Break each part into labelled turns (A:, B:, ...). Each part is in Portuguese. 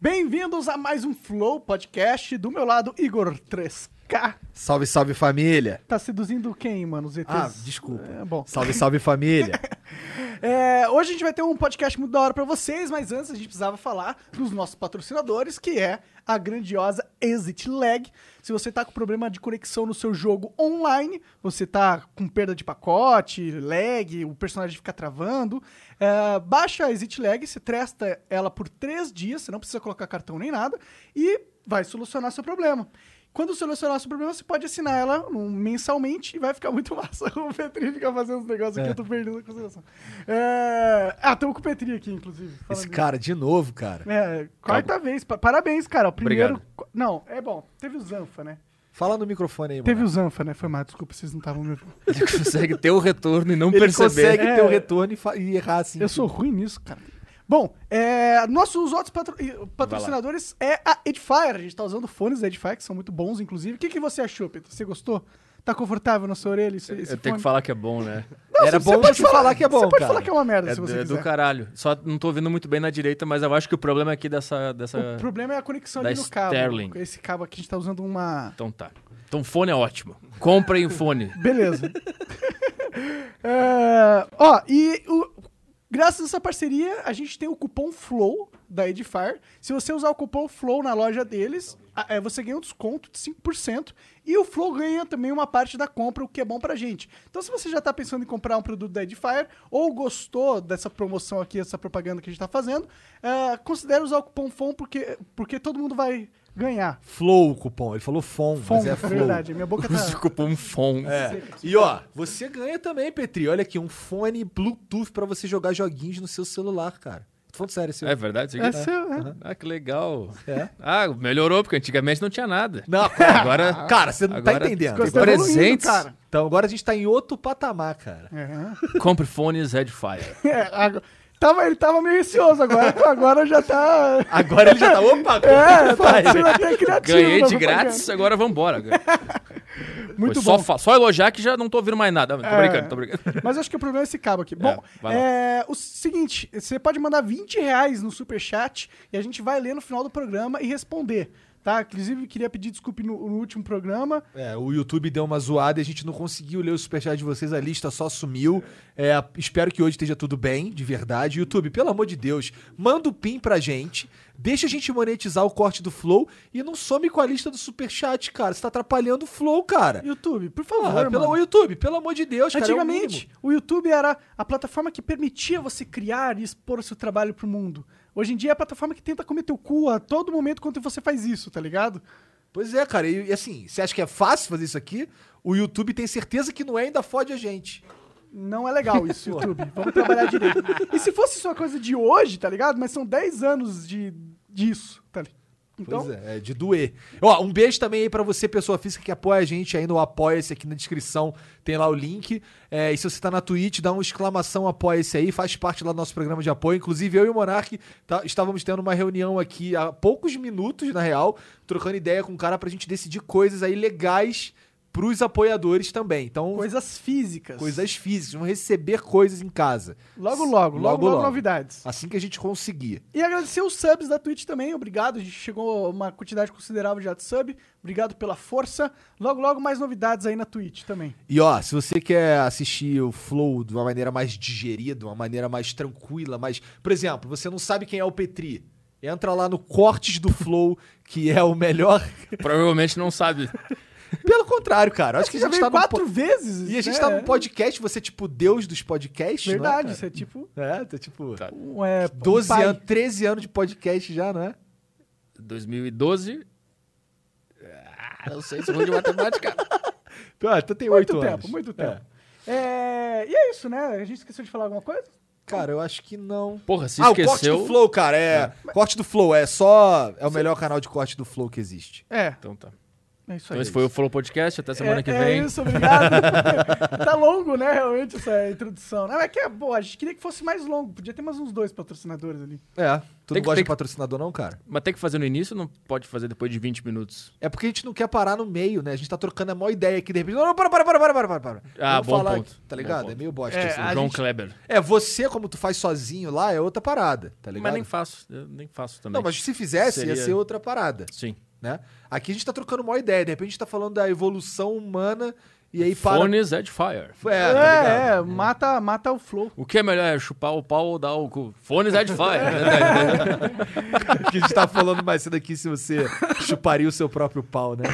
A: Bem-vindos a mais um Flow Podcast. Do meu lado, Igor 3K.
B: Salve, salve família!
A: Tá seduzindo quem, mano? Os ETs?
B: Ah, desculpa.
A: É, bom.
B: Salve, salve família!
A: É, hoje a gente vai ter um podcast muito da hora pra vocês, mas antes a gente precisava falar dos nossos patrocinadores, que é a grandiosa Exit Lag. Se você tá com problema de conexão no seu jogo online, você tá com perda de pacote, lag, o personagem fica travando, é, baixa a Exit Lag, você testa ela por três dias, você não precisa colocar cartão nem nada, e vai solucionar seu problema. Quando solucionar seu problema, você pode assinar ela um, mensalmente e vai ficar muito massa. O Petri fica fazendo uns negócios aqui, eu tô perdendo a consideração. É, Ah, tamo com o Petri aqui, inclusive. falando
B: Esse
A: disso.
B: cara, de novo, cara.
A: É, quarta vez. Pa- Parabéns, cara. O primeiro.
C: Obrigado.
A: co- Não, é bom. Teve o Zanfa, né?
B: Fala no microfone aí, mano.
A: Teve o Zanfa, né? Foi mal, desculpa, vocês não estavam me ouvindo.
C: Ele consegue ter o retorno e
A: um
C: não
B: Ele
C: perceber.
B: consegue ter o
A: É.
B: retorno e, fa- e errar assim.
A: Eu sou ruim nisso, cara. Bom, é, nossos outros patro- e- patrocinadores é a Edifier. A gente tá usando fones da Edifier, que são muito bons, inclusive. O que, que você achou, Pedro? Você gostou? Tá confortável na sua orelha? Esse, esse
C: Eu tenho
A: fone?
C: que falar que é bom, né?
B: Era
A: você
B: bom
A: pode
B: você falar que é bom,
A: Você pode
B: cara.
A: falar que é uma merda,
C: É
A: se
C: do,
A: você
C: é do
A: quiser.
C: caralho. Só não tô ouvindo muito bem na direita, mas eu acho que o problema é aqui dessa. dessa...
A: O problema é a conexão
C: Da
A: ali no cabo.
C: Sterling.
A: Esse cabo aqui a gente tá usando uma...
C: Então tá. Então fone é ótimo. Comprem o fone.
A: Beleza. É, ó, e o- graças a essa parceria, a gente tem o cupom FLOW da Edifier. Se você usar o cupom FLOW na loja deles, a- é, você ganha um desconto de 5%. E o Flow ganha também uma parte da compra, o que é bom pra gente. Então, se você já tá pensando em comprar um produto da Edifier, ou gostou dessa promoção aqui, essa propaganda que a gente tá fazendo, é, considere usar o cupom FOM, porque, porque todo mundo vai ganhar.
B: Flow o cupom. Ele falou fom,
A: FOM,
B: mas é
A: é
B: flow.
A: verdade. Minha boca tá...
C: Use o cupom FON.
B: É. E ó, você ganha também, Petri. Olha aqui, um fone Bluetooth pra você jogar joguinhos no seu celular, cara. Tô falando sério, seu.
C: É verdade? isso
A: É
C: aqui?
A: seu, é.
C: Ah, que legal.
B: É.
C: Ah, melhorou, porque antigamente não tinha nada.
B: Não,
C: Agora.
B: cara, você não tá
C: Agora-
B: entendendo.
C: Tem
A: Tá evoluindo,
C: presentes.
A: cara.
B: Então agora a gente tá em outro patamar, cara.
A: É.
C: Compre fones Redfire.
A: É, agora- tava, ele tava meio receoso agora, agora já tá.
B: Agora ele já tá. Opa,
A: É, tá sendo até criativo.
C: Ganhei
A: na
C: de
A: propaganda.
C: grátis, agora vambora.
A: Muito
C: Foi
A: bom.
C: Só, fa- só elogiar que já não tô ouvindo mais nada. Tô
A: É.
C: brincando, tô brincando.
A: Mas acho que o problema é esse cabo aqui. Bom,
C: vai lá.
A: é, o seguinte, você pode mandar 20 reais no superchat e a gente vai ler no final do programa e responder. Tá? Inclusive, queria pedir desculpa no, no último programa.
B: É, o YouTube deu uma zoada e a gente não conseguiu ler o superchat de vocês, a lista só sumiu. É, espero que hoje esteja tudo bem, de verdade. YouTube, pelo amor de Deus, manda o PIN pra gente, deixa a gente monetizar o corte do Flow e não some com a lista do superchat, cara. Você tá atrapalhando o Flow, cara.
A: YouTube, por favor,
B: Porra, pelo,
A: mano.
B: o YouTube, pelo amor de Deus, cara. é o
A: Antigamente,
B: mínimo.
A: o YouTube era a plataforma que permitia você criar e expor o seu trabalho pro mundo. Hoje em dia é a plataforma que tenta comer teu cu a todo momento quando você faz isso, tá ligado?
B: Pois é, cara. E, e assim, você acha que é fácil fazer isso aqui? O YouTube tem certeza que não é, ainda fode a gente.
A: Não é legal isso, YouTube. Vamos trabalhar direito. E se fosse só coisa de hoje, tá ligado? Mas são 10 anos de, disso, tá ligado? Então,
B: pois é, é de doer. Ó, um beijo também aí pra você, pessoa física que apoia a gente aí no Apoia-se aqui na descrição, tem lá o link. É, e se você tá na Twitch, dá um exclamação Apoia-se aí, faz parte lá do nosso programa de apoio. Inclusive, eu e o Monark tá- estávamos tendo uma reunião aqui há poucos minutos, na real, trocando ideia com o cara pra gente decidir coisas aí legais pros apoiadores também. Então,
A: coisas físicas.
B: coisas físicas, vão receber coisas em casa.
A: Logo, logo, logo, logo,
B: logo.
A: novidades.
B: Assim que a gente conseguir.
A: E agradecer os subs da Twitch também, obrigado. A gente chegou a uma quantidade considerável já de sub. Obrigado pela força. Logo, logo, mais novidades aí na Twitch também.
B: E ó, se você quer assistir o Flow de uma maneira mais digerida, de uma maneira mais tranquila, mais. Por exemplo, você não sabe quem é o Petri. Entra lá no Cortes do Flow, que é o melhor.
C: Provavelmente não sabe.
B: Pelo contrário, cara. Acho que
A: Você
B: a
A: já
B: gente
A: veio
B: tá no
A: quatro
B: po-
A: vezes.
B: E a gente
A: né?
B: tá no podcast, você é tipo deus dos podcasts, não é,
A: Verdade,
B: cara?
A: isso é tipo.
B: É, tá tipo.
C: Tá.
A: Um, é,
B: 12
A: pai.
B: anos, 13 anos de podcast já, não é?
C: 2012. Ah, não sei se vou de matemática.
B: Então, ah, então tem
A: Muito
B: 8
A: tempo,
B: anos.
A: muito
B: É.
A: tempo. É, E é isso, né? A gente esqueceu de falar alguma coisa?
B: Cara, eu acho que não.
C: Porra, se
B: Ah, o corte
C: esqueceu.
B: do Flow, cara, é. Corte do Flow, é só. É o melhor canal de corte do Flow que existe.
A: É,
C: Então tá.
A: É isso aí.
C: Então esse foi o Flow Podcast, até semana
A: é,
C: que
A: É
C: vem.
A: isso, obrigado. tá longo, né, realmente, essa introdução. Não, é que é boa, a gente queria que fosse mais longo. Podia ter mais uns dois patrocinadores ali.
B: É, tu não
C: Tem que-
B: gosta
C: tem
B: de
C: que-
B: patrocinador não, cara?
C: Mas tem que fazer no início, não pode fazer depois de 20 minutos.
B: É porque a gente não quer parar no meio, né? A gente tá trocando a maior ideia aqui, de repente. Não, não, para, para, para, para, para, para. para.
C: Ah,
B: Vamos
C: bom
B: falar
C: ponto.
B: aqui, Tá
C: Bom
B: ligado?
C: ponto.
B: É meio bosta
A: É,
B: assim.
A: a
C: João
A: gente-
C: Kleber.
B: É, você, como tu faz sozinho lá, é outra parada, tá ligado?
C: Mas nem faço, eu nem faço também.
B: Não, mas se fizesse, ia
C: Seria-
B: ser outra parada,
C: Sim.
B: né? Aqui a gente tá trocando uma ideia, de repente a gente tá falando da evolução humana e aí para...
C: Fones at fire.
B: É, tá ligado?
A: é, é, mata, mata o flow.
C: O que é melhor, é chupar o pau ou dar o cu? Fones at fire. né? Tá
B: que a gente tava falando mais cedo aqui se você chuparia o seu próprio pau, né?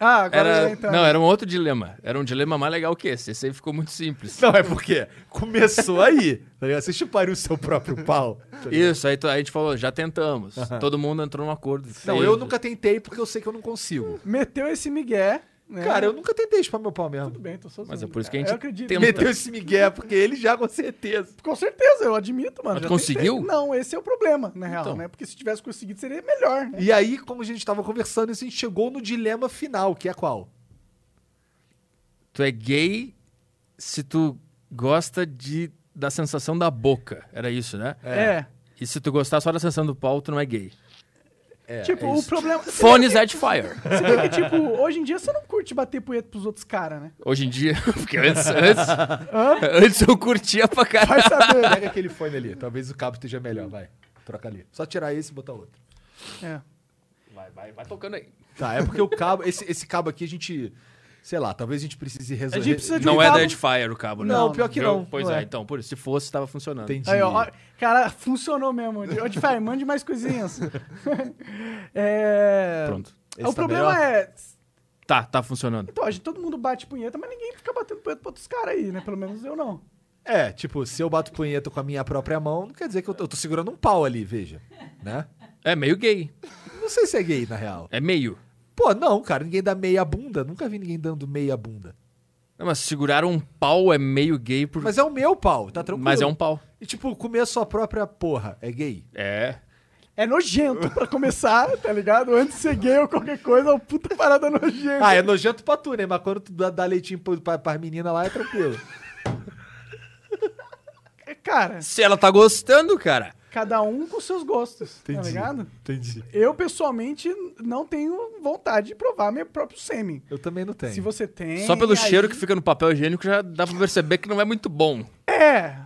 A: Ah, agora
C: era,
A: já
B: então.
A: entra-
C: não, era um outro dilema. Era um dilema mais legal que esse. Esse aí ficou muito simples.
B: Não, é porque começou aí, tá ligado? Você chuparia o seu próprio pau. tá ligado?
C: Isso, aí tu- aí a gente falou, já tentamos. Todo mundo entrou num acordo.
B: Não,
C: Fez.
B: eu nunca tentei porque eu sei que eu não consigo.
A: Meteu esse migué, né?
B: Cara, eu nunca tentei chupar meu pau mesmo.
A: Tudo bem, tô só
C: Mas é
A: zoando,
C: por isso que a
A: cara.
C: gente
A: Eu acredito.
C: tem-
B: Meteu esse migué, porque ele já com certeza.
A: Com certeza, eu admito, mano.
C: Mas
A: já
C: conseguiu?
A: tentei. Não, esse é o problema, na real,
C: Então.
A: né? Porque se tivesse conseguido, seria melhor, né?
B: E aí, como a gente tava conversando, isso, a gente chegou no dilema final, que é qual?
C: Tu é gay se tu gosta de, da sensação da boca. Era isso, né?
A: É.
C: E se tu gostar só da sensação do pau, tu não é gay.
A: tipo,
C: é
A: o
C: isso.
A: problema. Se bem
C: Fones at fire.
A: que- Se bem que, tipo, hoje em dia você não curte bater punheta pros outros caras, né?
C: Hoje em dia, porque antes, antes, antes eu curtia pra
B: Vai
C: caralho.
B: saber. Pega aquele fone ali. Talvez o cabo esteja melhor, vai. Troca ali. Só tirar esse e botar outro.
A: É.
C: Vai, vai, vai tocando aí.
B: Tá, é porque o cabo. Esse, esse cabo aqui a gente. Sei lá, talvez a gente precise resolver.
A: A gente precisa de um
C: Não é
A: cabo-
C: Dead Fire o cabo, né?
B: Não, pior que
C: Eu-
B: não,
C: Pois
B: não
C: é,
B: é.
C: então, por isso, se fosse, tava funcionando.
B: Entendi.
A: Aí, ó, ó, cara, funcionou mesmo. Ô, de Fire, mande mais coisinhas. É,
C: Pronto.
B: Esse
A: o
B: tá
A: problema
B: melhor?
A: é.
C: Tá, tá funcionando.
A: Então, a gente, todo mundo bate punheta, mas ninguém fica batendo punheta pra outros caras aí, né? Pelo menos eu não.
B: É, tipo, se eu bato punheta com a minha própria mão, não quer dizer que eu tô, eu tô segurando um pau ali, veja. Né?
C: É meio gay.
B: Não sei se é gay, na real.
C: É meio.
B: Pô, não, cara, ninguém dá meia bunda. Nunca vi ninguém dando meia bunda.
C: Não, mas segurar um pau é meio gay por...
B: Mas é o meu pau, tá tranquilo.
C: Mas é um pau.
B: E tipo, comer a sua própria porra é gay.
C: É.
A: É nojento pra começar, tá ligado? Antes de ser gay ou qualquer coisa, é uma puta parada nojenta.
B: Ah, é nojento pra tu, né? Mas quando tu dá, dá leitinho pro- pra, pra menina lá, é tranquilo.
A: Tá
B: é
A: É, Cara,
C: Se ela tá gostando, cara.
A: cada um com seus gostos, tá
B: Entendi.
A: ligado?
B: Entendi.
A: Eu, pessoalmente, não tenho vontade de provar meu próprio sêmen.
B: Eu também não tenho.
A: Se você tem.
C: Só pelo
A: aí-
C: cheiro que fica no papel higiênico já dá pra perceber que não é muito bom.
A: É.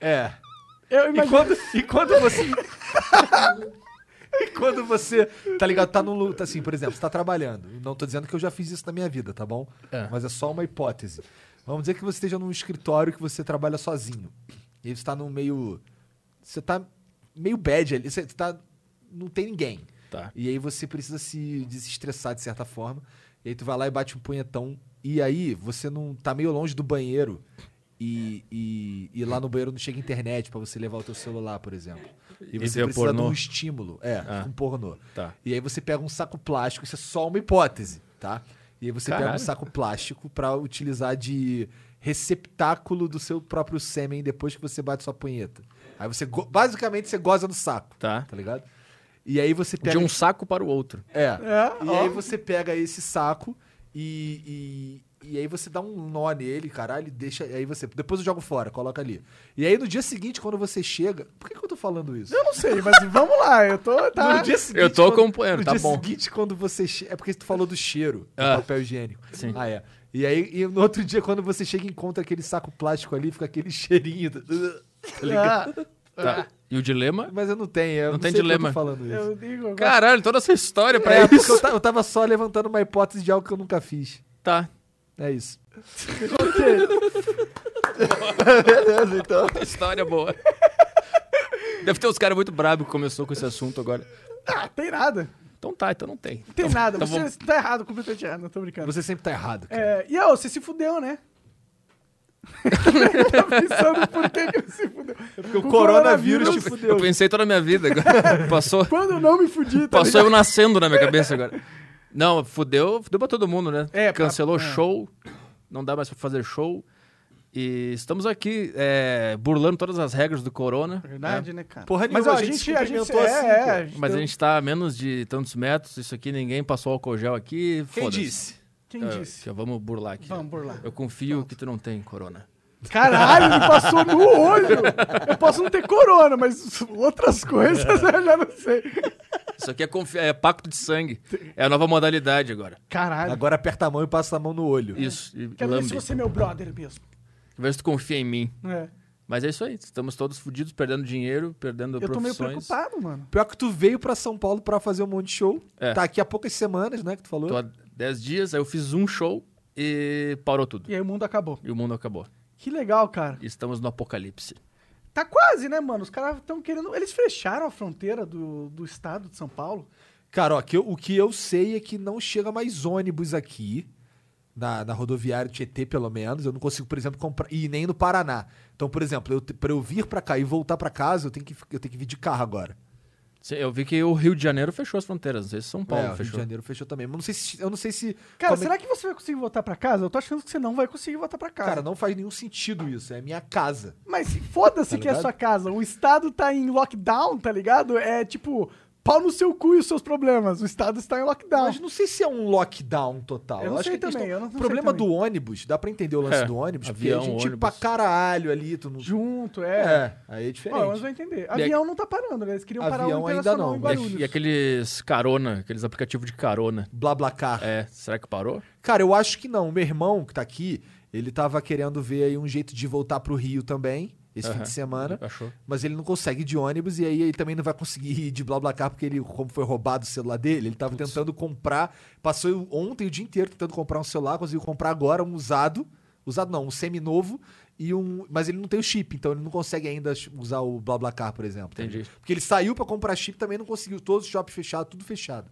B: É.
A: Eu
B: E
A: imagino.
B: quando, e quando você. e quando você. Tá ligado? Tá num. lu- tá Assim, por exemplo, você tá trabalhando. Não tô dizendo que eu já fiz isso na minha vida, tá bom?
C: É.
B: Mas é só uma hipótese. Vamos dizer que você esteja num escritório que você trabalha sozinho. E aí você tá num meio. Você tá meio bad ali. Você tá. Não tem ninguém.
C: Tá.
B: E aí você precisa se desestressar de certa forma. E aí tu vai lá e bate um punhetão. E aí você não tá meio longe do banheiro. E, e, e lá no banheiro não chega internet pra você levar o teu celular, por exemplo. E você
C: E ver
B: precisa de
C: pornô.
B: um estímulo. É,
C: Ah.
B: um pornô.
C: Tá.
B: E aí você pega um saco plástico, isso é só uma hipótese, tá? E aí você pega um
C: Caralho.
B: saco plástico pra utilizar de receptáculo do seu próprio sêmen depois que você bate sua punheta. Aí você, go- basicamente, você goza no saco,
C: Tá.
B: tá ligado? E aí você pega
C: De um saco para o outro.
B: é.
A: É,
B: e
A: ó.
B: aí você pega esse saco e, e, e aí você dá um nó nele, caralho, e deixa. Aí você. Depois eu jogo fora, coloca ali. E aí no dia seguinte, quando você chega. Por que, que eu tô falando isso?
A: Eu não sei, mas vamos lá, eu tô. Tá...
B: No dia seguinte,
C: Eu tô acompanhando,
B: no
C: tá
B: dia
C: bom.
B: seguinte, quando você che... É porque tu falou do cheiro do
C: Ah.
B: papel higiênico.
C: Sim.
B: Ah, é. E aí, e no outro dia, quando você chega e encontra aquele saco plástico ali, fica aquele cheirinho. do- Tá
A: Ah,
B: ligado?
C: Tá. E o dilema?
B: Mas eu não tenho, eu
C: Não
B: não,
C: tem
B: sei por que eu tô
C: dilema.
B: falando isso.
A: eu digo. agora-
C: Caralho, toda essa história pra
B: É, porque
C: isso.
B: eu ta- eu tava só levantando uma hipótese de algo que eu nunca fiz.
C: Tá.
B: É isso.
C: Beleza, então. História boa. Deve ter uns caras muito bravos que começou com esse assunto agora.
A: Ah, tem nada.
C: Então tá, então não tem.
A: Não tem nada.
C: então
A: você
C: vamos-
A: tá errado, completamente errado, não tô brincando.
B: Você sempre tá errado, cara.
A: É, e ó, você se fudeu, né? tá pensando por que que ele se fudeu.
B: Porque o
A: Com
B: coronavírus tipo, te
A: coronavírus,
B: fudeu.
C: Eu pensei toda a minha vida agora. Passou,
A: Quando eu não me fudi, tá
C: passou
A: ligado?
C: eu nascendo na minha cabeça agora. Não, fudeu, fudeu pra todo mundo, né?
A: É, pra-
C: Cancelou
A: é.
C: show, não dá mais pra fazer show. E estamos aqui é, burlando todas as regras do corona.
A: Verdade, né, cara?
B: Porra
A: mas
B: nenhuma,
A: ó,
B: a gente se cumprimentou
A: é,
B: assim,
A: é,
B: pô.
A: a gente
C: Mas a
A: deu-
C: gente tá a menos de tantos metros, isso aqui ninguém passou álcool gel aqui.
B: Quem
C: foda-se.
B: disse?
A: Quem
C: Ah,
A: disse?
C: já vamos burlar aqui.
A: Vamos burlar.
C: Eu confio que tu não tem corona.
A: Caralho, me passou no olho! Eu posso não ter corona, mas outras coisas eu já não sei.
C: Isso aqui é, confi- é pacto de sangue. É a nova modalidade agora.
A: Caralho.
B: Agora aperta a mão e passa a mão no olho.
C: Isso. e
A: É. Quero ver
C: lambe.
A: se você é meu brother mesmo.
C: Vê se tu confia em mim.
A: É.
C: Mas é isso aí. Estamos todos fodidos, perdendo dinheiro, perdendo
A: Eu tô meio
C: profissões.
A: preocupado, mano.
B: Pior que tu veio pra São Paulo pra fazer um monte de show.
C: É.
B: Tá aqui há poucas semanas, né, que tu falou.
C: Tô há 10 dias, aí eu fiz um show e parou tudo.
A: E aí o mundo acabou.
C: E o mundo acabou.
A: Que legal, cara.
C: E Estamos no apocalipse.
A: Tá quase, né, mano? Os caras estão querendo. Eles fecharam a fronteira do, do estado de São Paulo.
B: Cara, ó, que eu- o que eu sei é que não chega mais ônibus aqui. Na, na rodoviária Tietê, pelo menos. Eu não consigo, por exemplo, comprar. E nem no Paraná. Então, por exemplo, eu, te- pra eu vir pra cá e voltar pra casa, eu tenho que, fi- eu tenho que vir de carro agora.
C: Cê- Eu vi que o Rio de Janeiro fechou as fronteiras. Não sei se São
B: É,
C: Paulo
B: o Rio de
C: fechou.
B: Janeiro fechou também. Mas não sei se. Eu não sei se.
A: Cara,
B: como é
A: será que você vai conseguir voltar pra casa? Eu tô achando que você não vai conseguir voltar pra casa.
B: Cara, não faz nenhum sentido isso. É minha casa.
A: Mas foda-se
B: Tá
A: que é
B: ligado?
A: sua casa. O estado tá em lockdown, tá ligado? É tipo, pau no seu cu e os seus problemas. O estado está em lockdown.
B: Mas não sei se é um lockdown total.
A: Eu não sei
B: que a questão-
A: também, eu não- não
B: O problema
A: sei também.
B: do ônibus, dá pra entender o lance
C: É,
B: do ônibus,
C: avião,
B: porque a gente
C: ônibus.
B: pra caralho ali, tu não.
A: Junto, é.
B: É, aí é diferente.
A: Ó, mas vai entender.
C: aí-
A: Avião não tá parando, né? Eles queriam parar
B: Avião
A: o
B: ainda
A: internacional
B: não, né?
A: em
B: mas-
A: Guarulhos.
C: E aqueles carona, aqueles aplicativos de carona.
B: Blablacar.
C: É, será que parou?
B: Cara, eu acho que não. Meu irmão, que tá aqui, ele tava querendo ver aí um jeito de voltar pro Rio também, esse fim
C: Aham.
B: de semana.
C: Achou.
B: Mas ele não consegue ir de ônibus e aí ele também não vai conseguir ir de BlaBlaCar porque ele, como foi roubado o celular dele, ele tava tentando comprar, passou ontem o dia inteiro tentando comprar um celular, conseguiu comprar agora um usado, usado não, um seminovo e um, mas ele não tem o chip, então ele não consegue ainda ch- usar o BlaBlaCar, por exemplo. tá
C: Entendi.
B: ligado? Porque ele saiu pra comprar chip, também não conseguiu, todos os shops fechados, tudo fechado.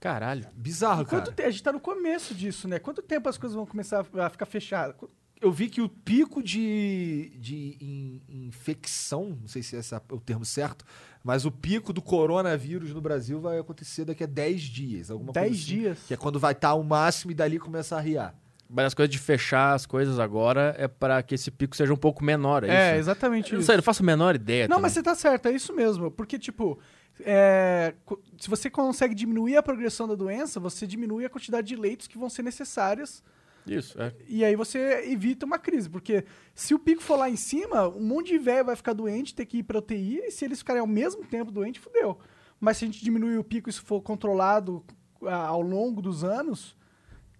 C: Caralho.
B: Bizarro,
A: Quanto
B: Ah, cara.
A: te- A gente tá no começo disso, né? Quanto tempo as coisas vão começar a ficar fechadas?
B: Eu vi que o pico de, de in- infecção, não sei se esse é o termo certo, mas o pico do coronavírus no Brasil vai acontecer daqui a 10 dias. Alguma coisa
A: 10
B: assim,
A: dias.
B: Que é quando vai estar o máximo e dali começa a riar.
C: Mas as coisas de fechar as coisas agora é pra que esse pico seja um pouco menor, é,
A: É,
C: isso?
A: exatamente
C: Eu não
A: isso.
C: sei, né? eu não faço a menor ideia.
A: Não,
C: também.
A: mas você tá certo, é isso mesmo. Porque, tipo, é, co- se você consegue diminuir a progressão da doença, você diminui a quantidade de leitos que vão ser necessárias
C: Isso, é.
A: e aí você evita uma crise. Porque se o pico for lá em cima, um monte de velho vai ficar doente, ter que ir pra UTI, e se eles ficarem ao mesmo tempo doente, fudeu. Mas se a gente diminuir o pico e isso for controlado ah, ao longo dos anos,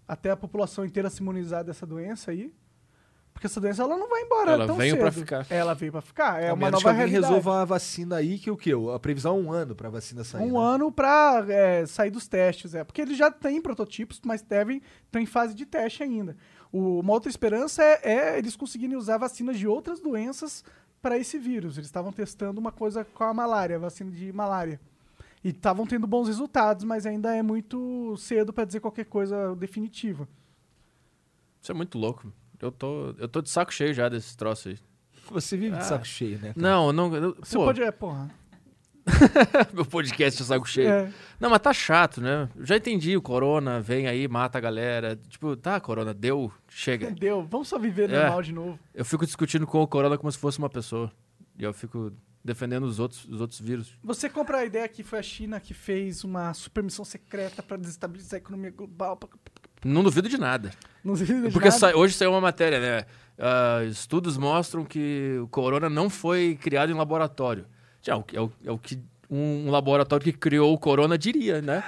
A: até a população inteira se imunizar dessa doença aí... Porque essa doença ela não vai embora
C: Ela
A: tão
C: veio
A: cedo.
C: pra ficar.
A: Ela veio pra ficar. É
B: a
A: uma
B: menos
A: nova
B: que alguém
A: realidade.
B: resolva uma vacina aí, que o quê? A previsão é um ano pra vacina sair.
A: um
B: né?
A: ano pra é, sair dos testes, é. Porque eles já têm prototipos, mas devem estão em fase de teste ainda. O- uma outra esperança é, é eles conseguirem usar vacinas de outras doenças para esse vírus. Eles estavam testando uma coisa com a malária, a vacina de malária. E estavam tendo bons resultados, mas ainda é muito cedo para dizer qualquer coisa definitiva.
C: Isso é muito louco. Eu tô, eu tô de saco cheio já desse troço aí.
B: Você vive
C: Ah.
B: de saco cheio, né? cara?
C: Não, não. eu-
A: Você
C: pô,
A: pode. É, porra.
C: meu podcast é saco cheio.
A: É,
C: Não, mas tá chato, né? Eu Já entendi, o corona vem aí, mata a galera. Tipo, tá, corona, deu, chega.
A: entendeu? Vamos só viver
C: É.
A: normal de novo.
C: Eu fico discutindo com o corona como se fosse uma pessoa. E eu fico defendendo os outros, os outros vírus.
A: Você compra a ideia que foi a China que fez uma supermissão secreta para desestabilizar a economia global. pra-
C: Não duvido de nada.
A: Não sei de
C: É Porque
A: nada.
C: sa- hoje saiu uma matéria, né? Ah, estudos mostram que o corona não foi criado em laboratório. Já, é, o, que- é o- é o que um laboratório que criou o corona diria, né?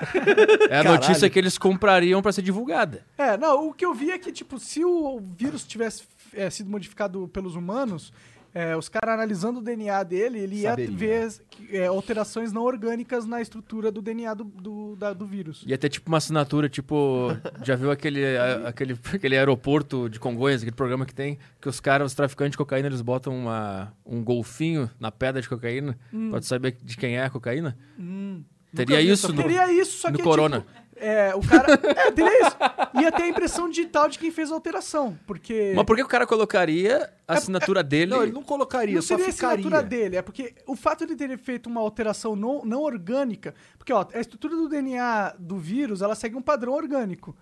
C: É a
B: Caralho.
C: notícia que eles comprariam pra ser divulgada.
A: É, não, o que eu vi é que, tipo, se o vírus tivesse é, sido modificado pelos humanos, é, os caras analisando o DNA dele, ele ia
B: Saberia.
A: ver é, alterações não orgânicas na estrutura do DNA do, do, da- do vírus.
C: Ia ter tipo uma assinatura, tipo. Já viu aquele, a- aquele, aquele aeroporto de Congonhas, aquele programa que tem, que os caras, os traficantes de cocaína, eles botam uma, um golfinho na pedra de cocaína, pra tu saber de quem é a cocaína? Teria
A: Hum. Nunca vi
C: isso
A: essa
C: no.
A: Teria isso, só
C: no
A: que,
C: corona.
A: tipo, é, o cara... É, teria isso. Ia ter a impressão digital de quem fez a alteração, porque...
C: Mas por que o cara colocaria a assinatura dele?
B: Não, ele não colocaria,
A: É, Não
B: só
A: seria a
B: ficaria.
A: assinatura dele, é porque o fato de ter feito uma alteração não, não orgânica, porque ó, a estrutura do DNA do vírus, ela segue um padrão orgânico.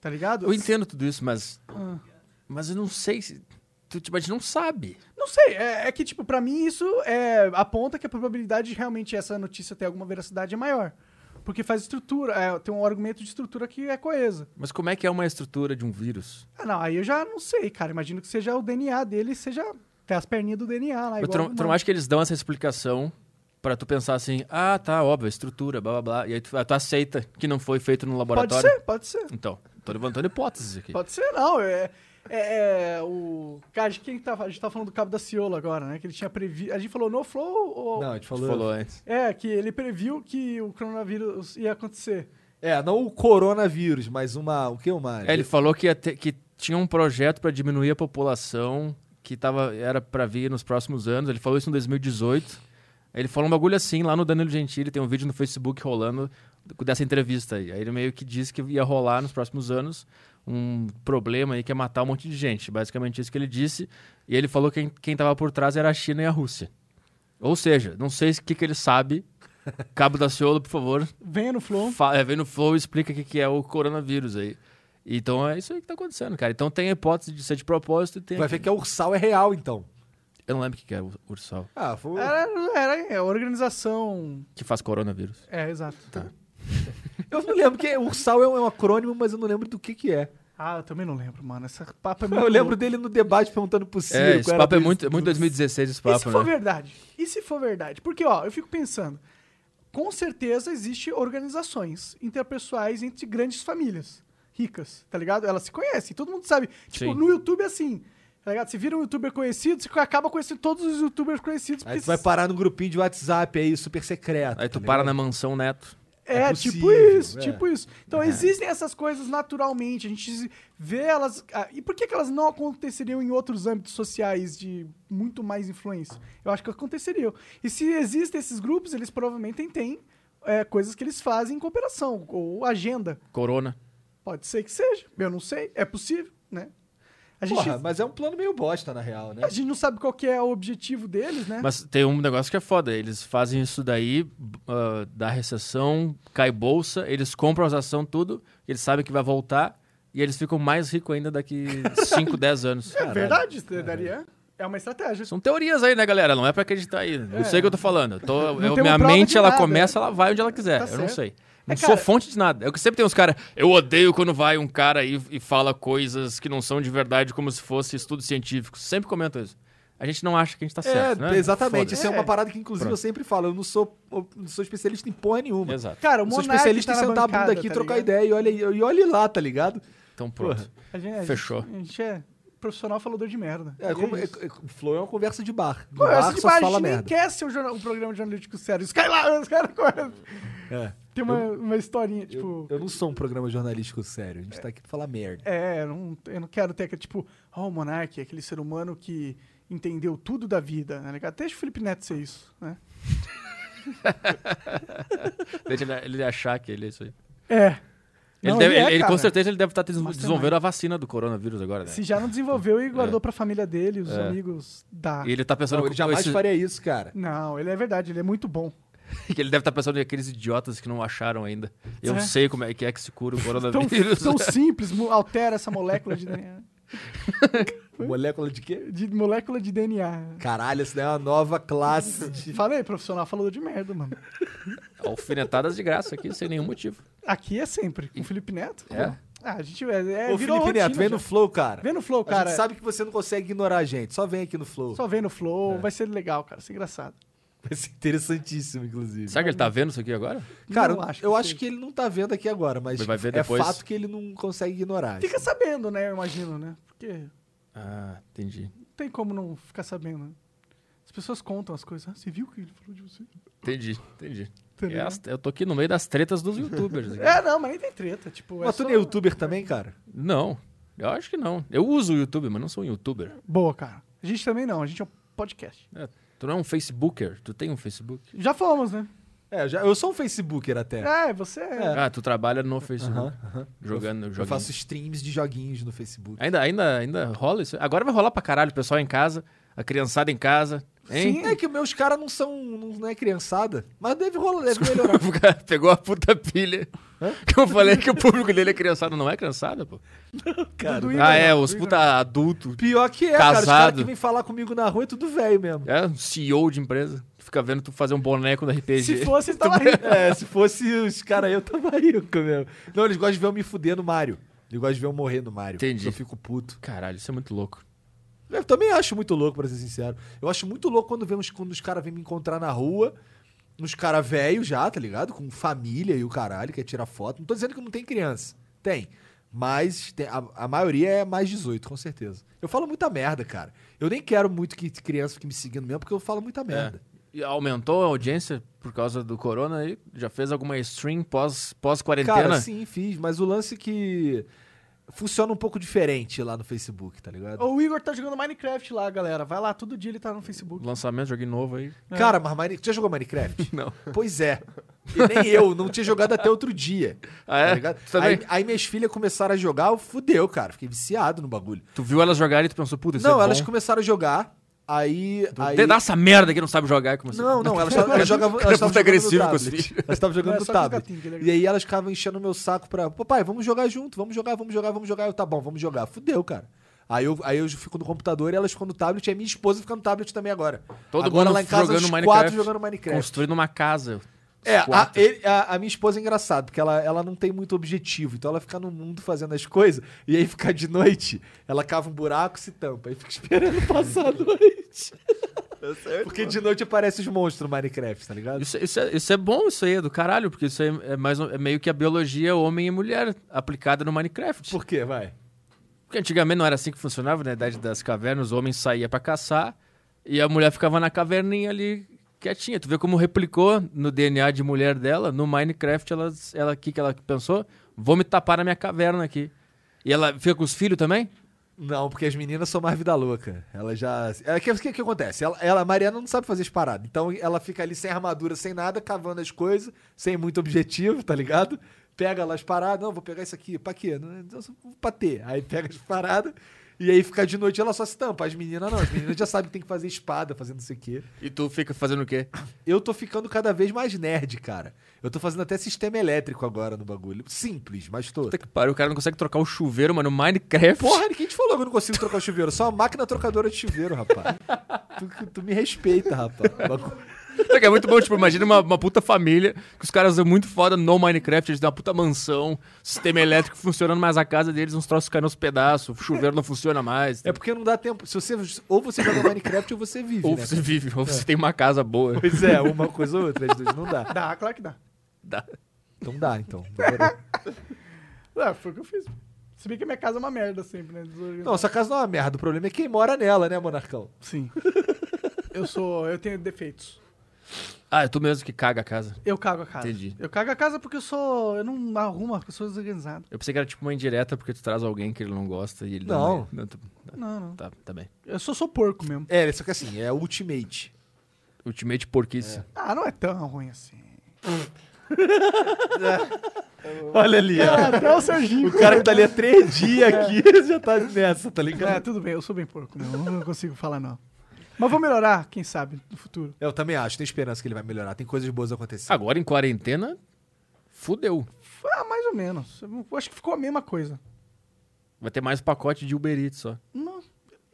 A: Tá ligado?
C: Eu entendo tudo isso, mas.
A: Ah.
C: Mas eu não sei se. tu, tipo, a gente não sabe.
A: Não sei, é, é que, tipo, pra mim isso é, aponta que a probabilidade de realmente essa notícia ter alguma veracidade é maior. Porque faz estrutura, é, tem um argumento de estrutura que é coeso.
C: Mas como é que é uma estrutura de um vírus?
A: Ah, não, aí eu já não sei, cara. Imagino que seja o DNA dele, seja. Tem as perninhas do DNA lá.
C: Mas
A: É Igual
C: tu, não-
A: ao
C: tu não
A: humano.
C: acha que eles dão essa explicação pra tu pensar assim, ah, tá, óbvio, estrutura, blá blá blá. E aí tu, tu aceita que não foi feito no
A: Pode
C: laboratório.
A: ser, pode ser.
C: Então, tô levantando hipóteses aqui.
A: Pode ser, não. É, é, é, o. Cara, de quem tava, a gente tava falando do cabo da Ciola agora, né? Que ele tinha previsto. A gente falou no Flow ou.
B: Não, a gente
C: Tu
B: falou.
C: falou antes.
A: É, que ele previu que o coronavírus ia acontecer.
B: É, não o coronavírus, mas uma. O que? Uma.
C: É, ele falou que, ia ter- que tinha um projeto pra diminuir a população que tava, era pra vir nos próximos anos. Ele falou isso em 2018. Ele falou um bagulho assim lá no Danilo Gentili, tem um vídeo no Facebook rolando dessa entrevista aí. Aí ele meio que disse que ia rolar nos próximos anos um problema aí que é matar um monte de gente. Basicamente isso que ele disse. E ele falou que quem, quem tava por trás era a China e a Rússia. Ou seja, não sei o que, que ele sabe. Cabo da Ciolo, por favor,
A: Venha no Flow.
C: Fa- é, vem no Flow e explica o que, que é o coronavírus aí. Então é isso aí que tá acontecendo, cara. Então tem a hipótese de ser de propósito e tem.
B: Vai ver que a Ursal é real, então.
C: Eu não lembro o que, que é o ursal
B: Ah, foi.
A: Era, era é, organização.
C: que faz coronavírus.
A: É, exato.
B: Tá. Eu não lembro, porque Ursal é um, é um acrônimo, mas eu não lembro do que que é.
A: Ah, eu também não lembro, mano. Esse papo é muito.
B: Eu lembro
A: louco.
B: dele no debate perguntando pro Ciro.
C: é, esse
B: qual era
C: papo é
B: do-
C: muito, é
B: do-
C: muito 2016
A: E
C: esse
A: se
C: papo,
A: for
B: é
C: né?
A: verdade? E se for verdade? Porque, ó, eu fico pensando. Com certeza existe organizações interpessoais entre grandes famílias ricas, tá ligado? Elas se conhecem, todo mundo sabe. Tipo,
C: Sim.
A: no YouTube é assim, tá ligado? Você vira um youtuber conhecido, você acaba conhecendo todos os youtubers conhecidos.
B: Aí tu vai parar no grupinho de WhatsApp aí, super secreto.
C: Aí tu
B: tá
C: para na
B: ligado?
C: mansão neto.
A: É,
B: É
A: tipo
B: possível,
A: isso,
B: é.
A: tipo isso. Então existem essas coisas naturalmente, a gente se- vê elas. ah, E por que, que elas não aconteceriam em outros âmbitos sociais de muito mais influência? Eu acho que aconteceriam. E se existem esses grupos, eles provavelmente têm é, coisas que eles fazem em cooperação, ou agenda.
C: Corona.
A: Pode ser que seja, eu não sei, é possível, né? A gente,
B: Porra, mas é um plano meio bosta, na real, né?
A: a gente não sabe qual que é o objetivo deles, né?
C: Mas tem um negócio que é foda. Eles fazem isso daí, b- ah, dá recessão, cai bolsa, eles compram as ações, tudo, eles sabem que vai voltar e eles ficam mais ricos ainda daqui 5, 10 anos.
A: é verdade, isso daria. É uma estratégia.
C: São teorias aí, né, galera? Não é pra acreditar aí. Não sei o que eu tô falando. Eu tô- eu-
A: temos
C: minha
A: um prova de
C: mente, ela
A: nada.
C: começa, ela vai onde ela quiser.
A: Tá
C: eu não
A: certo.
C: sei. Não
A: É,
C: sou
A: cara-
C: fonte de nada. Eu que sempre tem uns caras. Eu odeio quando vai um cara aí e fala coisas que não são de verdade, como se fosse estudo científico. Sempre comento isso. A gente não acha que a gente tá certo. né?
B: exatamente.
C: Foda-se.
B: Isso é.
A: É.
B: uma parada que, inclusive, eu sempre falo. Eu não sou, eu não sou especialista em porra nenhuma.
C: Exato.
A: Cara, o
B: Eu sou
A: Monark
B: especialista
A: tá
B: em
A: na
B: sentar a
A: bancada,
B: bunda aqui,
A: tá
B: trocar
A: ligado?
B: ideia e olha, e olha lá, tá ligado?
C: Então pronto.
A: A gente- a gente-
C: Fechou.
A: A gente é profissional falador de merda.
B: É, como, é,
A: isso.
B: é- flow é uma conversa de bar. No
A: Pô, essa
B: bar
A: de
B: só
A: baixo, a
B: fala
A: gente nem
B: merda.
A: quer ser um, jornal- um programa de analítico sério. Os caras lá, os caras correm.
B: É.
A: Tem uma, uma historinha, tipo.
B: Eu, eu não sou um programa jornalístico sério. A gente tá aqui pra falar merda.
A: É, eu não, eu não quero ter aquele tipo, ó, o Monark, é aquele ser humano que entendeu tudo da vida, né? ligado? Deixa o Felipe Neto ser isso, né?
C: Deixa ele, ele achar que ele é isso aí.
A: É.
C: Ele,
A: Não,
C: deve-
A: ele é,
C: ele- ele com
A: cara.
C: certeza ele deve estar
A: Mastermind.
C: desenvolvendo a vacina do coronavírus agora, né?
A: Se já não desenvolveu e guardou
C: É.
A: pra família dele, os
C: É.
A: amigos da.
C: E ele tá pensando.
B: eu jamais
C: esse-
B: faria isso, cara.
A: Não, ele é verdade, ele é muito bom.
C: Que ele deve estar pensando naqueles idiotas que não acharam ainda. Eu
A: É.
C: sei como é que é que se cura o
A: Tão,
C: coronavírus.
A: tão simples, mu- altera essa molécula de DNA.
B: Molécula de quê?
A: De molécula de DNA.
B: Caralho, essa daí é uma nova classe de...
A: Falei, profissional falou de merda, mano.
C: Alfinetadas de graça aqui, sem nenhum motivo.
A: Aqui é sempre. Com o Felipe Neto?
C: É?
A: Ah, a gente é, é,
B: Ô,
A: virou
B: Felipe
A: rotina
B: Neto, vem
A: já.
B: no flow, cara.
A: Vem no flow,
B: A
A: cara.
B: gente sabe que você não consegue ignorar a gente. Só vem aqui no flow. É.
A: Só vem no flow, vai ser legal, cara. Vai ser engraçado.
B: Vai ser interessantíssimo, inclusive.
C: Será que ele tá vendo isso aqui agora?
B: Cara,
A: Não
B: eu
A: acho
B: acho,
A: que
B: que,
A: seja.
B: ele não tá vendo aqui agora, mas
C: Mas vai ver
B: é
C: depois.
B: fato que ele não consegue ignorar.
A: Fica sabendo, né? Eu imagino, né? Porque não
C: Ah, entendi.
A: tem como não ficar sabendo, né? As pessoas contam as coisas. Ah, você viu o que ele falou de você?
C: Entendi, entendi.
A: Tá
C: É
A: ligado?
B: assim,
C: as- eu tô aqui no meio das tretas dos youtubers. aqui.
A: É, não, mas nem tem treta. Tipo, é
B: né? Mas
A: só-
B: tu não é youtuber também, cara?
C: Não, eu acho que não. Eu uso o YouTube, mas não sou um youtuber.
A: Boa, cara. A gente também não, a gente é um podcast.
C: É, tu não é um facebooker, tu tem um facebook.
A: Já fomos, né?
B: É, eu já, eu sou um facebooker até.
A: É, você é.
C: Ah, tu trabalha no facebook,
B: Aham, aham.
C: jogando
B: Eu
C: joguinho.
B: faço streams de joguinhos no Facebook.
C: Ainda, ainda, ainda rola isso? Agora vai rolar pra caralho o pessoal em casa, a criançada em casa, Hein?
B: É que meus caras não são. Não, não é criançada. Mas deve rolar, deve melhorar.
C: O cara pegou a puta pilha. Que eu falei que o público dele é criançado. Não é criançada, pô?
B: cara.
A: Do Igor,
C: Ah, é,
A: não,
C: os
A: do Igor.
C: puta adulto.
B: Pior que é, cara. Os
C: Casado.
B: caras que vêm falar comigo na rua é tudo velho mesmo.
C: É, um CEO de empresa. Que fica vendo tu fazer um boneco da RPG.
B: Ah,
A: Se fosse, ele tava rindo.
B: É, se fosse os caras aí, eu tava rico mesmo. Não, eles gostam de ver eu me fuder no Mario. Eles gostam de ver eu morrer no Mario.
C: Entendi.
B: Eu fico puto.
C: Caralho, isso é muito louco.
B: Eu também acho muito louco, pra ser sincero. Eu acho muito louco quando, vem uns, quando os caras vêm me encontrar na rua. Uns caras velhos já, tá ligado? Com família e o caralho, quer tirar foto. Não tô dizendo que não tem criança. Tem. Mas tem- a, a maioria é mais 18, com certeza. Eu falo muita merda, cara. Eu nem quero muito que criança fique me seguindo mesmo, porque eu falo
C: É.
B: muita merda.
C: E aumentou a audiência por causa do corona aí? Já fez alguma stream pós- pós-quarentena?
B: Cara, sim, fiz, mas o lance é que funciona um pouco diferente lá no Facebook, tá ligado?
A: O Igor tá jogando Minecraft lá, galera. Vai lá, todo dia ele tá no Facebook.
C: Lançamento, joguinho novo aí.
B: Cara, mas Mine... tu já jogou Minecraft?
C: Não.
B: pois é. E nem eu, não tinha jogado até outro dia.
C: Ah, é?
B: Tá ligado?
C: Tu também?
B: Aí, aí minhas filhas começaram a jogar, eu fudeu, cara. Fiquei viciado no bagulho.
C: Tu viu elas jogarem e tu pensou, puta, isso
B: não,
C: é
B: elas
C: bom. Então,
B: começaram a jogar, aí. aí...
C: Dá essa merda que não sabe jogar. assim? e começou-
B: Não, não, elas tavam- elas jogavam. Elas
C: Puta
B: estavam jogando
C: agressivo
B: no
C: com os
B: tablet.
C: filhos.
B: Elas estavam jogando
A: Não, é
B: no
A: só com o
B: tablet.
A: gatinho que ele é
B: E aí elas ficavam enchendo o meu saco pra. Papai, vamos jogar junto, vamos jogar, vamos jogar, vamos jogar. Eu, tá bom, vamos jogar. Fudeu, cara. Aí eu, aí eu fico no computador e elas ficam no tablet, e a minha esposa fica no tablet também agora.
C: Todo
B: agora
C: mundo
B: lá em casa,
C: jogando
B: os
C: Minecraft.
B: quatro jogando Minecraft.
C: Construindo uma casa.
B: É, a,
C: Quatro.
B: ele- a- a minha esposa é engraçada, porque ela, ela não tem muito objetivo, então ela fica no mundo fazendo as coisas, e aí fica de noite, ela cava um buraco, se tampa, e fica esperando passar a noite. Porque de noite aparecem os monstros no Minecraft, tá ligado?
C: Isso, isso é, isso é bom, isso aí é do caralho, porque isso aí é, mais, um- é meio que a biologia homem e mulher aplicada no Minecraft.
B: Por quê, vai?
C: Porque antigamente não era assim que funcionava, na idade das cavernas, o homem saía pra caçar e a mulher ficava na caverninha ali quietinha. Tu vê como replicou no DNA de mulher dela, no Minecraft, ela, ela aqui que ela pensou, vou me tapar na minha caverna aqui. E ela fica com os filhos também?
B: Não, porque as meninas são mais vida louca. Ela já. O que, que, que acontece? Ela, ela- a Mariana não sabe fazer as paradas. Então ela fica ali sem armadura, sem nada, cavando as coisas, sem muito objetivo, tá ligado? Pega lá as paradas. Não, vou pegar isso aqui. Pra quê? Não, não, só pra ter. Aí pega as paradas. E aí fica de noite ela só se tampa. As meninas não. As meninas já sabem que tem que fazer espada, fazer não sei o quê.
C: E tu fica fazendo o quê?
B: Eu tô ficando cada vez mais nerd, cara. Eu tô fazendo até sistema elétrico agora no bagulho. Simples, mas tô.
C: Puta que pariu, o cara não consegue trocar o chuveiro, mano, no Minecraft.
B: Porra, quem te falou que eu não consigo trocar o chuveiro? Só a máquina trocadora de chuveiro, rapaz. tu, tu me respeita, rapaz. Bagu-
C: É que é muito bom, tipo, imagina uma, uma puta família, que os caras são muito foda no Minecraft, eles têm uma puta mansão, sistema elétrico funcionando, mas a casa deles uns troços caindo aos pedaços, o chuveiro não funciona mais.
B: É porque não dá tempo. Se você, ou você joga Minecraft ou você vive,
C: ou
B: né?
C: você vive, ou você tem uma casa boa.
B: Pois é, uma coisa ou outra, as duas não dá.
A: Dá, claro que dá.
C: Dá.
B: Então dá, então. Demorou.
A: É, foi o que eu fiz. Se bem que a minha casa é uma merda sempre, né?
B: Não, essa casa não é uma merda. O problema é quem mora nela, né, Monarcão?
A: Sim. eu sou. Eu tenho defeitos.
C: Ah, é tu mesmo que caga a casa.
A: Eu cago a casa.
C: Entendi.
A: Eu cago a casa porque eu sou. Eu não arrumo as pessoas desorganizadas.
C: Eu pensei que era tipo uma indireta porque tu traz alguém que ele não gosta e ele
B: Não.
C: tu-
A: Não, não.
C: Tá, tá bem.
A: Eu só sou porco mesmo.
B: É, só que assim, é ultimate.
C: Ultimate porquice.
A: Ah, não é tão ruim assim.
B: Olha ali, ó.
A: Até o Serginho.
B: O cara que tá ali há três dias aqui já tá nessa, tá
A: É,
B: ligado?
A: tudo bem, eu sou bem porco mesmo. Não consigo falar, não. Mas vou melhorar, quem sabe, no futuro.
B: É, Eu também acho, tenho esperança que ele vai melhorar. Tem coisas boas acontecendo.
C: Agora em quarentena, fudeu.
A: Ah, mais ou menos. Eu acho que ficou a mesma coisa.
C: Vai ter mais pacote de Uber Eats só.
A: Não,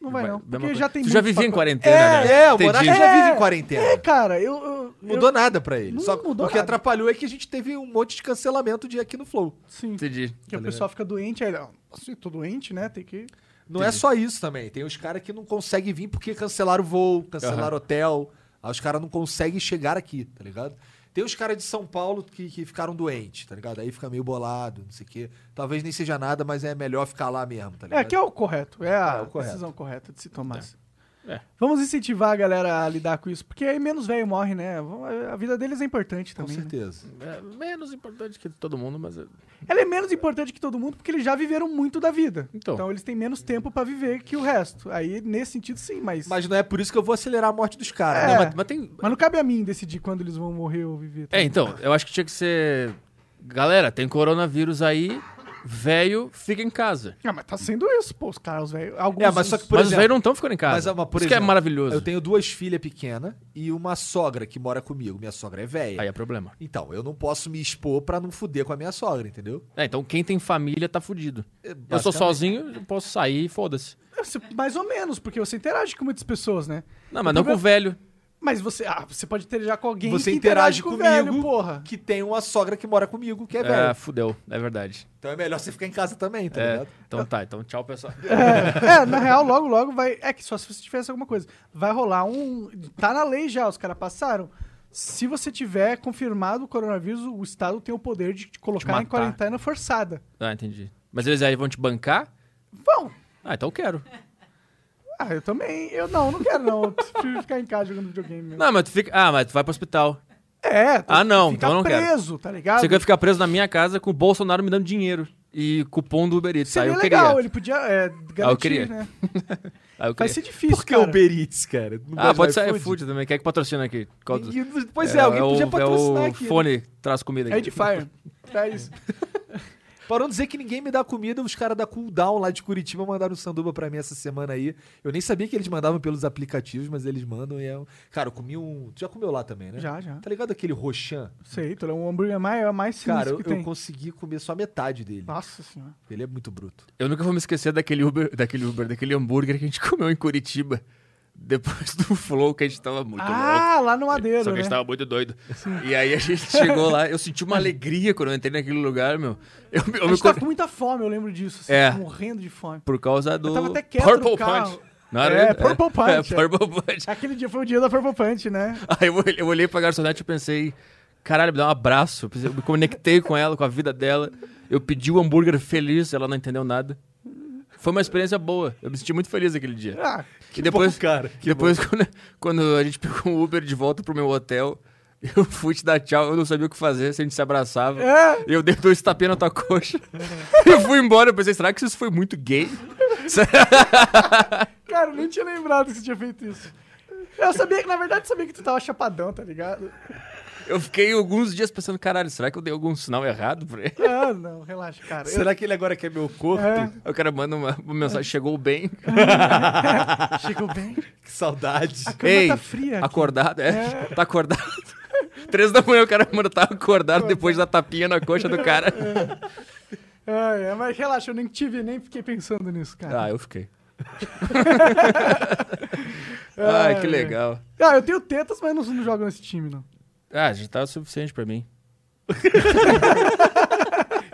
A: não vai, não.
C: mesma
A: Porque
C: coisa.
A: já tem
C: tu já
A: muito
C: vivia em
A: pacote.
C: quarentena,
B: É,
C: né?
B: é, o
C: Entendi.
B: Monark já vive em quarentena.
A: É, cara, eu. eu-
B: Mudou
A: eu-
B: nada pra ele.
A: Não
B: Só
A: mudou
B: o que
A: nada.
B: atrapalhou é que a gente teve um monte de cancelamento de aqui no Flow.
A: Sim.
C: Entendi.
A: Porque
B: tá
A: o pessoal fica doente, aí. ó, Assim, tô doente, né? Tem que.
B: Não é só isso também. Tem os caras que não conseguem vir porque cancelaram voo, cancelaram hotel. Aí os caras não conseguem chegar aqui, tá ligado? Tem os caras de São Paulo que, que ficaram doentes, tá ligado? Aí fica meio bolado, não sei o quê. Talvez nem seja nada, mas é melhor ficar lá mesmo, tá
A: É,
B: ligado?
A: que é o correto. É a
B: É, o correto. Tá.
A: decisão correta de se tomar.
C: É. É.
A: Vamos incentivar a galera a lidar com isso, porque aí menos velho morre, né? A vida deles é importante
B: Com
A: também. né?
B: certeza.
C: É menos importante que todo mundo, mas. é-
A: Ela é menos importante que todo mundo porque eles já viveram muito da vida.
C: Então.
A: eles têm menos tempo pra viver que o resto. Aí, nesse sentido, sim, mas. Mas,
B: Mas não é por isso que eu vou acelerar a morte dos caras,
A: É.
B: né?
C: Mas tem.
A: não cabe a mim decidir quando eles vão morrer ou viver. tá
C: É,
A: também.
C: então, eu acho que tinha que ser. Galera, tem coronavírus aí. velho fica em casa.
A: Ah, mas tá sendo isso, pô, os caras, os velhos. Alguns
B: É, mas só que, por
C: mas os
B: exemplo-
C: velhos não estão ficando em casa.
B: Mas, ah, mas, por
C: Isso que é
B: exemplo,
C: maravilhoso.
B: Eu tenho duas filhas pequenas e uma sogra que mora comigo. Minha sogra é velha.
C: Aí é problema.
B: Então, eu não posso me expor pra não fuder com a minha sogra, entendeu?
C: É, então quem tem família tá fudido. Eu sou
B: basicamente.
C: sozinho, eu posso sair e foda-se.
A: Você- é, Mais ou menos, porque você interage com muitas pessoas, né?
C: Não, mas não com o
A: problema-
C: velho.
A: Mas você. Ah, você pode interagir com alguém
B: Você
A: que
B: interage
A: interage com o
B: comigo.
A: velho, porra.
B: Que tem uma sogra que mora comigo, que é
C: É,
B: velha.
C: fudeu, é verdade.
B: Então é melhor você ficar em casa também, tá
C: É,
B: ligado?
C: então tá, então tchau, pessoal.
A: É, na real, logo, logo vai. É que só se você tivesse alguma coisa. Vai rolar um. Tá na lei já, os caras passaram. Se você tiver confirmado o coronavírus, o Estado tem o poder de te colocar em
C: matar.
A: quarentena forçada.
C: Ah, entendi. Mas eles aí vão te bancar?
A: Bom,
C: Ah, então eu quero.
B: É.
A: ah, eu também. Eu não, não quero não. Eu prefiro ficar em casa jogando videogame mesmo.
C: Não, mas tu fica. Ah, mas tu vai pro hospital.
A: É, tu-
C: Ah, não,
A: tu fica
C: então eu não quero.
A: preso, tá ligado?
C: Você quer ficar preso na minha casa com o Bolsonaro me dando dinheiro e cupom do Uber Eats. Aí
A: Seria
C: eu queria. Ah,
A: legal, ele podia é, garantir,
C: queria.
A: né?
C: Aí eu
A: Vai
C: queria.
A: ser difícil,
B: Por que o
A: cara.
B: Uber Eats, cara? Não gosta
C: Ah,
B: de
C: pode ser
B: iFood?
C: iFood também. Quem é que patrocina aqui? Qual do-
B: Ninguém- Pois é, alguém podia
C: o-
B: patrocinar
C: é o
B: aqui. né?
C: fone que traz comida
A: É
C: aqui.
A: de Fire. É isso.
B: Para não dizer que ninguém me dá comida, os caras da Cooldown lá de Curitiba mandaram sanduba pra mim essa semana aí. Eu nem sabia que eles mandavam pelos aplicativos, mas eles mandam e é... um- Cara, eu comi um... Tu já comeu lá também,
C: É.
B: né?
A: Já, já.
B: Tá ligado aquele roxan?
A: Sei, tu é um hambúrguer mais, mais sinistro
B: Cara, eu,
A: que
B: eu
A: tem.
B: consegui comer só metade dele.
C: Ah.
A: Nossa senhora.
B: Ele é muito bruto.
C: Eu nunca vou me esquecer daquele Uber, daquele Uber, daquele hambúrguer que a gente comeu em Curitiba. Depois do flow que a gente tava muito louco.
A: ah, lá no Madeiro,
C: Só que a
A: né?
C: gente tava muito doido. E aí a gente chegou lá, eu senti uma alegria quando eu entrei naquele lugar, meu.
A: A
C: Eu, eu me
A: gente tava
C: cor-
A: com muita fome, eu lembro disso. assim,
C: É.
A: Morrendo de fome.
C: Por causa do.
A: tava até quieto no
C: Purple
A: carro.
C: Punch. Não era
A: É,
C: ele?
A: Purple Punch,
C: É,
A: é.
C: Purple Punch.
A: Aquele dia foi o dia da Purple Punch, né?
C: Aí eu olhei, eu olhei pra garçonete e pensei, caralho, me dá um abraço. Eu pensei, Eu me conectei com ela, com a vida dela. Eu pedi o hambúrguer feliz, ela não entendeu nada. Foi uma experiência boa. Eu me senti muito feliz aquele dia.
A: Ah,
C: e depois,
B: bom, cara, que
C: depois quando, quando a gente pegou o Uber de volta pro meu hotel, eu fui te dar tchau, eu não sabia o que fazer, se a gente se abraçava.
A: É.
C: Eu dei dois tapinhas na tua coxa. eu fui embora, eu pensei, será que isso foi muito gay?
A: cara, eu nem tinha lembrado que você tinha feito isso. Eu sabia que, na verdade, eu sabia que tu tava chapadão, tá ligado?
C: Eu fiquei alguns dias pensando, caralho, será que eu dei algum sinal errado pra ele?
A: Ah, não, relaxa, cara. Eu-
B: Será que ele agora quer meu corpo?
A: É,
C: Aí O cara manda uma, uma mensagem, chegou bem.
A: chegou bem.
B: Que saudade.
A: A cama
C: Ei,
A: tá fria. aqui.
C: acordado, é, Tá acordado. Três da manhã o cara manda, tá acordado depois da tapinha na coxa do cara.
A: É, é, mas relaxa, eu nem tive, nem fiquei pensando nisso, cara.
C: Ah, eu fiquei.
A: É.
C: Ai, Ah, que legal.
A: Ah, eu tenho tetas, mas não, não jogo nesse time, não.
C: Ah, já tá o suficiente pra mim.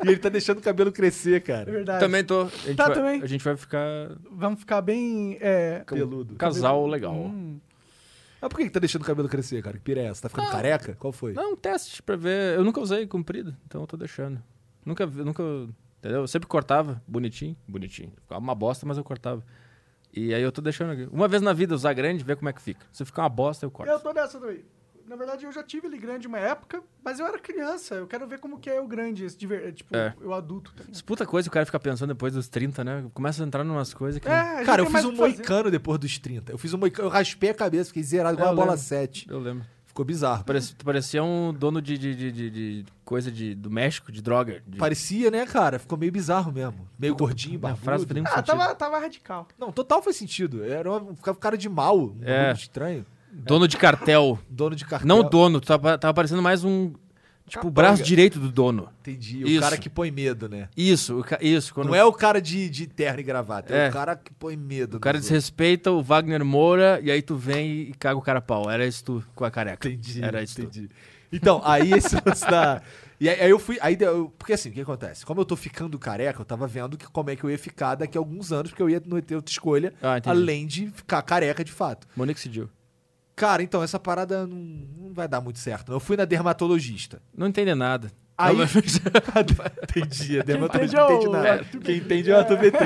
B: E ele tá deixando o cabelo crescer,
A: É
B: cara.
A: verdade.
C: Também tô. A gente,
A: Tá,
C: vai,
A: também.
C: A gente vai ficar
A: Vamos ficar bem. É...
B: Peludo.
C: casal
A: Hum.
C: legal.
B: Mas por que, que tá deixando o cabelo crescer, cara? Que pira é essa? Tá
A: Ah.
B: ficando careca? Qual foi?
C: Não, um teste pra ver. Eu nunca usei comprido, então eu tô deixando. Nunca, vi- nunca, entendeu? Eu sempre cortava, bonitinho, bonitinho. Ficava uma bosta, mas eu cortava. E aí eu tô deixando aqui. Uma vez na vida usar grande, ver como é que fica. Se ficar uma bosta, eu corto.
A: Eu tô nessa também. Na verdade, eu já tive ele grande uma época, mas eu era criança. Eu quero ver como que é o grande, esse de ver- tipo,
C: É.
A: eu adulto. tá ligado?
C: Isso é puta coisa que o cara fica pensando depois dos 30, né? Começa a entrar numas coisas que...
A: É, a gente
B: Cara, eu
A: tem mais
B: fiz um
A: o que fazer.
B: moicano depois dos 30. Eu fiz um moicano, eu raspei a cabeça, fiquei zerado igual
A: É,
C: Eu
B: uma bola
C: lembro.
B: 7.
C: Eu lembro.
B: Ficou bizarro.
C: Parecia, tu parecia um dono de, de, de, de- de coisa de, do México, de droga. De...
B: Parecia, né, cara? Ficou meio bizarro mesmo. Meio gordinho,
C: Minha frase não
B: barbudo.
C: tem nenhum
A: Ah,
C: sentido.
A: tava, tava radical.
B: Não, total faz sentido. Era um ficava com cara de mal, um
C: É.
B: bagulho estranho.
C: Dono de cartel.
B: Dono de cartão.
C: Não o dono, tu tava, tava parecendo mais um... Tipo, o braço direito do dono.
B: Entendi. O
C: Isso.
B: cara que põe medo, né?
C: Isso, o ca- isso. Quando
B: Não é o cara de, de terno e gravata, é.
C: É.
B: o cara que põe medo.
C: O cara
B: nos outros.
C: desrespeita o Wagner Moura e aí tu vem e caga o cara a pau. Era isso tu com a careca.
B: Entendi.
C: Era isso tu.
B: entendi. Então, aí esse lance da. E aí, aí eu fui. Aí, deu- porque assim, o que acontece? Como eu tô ficando careca, eu tava vendo que, como é que eu ia ficar daqui a alguns anos, porque eu ia não ia ter outra escolha,
C: Ah, entendi.
B: além de ficar careca de fato.
C: Monique Sidil.
B: Cara, então, essa parada não, não vai dar muito certo. não. Eu fui na dermatologista.
C: Não entende nada.
B: Aí-
C: Não, mas-
B: entendi, a
A: entende
B: dermatologista
A: é
B: não
A: o-
B: entende nada. Quem entende é o ATVT.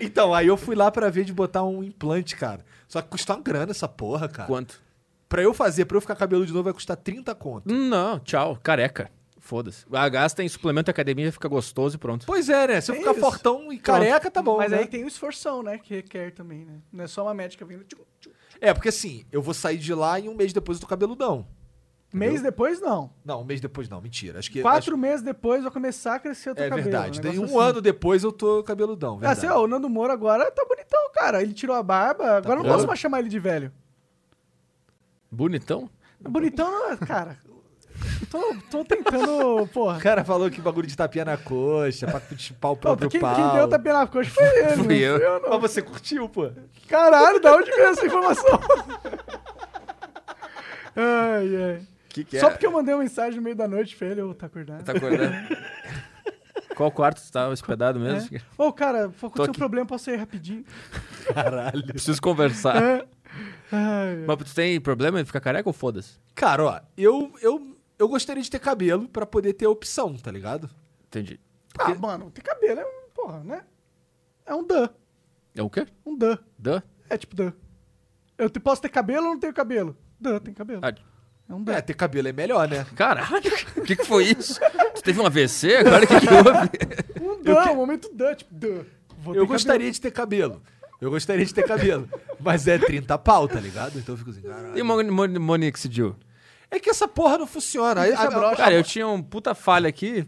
B: então, aí eu fui lá pra ver de botar um implante, cara. Só que custa uma grana essa porra, cara.
C: Quanto?
B: Pra eu fazer, pra eu ficar cabelo de novo, vai custar 30 conto.
C: Não, tchau. Careca. Foda-se. A gasta em suplemento e academia, fica gostoso e pronto.
B: Pois é, né? Se eu
A: É
B: ficar
A: isso.
B: fortão e careca, tá bom.
A: Mas
B: né?
A: aí tem o esforção, né? Que requer também, né? Não é só uma médica vindo. tchum, tchum.
B: É, porque assim, eu vou sair de lá e um mês depois eu tô cabeludão.
A: Mês depois, não.
B: Não, um mês depois não, mentira. Acho que.
A: Quatro meses depois vai começar a crescer o
B: acho-
A: teu
B: é
A: cabelo.
B: verdade. Daí
A: negócio
B: um
A: assim.
B: ano depois eu tô cabeludão,
A: Ah,
B: verdade. Tá
A: sei lá, o Nando Moro agora tá bonitão, cara. Ele tirou a barba, agora eu não
B: bonitão.
A: posso mais chamar ele de velho.
C: Bonitão?
A: Bonitão, não é, cara. Tô, tô tentando,
B: O
A: porra.
B: cara falou que bagulho de tapinha na coxa, pra chupar o
A: Pô,
B: próprio
A: quem,
B: pau.
A: quem deu tapinha na coxa foi ele. não
C: Fui eu.
A: fui não.
B: Mas você curtiu, pô.
A: Caralho, da onde veio essa informação? ai, ai.
C: Que que
A: Só
C: é?
A: porque eu mandei uma mensagem no meio da noite pra ele, eu tá acordado.
C: Tá acordando? Qual quarto tu tava hospedado mesmo?
A: Ô, cara, aconteceu um
C: aqui.
A: problema, posso ir rapidinho.
B: Caralho.
C: Preciso conversar.
A: É. Ai, Ah,
C: Mas tu tem problema em ficar careca ou foda-se?
B: Cara, ó, eu, eu, eu gostaria de ter cabelo pra poder ter opção, tá ligado?
C: Entendi.
A: Ah, mano, ter cabelo é um, porra, né? É um dan.
C: É o quê?
A: Um dan.
C: Dã?
A: É tipo dan. Eu te- posso ter cabelo ou não tenho cabelo? Dan, tem cabelo.
C: Ah,
A: É um dan.
B: É, ter cabelo é melhor, né?
C: caralho, o que, que foi isso? Tu teve um AVC? Agora o que, que houve?
A: Um dan, um momento dan, tipo dan. Vou
B: Eu
A: ter
B: gostaria de ter cabelo. Eu gostaria de ter cabelo. Mas é 30 pau, tá ligado? Então eu fico assim,
C: E
B: caralho.
C: Mon- Mon- Monixidil?
B: É que essa porra não é funciona. Aí-
A: Deixa
B: a-
A: a brocha.
C: Cara, eu tinha um puta falha aqui,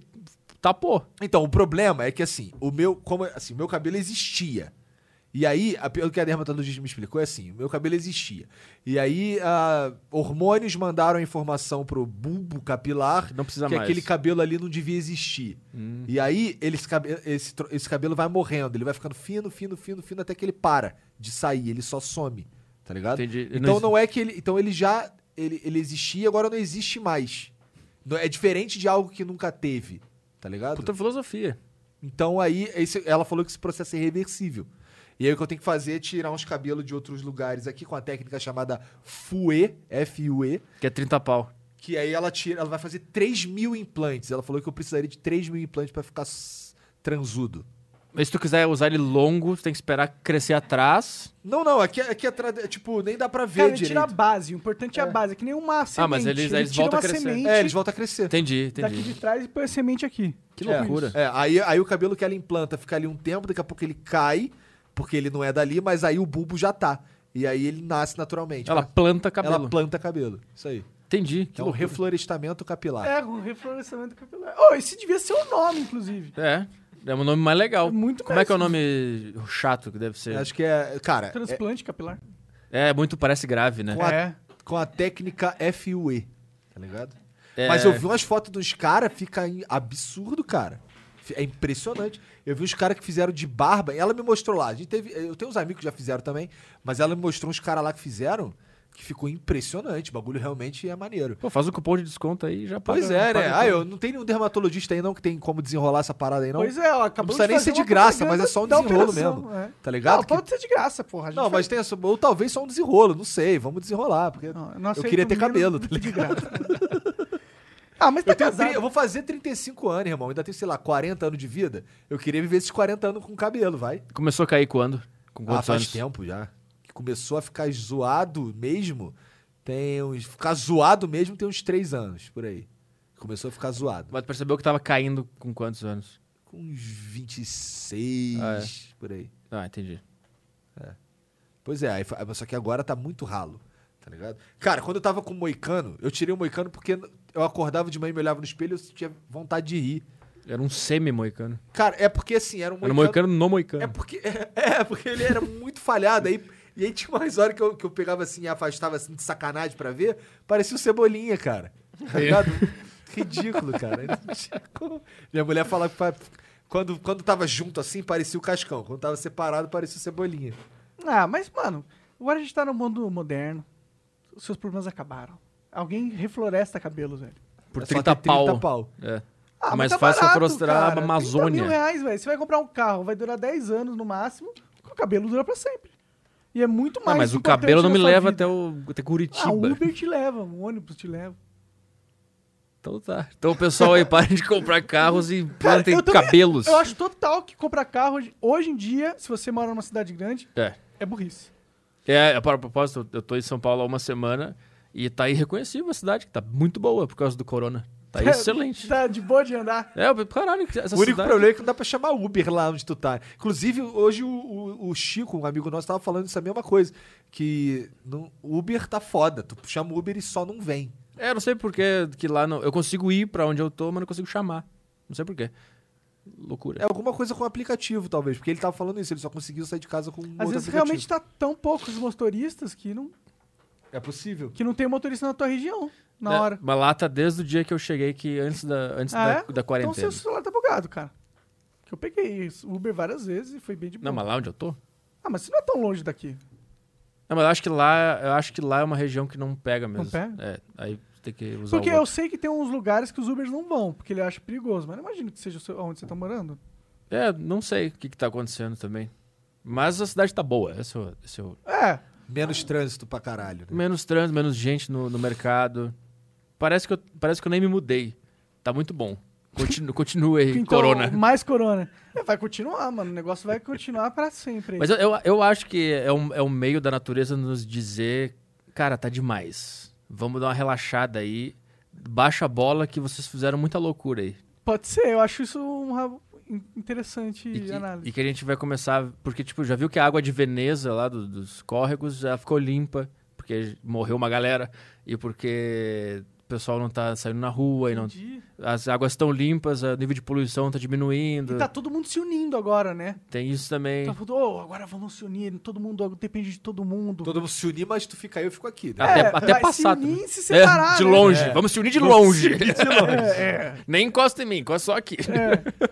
C: tapou.
B: Então, o problema é que assim, o meu, como assim, o meu cabelo existia. E aí, a- pelo que a dermatologista me explicou, é assim, o meu cabelo existia. E aí, a- hormônios mandaram a informação pro bulbo capilar
C: Não precisa
B: que
C: mais. Hum.
B: aquele cabelo ali não devia existir. E aí, ele, esse, cabelo, esse, tro- esse cabelo vai morrendo, ele vai ficando fino, fino, fino, fino, até que ele para de sair, ele só some, tá ligado?
C: Entendi. Ele
B: Então
C: não
B: não é que ele. Então ele já. Ele, ele existia e agora não existe mais. Não- É diferente de algo que nunca teve, tá ligado?
C: Puta filosofia.
B: Então aí, esse- ela falou que esse processo é reversível. E aí o que eu tenho que fazer é tirar uns cabelos de outros lugares aqui com a técnica chamada FUE, F-U-E,
C: Que é 30 pau.
B: que aí ela tira, ela vai fazer 3 mil implantes. Ela falou que eu precisaria de 3 mil implantes pra ficar s- transudo.
C: Mas se tu quiser usar ele longo, tu tem que esperar crescer atrás.
B: Não, não, aqui, aqui atrás, é, tipo, nem dá pra ver
A: Cara, ele
B: direito.
A: tira a base, o importante é a base, é que nem uma semente.
C: Ah, mas eles-
A: ele
C: eles
A: tira
C: voltam
A: uma
C: a crescer.
A: semente
B: É, eles voltam a crescer.
C: Entendi,
A: daqui
C: entendi.
A: de trás e põe a semente aqui.
C: Que loucura.
B: É, aí, aí o cabelo que ela implanta fica ali um tempo, daqui a pouco ele cai, porque ele não é dali, mas aí o bulbo já tá. E aí ele nasce naturalmente.
C: Ela planta cabelo.
B: É, tipo Ela planta cabelo. Isso aí.
C: Entendi. Que
A: Então,
B: é um
C: loucura.
B: reflorestamento capilar.
A: É, um reflorestamento capilar. Oh, esse devia ser o nome, inclusive.
C: É. É um nome mais legal.
A: É muito
C: Como
A: mais-
C: é que é o nome chato que deve ser?
B: Acho que é. Cara, é-
A: Transplante capilar.
C: É, muito parece grave, né?
B: Com a- com a técnica FUE, tá ligado?
C: É.
B: Mas eu vi umas fotos dos caras, fica em- absurdo, cara. Fi- É impressionante. Eu vi uns caras que fizeram de barba. Ela me mostrou lá. A gente teve, eu tenho uns amigos que já fizeram também, mas ela me mostrou uns caras lá que fizeram que ficou impressionante. O bagulho realmente é maneiro.
C: Pô, faz um cupom de desconto aí e já paga.
B: Pois é, né?
C: paga
B: Ah,
C: tudo.
B: eu não tem nenhum dermatologista aí não que tem como desenrolar essa parada aí não.
A: Pois é, ó,
B: não
A: acabou
B: precisa nem
A: fazer
B: ser de
A: uma
B: graça, mas
A: propaganda
B: é só um
A: da
B: desenrolo
A: operação,
B: mesmo.
A: é.
B: Tá ligado?
A: Não,
B: Que-
A: pode ser de graça, porra. a gente
B: Não,
A: faz-
B: mas tem essa, ou talvez só um desenrolo, não sei, vamos desenrolar, porque
A: Não, não
B: eu
A: aceito
B: queria ter
A: menino
B: cabelo, tá
A: de
B: ligado?
A: graça. ah, mas tá
B: Eu, tenho
A: casado.
B: tri- eu vou fazer 35 anos, irmão. Ainda tenho, sei lá, 40 anos de vida. Eu queria viver esses 40 anos com cabelo, vai.
C: Começou a cair quando? Com
B: Ah,
C: quantos
B: faz
C: anos?
B: tempo já. Que começou a ficar zoado mesmo. Tem uns. Ficar zoado mesmo tem uns 3 anos, por aí. Começou a ficar zoado.
C: Mas percebeu que tava caindo com quantos anos?
B: Com uns 26,
C: Ah,
B: por aí.
C: Ah, entendi.
B: Pois é, aí fa- só que agora tá muito ralo, tá ligado? Cara, quando eu tava com o Moicano, eu tirei o Moicano porque eu acordava de manhã e me olhava no espelho e eu tinha vontade de rir.
C: Era um semi-moicano.
B: Cara, é porque assim, era um
C: Era um moicano no moicano.
B: É porque, é, é, porque ele era muito falhado. Aí, e aí tinha umas horas que eu, que eu pegava assim e afastava assim de sacanagem pra ver. Parecia o Cebolinha, cara. Tá ligado? Ridículo, cara. Não tinha como. Minha mulher falava que fa- quando, quando tava junto assim, parecia o Cascão. Quando tava separado, parecia o Cebolinha.
A: Ah, mas, mano, agora a gente tá no mundo moderno. Os seus problemas acabaram. Alguém refloresta cabelos, velho.
C: Por
B: É só
C: 30
B: ter
C: pau.
B: 30 pau.
C: É.
A: Ah,
C: Mais
A: tá
C: fácil
A: barato,
C: afrostrar a
A: cara. 30
C: Amazônia.
A: mil reais, velho. Você vai comprar um carro, vai durar 10 anos no máximo, o cabelo dura pra sempre. E é muito mais
C: Ah, mas o
B: então,
A: importante
C: cabelo
B: um
C: não
A: na
C: me
A: sua
B: assim.
C: leva
A: vida.
C: até, o, até Curitiba.
A: Ah, o Uber te leva, o ônibus te leva.
C: Então tá. Então, pessoal, aí parem de comprar carros e
A: Cara,
C: plantem
A: eu também-
C: cabelos.
A: Eu acho total que comprar carro hoje, hoje em dia, se você mora numa cidade grande,
C: É.
A: é burrice.
C: É, a pro- a propósito, eu tô em São Paulo há uma semana e tá irreconhecível a cidade, que tá muito boa por causa do corona. Tá excelente.
A: Tá de boa de andar.
C: É, eu- caralho, essa
B: o único
C: cidade...
B: problema é que não dá pra chamar Uber lá onde tu tá. Inclusive, hoje o, o- o Chico, um amigo nosso, tava falando essa mesma coisa. Que não- Uber tá foda. Tu chama Uber e só não vem.
C: É, eu não sei porquê que lá não. Eu consigo ir pra onde eu tô, mas não consigo chamar. Não sei porquê. Loucura.
B: É alguma coisa com o aplicativo, talvez, porque ele tava falando isso, ele só conseguiu sair de casa com um
A: Às
B: outro
A: vezes
B: aplicativo.
A: realmente tá tão poucos motoristas que não,
B: É possível.
A: que não tem motorista na tua região na
C: É,
A: hora.
C: Mas lá tá desde o dia que eu cheguei que antes da, antes
A: Ah,
C: da,
A: é?
C: da
A: Então
C: quarentena.
A: seu celular tá bugado, cara. Que eu peguei isso, Uber várias vezes e foi bem de boa.
C: Não, mas lá onde eu tô?
A: Ah, mas isso não é tão longe daqui.
C: Não, mas eu acho que lá, eu acho que lá é uma região que não pega mesmo.
A: Não pega?
C: É, aí tem que usar
A: Porque
C: o
A: eu
C: outro.
A: sei que tem uns lugares que os Ubers não vão, porque ele acha perigoso. Mas não imagino que seja o seu- onde você tá morando.
C: É, não sei o que, que tá acontecendo também. Mas a cidade tá boa. Esse é o- esse é o-
A: É,
B: Menos trânsito pra caralho. Né?
C: Menos trânsito, menos gente no, no mercado. Parece que, eu, parece que eu nem me mudei. Tá muito bom. Continu, continue aí,
A: então,
C: corona.
A: mais corona. É, vai continuar, mano. O negócio vai continuar pra sempre.
C: Mas eu, eu, eu acho que é um, é um meio da natureza nos dizer, cara, tá demais. Vamos dar uma relaxada aí. Baixa a bola que vocês fizeram muita loucura aí.
A: Pode ser, eu acho isso um ra- in- interessante
C: E que,
A: análise.
C: e que a gente vai começar. Porque, tipo, já viu que a água de Veneza lá do- dos córregos já ficou limpa, porque morreu uma galera e porque o pessoal não tá saindo na rua e não
A: Entendi.
C: as águas estão limpas, o nível de poluição está diminuindo.
A: E tá todo mundo se unindo agora, né?
C: Tem isso também.
A: Tá falando, "Oh, agora vamos se unir, todo mundo depende de todo mundo.
B: Todo mundo se unir, mas tu fica aí, eu fico aqui. Né?
C: até
A: É,
C: até
A: vai
C: passar.
A: Se unir
C: também.
A: e se separar.
C: É, de
A: né?
C: longe.
B: É.
C: Vamos se unir de
B: Vamos
C: longe.
A: É, é.
C: Nem encosta em mim, encosta só aqui.
B: É.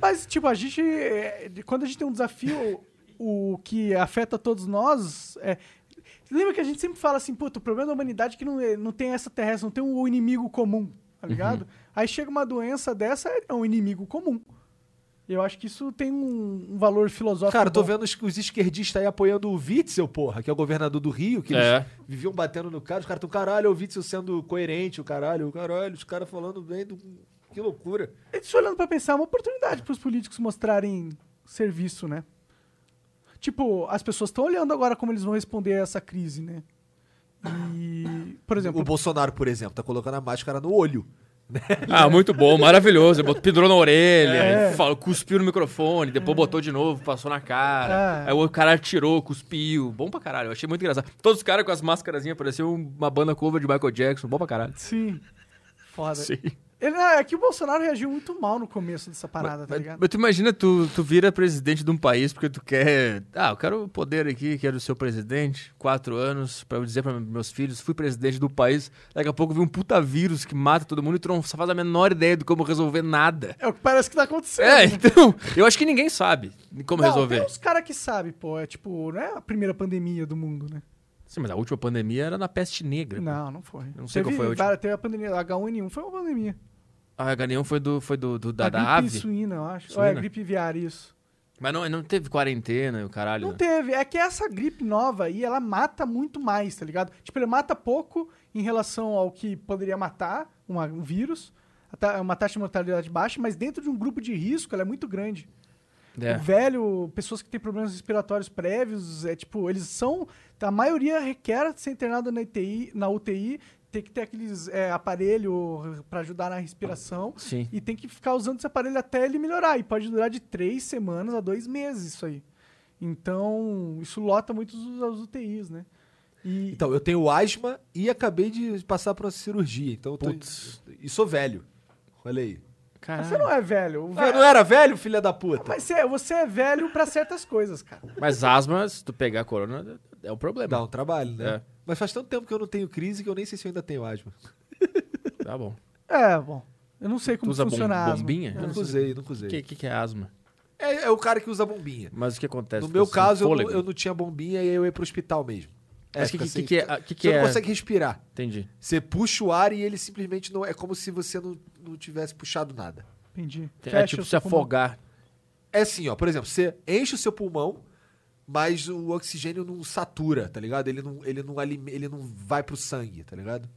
A: Mas, tipo, a gente. é, de- Quando a gente tem um desafio, o que afeta todos nós. É... Lembra que a gente sempre fala assim, puta, o problema da humanidade é que não, é- não tem essa terrestre, não tem um inimigo comum,
B: Uhum.
A: tá ligado? Aí chega uma doença dessa, é um inimigo comum. Eu acho que isso tem um, um valor filosófico.
B: Cara, eu tô
A: bom.
B: vendo os, os esquerdistas aí apoiando o Witzel, porra, que é o governador do Rio, que
C: É.
B: eles viviam batendo no cara. Os caras tão, caralho, é o Witzel sendo coerente, o caralho, o caralho, os caras falando bem do. Que loucura.
A: Isso olhando pra pensar, é uma oportunidade pros políticos mostrarem serviço, né? Tipo, as pessoas estão olhando agora como eles vão responder a essa crise, né? E, por exemplo,
B: O Bolsonaro, por exemplo, tá colocando a máscara no olho.
C: Ah, muito bom, maravilhoso. Ele botou- Pendurou na orelha,
A: É.
C: falou, cuspiu no microfone, depois botou de novo, passou na cara.
A: É.
C: Aí o cara atirou, cuspiu. Bom pra caralho, eu achei muito engraçado. Todos os caras com as máscarazinhas, parecia uma banda cover de Michael Jackson. Bom pra caralho.
A: Sim. Foda.
C: Sim.
A: Ele, é que o Bolsonaro reagiu muito mal no começo dessa parada, tá
C: Mas-
A: ligado?
C: Mas tu imagina, tu, tu vira presidente de um país porque tu quer. Ah, eu quero o poder aqui, quero ser o presidente. Quatro anos, pra eu dizer pra meus filhos, fui presidente do país. Daqui a pouco vem um puta vírus que mata todo mundo e tu não só faz a menor ideia de como resolver nada.
A: É o que parece que tá acontecendo.
C: É,
A: né?
C: então. Eu acho que ninguém sabe como
A: Não,
C: resolver.
A: Tem um- uns caras que sabem, pô. É tipo, não é a primeira pandemia do mundo, né?
C: Sim, mas a última pandemia era na peste negra.
A: Não, não foi.
C: não sei
A: teve,
C: qual foi a última.
A: várias- Teve a pandemia, H1N1 foi uma pandemia.
C: A H1 foi do, foi do, do- da,
A: a
C: da
A: gripe
C: ave.
A: suína, eu acho. Ou
C: Suína?
A: é a gripe viária, isso.
C: Mas não, não teve quarentena e o caralho.
A: Não
C: né?
A: teve. É que essa gripe nova aí, ela mata muito mais, tá ligado? Tipo, ele mata pouco em relação ao que poderia matar uma- um vírus. a ta- Uma taxa de mortalidade baixa, mas dentro de um grupo de risco, ela é muito grande.
C: É.
A: O velho, pessoas que têm problemas respiratórios prévios, é tipo, eles são. A maioria requer ser internada na UTI, na UTI tem que ter aqueles é, aparelho para ajudar na respiração.
C: Sim.
A: E tem que ficar usando esse aparelho até ele melhorar. E pode durar de três semanas a dois meses isso aí. Então, isso lota muito os- as UTIs, né? E,
B: Então, eu tenho asma e acabei de passar por uma cirurgia. Então, eu tô,
C: Putz.
B: e sou velho. Olha aí.
A: mas
C: Caralho.
A: você não é velho. O
B: Ah, eu
A: velho
B: não era velho, filha da
C: Ah.
B: puta?
A: Mas você, você é velho para certas coisas, cara.
C: Mas asma, se tu pegar a corona, é um problema.
B: Dá um trabalho, né?
C: É.
B: Mas faz tanto tempo que eu não tenho crise que eu nem sei se eu ainda tenho asma.
C: Tá bom.
A: É, bom. Eu não sei como
C: usa bom-
A: funciona a asma.
C: bombinha?
A: Eu não
B: Nunca
A: sei.
B: usei, nunca usei.
C: O que, que, que é asma?
B: É, é o cara que usa bombinha.
C: Mas o que acontece?
B: No meu
C: Fica sem
B: caso, eu não,
C: fôlego?
B: eu não tinha bombinha e aí eu ia pro hospital mesmo.
C: Mas que-
B: fica
C: que-
B: sem-
C: que é- a- que
B: você
C: que é?
B: não consegue respirar.
C: Entendi.
B: Você puxa o ar e ele simplesmente não. É como se você não, não tivesse puxado nada.
A: Entendi.
C: É
A: Fecha
C: tipo
A: o
C: se
A: seu pulmão.
C: afogar.
B: É assim, ó, por exemplo, você enche o seu pulmão, mas o oxigênio não satura, tá ligado? Ele não, ele não, alime- ele não vai pro sangue, tá ligado?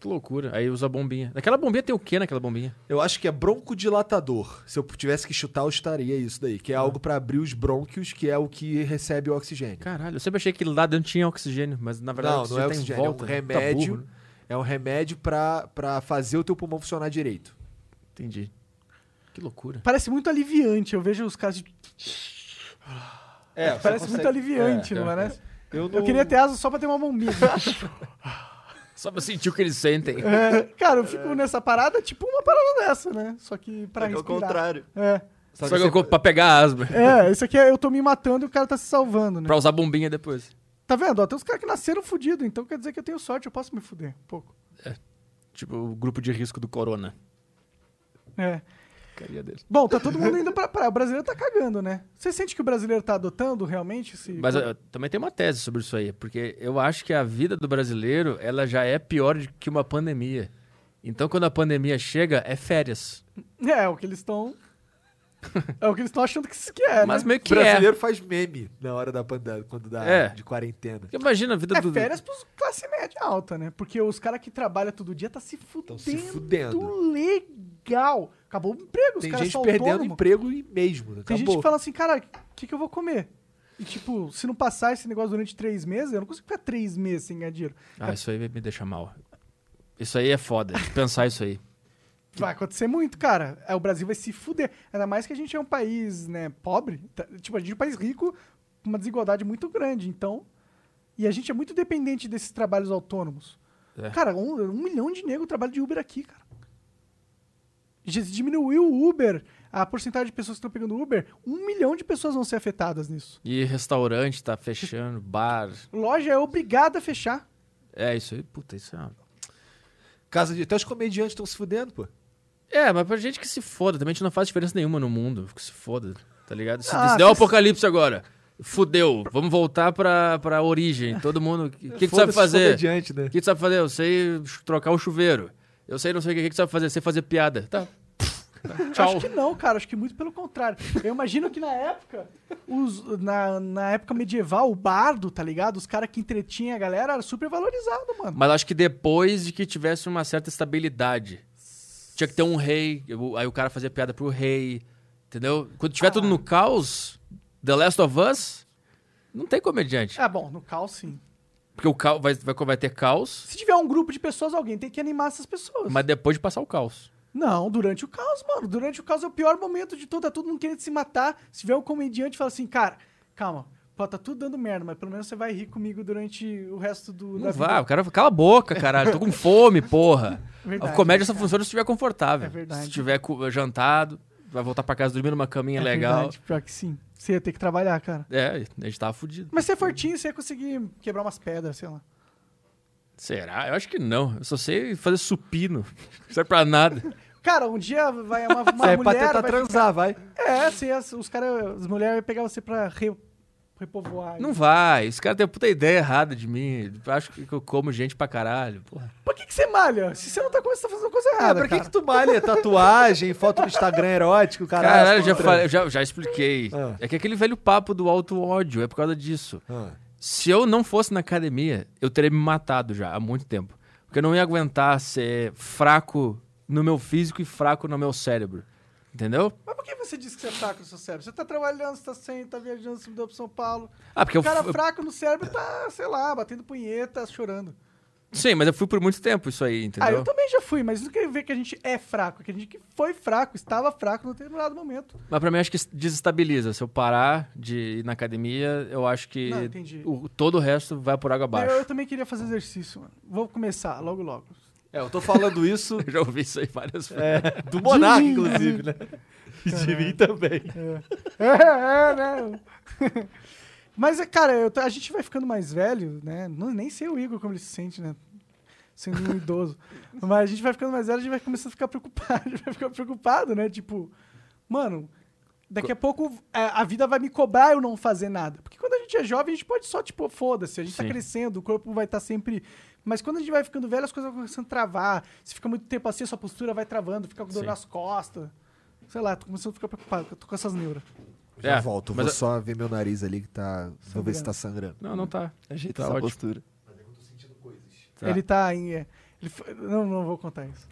C: Que loucura. Aí usa a bombinha. Naquela bombinha tem o que naquela bombinha?
B: Eu acho que é broncodilatador. Se eu tivesse que chutar, eu estaria isso daí. Que é algo pra abrir os brônquios, que é o que recebe o oxigênio.
C: Caralho, eu sempre achei que lá dentro tinha oxigênio, mas na verdade
B: não, não é
C: tá em
B: oxigênio,
C: volta,
B: é um
C: né? Tá
B: remédio.
C: burro, né?
B: é um remédio pra, pra fazer o teu pulmão funcionar direito.
C: Entendi. Que loucura.
A: Parece muito aliviante. Eu vejo os caras de...
B: É,
A: Parece muito aliviante,
C: é,
A: não né?
C: é.
A: parece?
B: Eu,
A: Eu queria ter asa só pra ter uma bombinha.
C: Só pra sentir o que eles sentem.
A: É, cara, eu fico nessa parada, tipo uma parada dessa, né? Só que pra
D: é que é o
A: respirar.
D: contrário.
A: É.
C: Só que eu, pra pegar asma.
A: É, isso aqui é eu tô me matando e o cara tá se salvando, né?
C: Pra usar bombinha depois.
A: Tá vendo? Ó, tem uns caras que nasceram fudidos, então quer dizer que eu tenho sorte, eu posso me fuder um pouco.
C: Tipo, o grupo de risco do corona.
A: É.
C: Caria dele.
A: Bom, tá todo mundo indo pra praia. O brasileiro tá cagando, né? Você sente que o brasileiro tá adotando realmente esse.
C: Mas é, eu, eu também tenho uma tese sobre isso aí, porque eu acho que a vida do brasileiro, ela já é pior de- que uma pandemia. Então, quando a pandemia chega, é férias.
A: É, é o que eles estão. É o que eles estão achando que isso que é, né?
C: Mas meio
B: O
C: que é.
B: brasileiro faz meme na hora da pandemia, quando dá
C: É.
B: de quarentena.
C: Porque Imagina a vida
A: É
C: do...
A: férias pros classe média alta, né? Porque os caras que trabalham todo dia tá se fudendo,
B: se fudendo.
A: legal. Acabou o emprego, os
B: Tem
A: caras
B: gente
A: são
B: perdendo
A: autônomos.
B: emprego e mesmo. né? Acabou.
A: Tem gente que fala assim, cara, o que, que eu vou comer? E tipo, se não passar esse negócio durante três meses, eu não consigo ficar três meses sem ganhar dinheiro.
C: Ah, isso aí me deixa mal. Isso aí é foda, de pensar isso aí.
A: Vai acontecer muito, cara. É, O Brasil vai se fuder. Ainda mais que a gente é um país, né, pobre. Tá- Tipo, a gente é um país rico, com uma desigualdade muito grande. Então. E a gente é muito dependente desses trabalhos autônomos.
C: É.
A: Cara, um, um milhão de negros trabalha de Uber aqui, cara. Já se diminuiu o Uber, a porcentagem de pessoas que estão pegando Uber, um milhão de pessoas vão ser afetadas nisso.
C: E restaurante tá fechando, bar...
A: Loja é obrigada a fechar.
C: É, isso aí, puta, isso é... uma-
B: Casa de... Até os comediantes estão se fudendo, pô.
C: É, mas pra gente que se foda, também a gente não faz diferença nenhuma no mundo. Que se foda, tá ligado? Se,
A: Ah,
C: se der o
A: vocês-
C: apocalipse agora, fudeu. Vamos voltar pra, pra origem. Todo mundo. O que, que tu
B: Foda-se
C: sabe
B: os
C: fazer? O
B: comediantes, né?
C: que tu sabe fazer? Eu sei ch- trocar o chuveiro. Eu sei não sei o que, que tu sabe fazer. Eu sei fazer piada. Tá. Tchau.
A: Acho que não, cara. Acho que muito pelo contrário. Eu imagino que na época, os- na, na época medieval, o bardo, tá ligado? Os caras que entretinha a galera era super valorizado, mano.
C: Mas acho que depois de que tivesse uma certa estabilidade, tinha que ter um rei. eu- Aí o cara fazia piada pro rei. Entendeu? Quando tiver tudo no caos, The Last of Us, não tem comediante.
A: Ah, bom, no caos sim.
C: Porque o caos vai, vai, vai ter caos.
A: Se tiver um grupo de pessoas, alguém tem que animar essas pessoas.
C: Mas depois de passar o caos.
A: Não, durante o caos, mano. Durante o caos é o pior momento de tudo. Tá todo mundo querendo se matar. Se tiver um comediante e fala assim, cara, calma, pô, tá tudo dando merda, mas pelo menos você vai rir comigo durante o resto do. da vida."
C: Não vá, o cara cala a boca, caralho. Tô com fome, porra.
A: Verdade,
C: a comédia só
A: cara.
C: funciona se estiver confortável.
A: É verdade.
C: Se tiver cu- jantado, vai voltar pra casa dormir numa caminha
A: É
C: legal.
A: verdade, pior que sim. Você ia ter que trabalhar, cara.
C: É, a gente tava fudido.
A: Mas se é fortinho, você ia conseguir quebrar umas pedras, sei lá.
C: Será? Eu acho que não. Eu só sei fazer supino. Não serve pra nada.
A: Cara, um dia vai uma, uma
C: é
B: Sai pra
A: mulher.
B: tentar
A: Vai...
B: transar, vai.
A: É, assim, as- os caras, as mulheres iam pegar você pra re- repovoar.
C: Não vai. Esse cara tem a puta ideia errada de mim. Eu Acho que eu como gente pra caralho. Porra.
A: Por que, que você malha? Se você não tá começando, você tá fazendo coisa
B: Ah,
A: errada.
B: pra que,
A: cara.
B: que tu malha? Tatuagem, foto no Instagram erótico, caralho.
C: Caralho, já,
B: Pô,
C: falei- eu já, eu já expliquei.
B: Ah.
C: É que aquele velho papo do alto ódio é por causa disso.
B: Ah,
C: Se eu não fosse na academia, eu teria me matado já há muito tempo. Porque eu não ia aguentar ser fraco no meu físico e fraco no meu cérebro. Entendeu?
A: Mas por que você disse que você é fraco no seu cérebro? Você tá trabalhando, você tá sem, tá viajando, você mudou pra São Paulo.
C: Ah, porque
A: O
C: eu.
A: cara
C: eu-
A: fraco no cérebro tá, sei lá, batendo punheta, chorando.
C: Sim, mas eu fui por muito tempo isso aí,
A: Ah,
C: entendeu?
A: eu também já fui, mas não quer ver que a gente é fraco, que a gente que foi fraco, estava fraco no determinado momento.
C: Mas pra mim acho que desestabiliza. Se eu parar de ir na academia, eu acho que
A: Não, entendi.
C: o- todo o resto vai por água
A: Eu,
C: abaixo.
A: eu também queria fazer exercício, mano. Vou começar logo logo.
B: É, eu tô falando isso
C: Eu já ouvi isso aí várias vezes.
B: é, do Monark,
A: mim,
B: inclusive, né? E de mim também.
A: É, é, né? Mas, é, cara, eu tô- a gente vai ficando mais velho, né? Não- nem sei o Igor como ele se sente, né? Sendo um idoso. Mas a gente vai ficando mais velho, a gente vai começando a ficar preocupado. A gente vai ficar preocupado, né? Tipo, mano, daqui a pouco é, a vida vai me cobrar eu não fazer nada. Porque quando a gente é jovem, a gente pode só, tipo, foda-se, a gente tá
C: Sim.
A: crescendo, o corpo vai estar sempre. Mas quando a gente vai ficando velho, as coisas vão começando a travar. Se fica muito tempo assim, a sua postura vai travando, fica com dor
C: Sim.
A: nas costas. Sei lá, tô começando a ficar preocupado, eu tô com essas neuras.
C: Já É,
B: volto,
C: volto, vou mas-
B: só ver meu nariz ali que tá. Vou
A: ver se tá
B: sangrando.
C: Não, não tá. Tá
D: Ajeita essa
C: ótimo.
D: postura.
C: Tá.
A: Ele tá em. é, ele foi- não, não vou contar isso.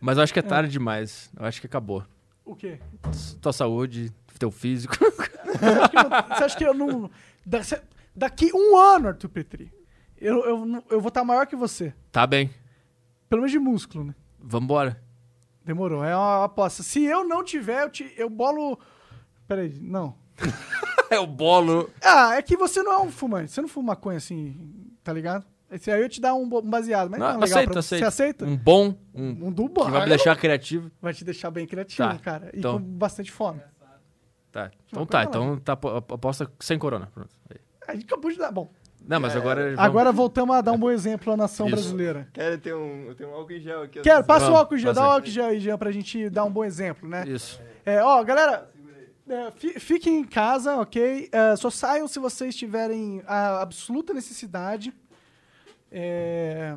C: Mas eu acho que é tarde demais. Eu acho que acabou.
A: O quê?
C: Tua saúde, teu físico.
A: Você acha que eu, não- você acha que eu não. da- cê- daqui um ano, Arthur Petri, eu, eu, não- eu vou estar maior que você.
C: tá bem.
A: Pelo menos de músculo, né?
C: Vambora.
A: Demorou, é uma aposta. Se eu não tiver, eu, te, eu bolo. Peraí, não.
C: É o bolo.
A: Ah, é que você não é um fumante. Você não fuma maconha assim, tá ligado? Esse aí eu te dar um bo- um baseado, mas não, é
C: Não,
A: legal
C: aceito,
A: pra-
C: aceito.
A: Você aceita?
C: Um bom, um,
A: Um do
C: que vai
A: bar.
C: me deixar criativo.
A: Vai te deixar bem criativo,
C: Tá,
A: cara. E
C: então.
A: com bastante fome.
C: Tá, então
A: Não,
C: tá,
A: pode falar.
C: então tá, apo- aposta sem corona. Pronto. Aí.
A: A gente acabou de dar. Bom,
C: Não, mas agora... vamos-
A: agora voltamos a dar um bom exemplo à nação
C: Isso.
A: brasileira.
D: Cara, eu tenho um, eu tenho um álcool em gel aqui. ó.
A: Quero, passa o
C: Vamos,
A: álcool em gel,
C: passa
A: dá o
C: aí.
A: álcool em gel aí, Jean, pra gente dar um bom exemplo, né?
C: Isso.
A: É, ó, galera, é, fi- fiquem em casa, ok? É, só saiam se vocês tiverem a absoluta necessidade. É,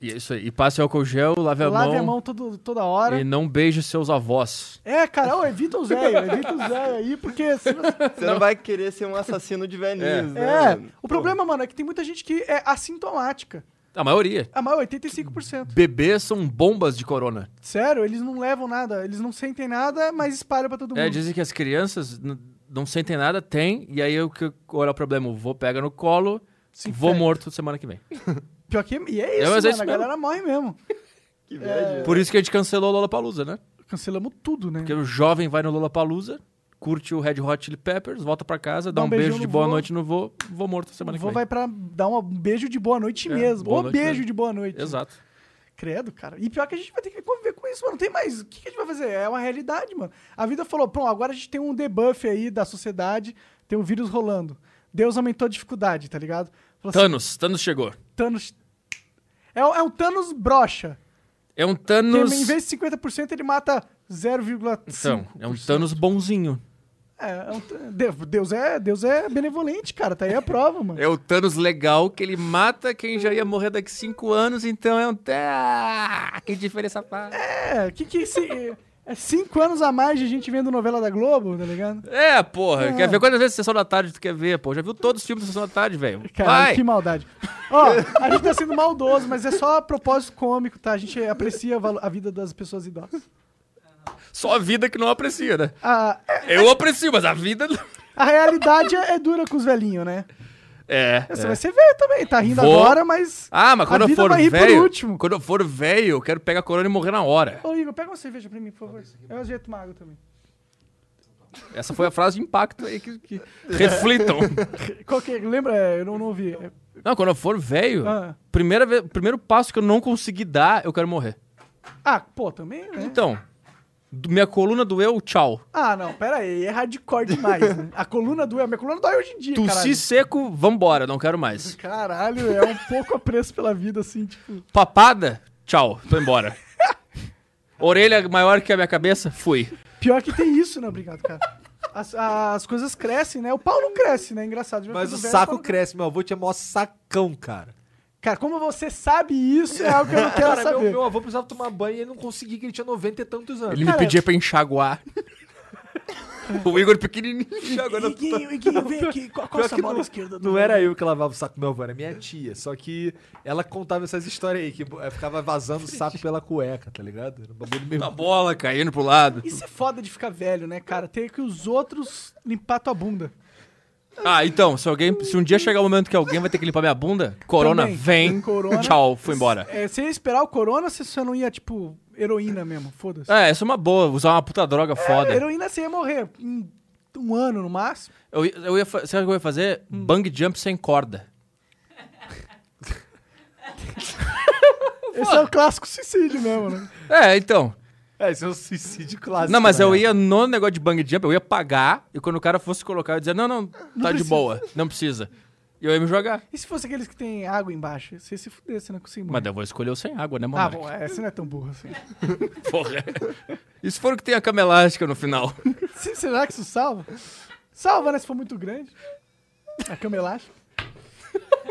C: E é isso aí. E passe álcool gel, lave a
A: lave a
C: mão.
A: mão todo, toda hora.
C: E não beije seus avós.
A: É, cara, ô, evita os velhos, evita os velhos aí, porque... se você-
D: Você não. vai querer ser um assassino de velhinhos, né?
A: É, o problema, mano, é que tem muita gente que é assintomática.
C: A maioria.
A: A maior, 85%.
C: Bebês são bombas de corona.
A: Sério, eles não levam nada, eles não sentem nada, mas espalham pra todo mundo.
C: É, dizem que as crianças n- não sentem nada, tem, e aí o que qual é o problema? O vô pega no colo,
A: Se
C: vou
A: infecta.
C: morto semana que vem.
A: Pior que... E é isso,
C: mas
A: mano,
C: é isso
A: a
C: mesmo.
A: galera morre mesmo.
D: Que inveja.
C: Por isso que a gente cancelou o Lollapalooza, né?
A: Cancelamos tudo, né?
C: Porque o jovem vai no Lollapalooza, curte o Red Hot Chili Peppers, volta pra casa, dá um, beijo
A: no
C: de boa
A: vô.
C: noite no vô, vou morto semana
A: Vou
C: que vem.
A: vai pra dar um beijo de boa noite
C: É,
A: mesmo.
C: boa
A: Ou
C: noite
A: beijo
C: mesmo.
A: de boa noite.
C: Exato.
A: Credo, cara. E pior que a gente vai ter que conviver com isso, mano. Não tem mais. O que, que a gente vai fazer? É uma realidade, mano. A vida falou: pronto, agora a gente tem um debuff aí da sociedade, tem um vírus rolando. Deus aumentou a dificuldade, tá ligado? Falou assim,
C: Thanos, Thanos chegou.
A: Thanos. É, um- é um Thanos brocha.
C: É um
A: Que
C: Thanos.
A: em vez de 50%, ele mata 0,5%.
C: Então, é um Thanos bonzinho.
A: É, é um Than- Deus- Deus é, Deus é benevolente, cara. Tá aí a prova, mano.
C: É o Thanos legal, que ele mata quem já ia morrer daqui cinco anos, então é um. Ah, que diferença faz.
A: É, que que se. É cinco anos a mais de gente vendo novela da Globo, tá ligado?
C: É, porra.
A: É.
C: Quer ver quantas vezes Sessão da Tarde tu quer ver, pô? Já viu todos os filmes da Sessão da Tarde, velho?
A: Cara,
C: Vai!
A: que maldade. Ó, a gente tá sendo maldoso, mas é só propósito cômico, tá? A gente aprecia valo- a vida das pessoas idosas.
C: Só a vida que não aprecia, né?
A: A,
C: Eu aprecio, mas a vida. não.
A: a realidade é é dura com os velhinhos, né?
C: É.
A: Você
C: é.
A: vai ser velho também, tá rindo
C: Vou.
A: agora, mas.
C: Ah, mas quando
A: a
C: eu
A: vida
C: for
A: vai rir por
C: velho.
A: último.
C: Quando eu for velho, eu quero pegar a corona e morrer na hora.
A: Ô, Igor, pega uma cerveja pra mim, por favor. É um jeito mago também.
C: Essa foi a frase de impacto aí que. que... Reflitam.
A: Qual que é? Lembra? É, Eu não, não ouvi. É,
C: Não, quando eu for velho,
A: Ah.
C: primeira vez, primeiro passo que eu não conseguir dar, eu quero morrer.
A: Ah, pô, também, né?
C: Então, do- minha coluna doeu, tchau.
A: Ah, não, pera aí. É hardcore demais, né? A coluna doeu. A minha coluna dói hoje em dia,
C: Tossi
A: caralho.
C: seco, vambora, não quero mais.
A: Caralho, é um pouco apreço pela vida, assim, tipo.
C: Papada, tchau, tô embora. Orelha maior que a minha cabeça, fui.
A: Pior que tem isso, né? Obrigado, cara. As, as coisas crescem, né? O pau não cresce, né? Engraçado. Já
B: Mas o
A: fico velho,
B: saco
A: pau não-
B: cresce, meu avô tinha maior sacão, cara.
A: Cara, como você sabe isso, é algo que eu não quero
B: Cara, meu,
A: saber.
B: meu avô precisava tomar banho e ele não conseguia, que ele tinha 90 e tantos anos.
C: Ele me
A: Cara,
C: pedia pra enxaguar. o Igor pequenininho enxaguando.
A: Iguinho, Iguinho, vem aqui. Qual, qual
B: tá- Pior
A: essa
B: que
A: bola
B: não,
A: esquerda do
B: não era eu que lavava o saco do meu avô, era minha tia. Só que ela contava essas histórias aí, que eh, ficava vazando o saco pela cueca, tá ligado? Era um bagulho meio...
C: A bola caindo pro lado.
A: Isso é foda de ficar velho, né, cara? Ter que os outros limpar tua bunda.
C: Ah, então, se alguém. Se um dia chegar o momento que alguém vai ter que limpar minha bunda, corona
A: Também.
C: vem.
A: Corona.
C: Tchau, fui embora.
A: É, você ia esperar o corona se você não ia, tipo, heroína mesmo. Foda-se.
C: É, essa é uma boa, usar uma puta droga foda.
A: Heroína você ia morrer em um ano no máximo.
C: Eu, ia- eu ia, fa- sabe o que eu ia fazer?
A: Hum.
C: Bang jump sem corda.
A: Esse é o clássico suicídio mesmo, né?
C: É, então.
B: É, esse é um suicídio clássico.
C: Não, mas
B: né?
C: eu ia no negócio de bang jump, eu ia pagar, e quando o cara fosse colocar, eu ia dizer, não, não, tá de
A: precisa.
C: boa, não precisa. E eu ia me jogar.
A: E se fosse aqueles que tem água embaixo? Você ia se fuder, você não é consegue morrer.
C: Mas eu vou escolher o sem água, né,
A: Hum. Ah,
C: mano?
A: bom, é, você não é tão burro assim.
C: Porra. E se for o que tem a cama elástica no final?
A: Se- Será que isso salva? Salva, né? Se for muito grande. A cama elástica.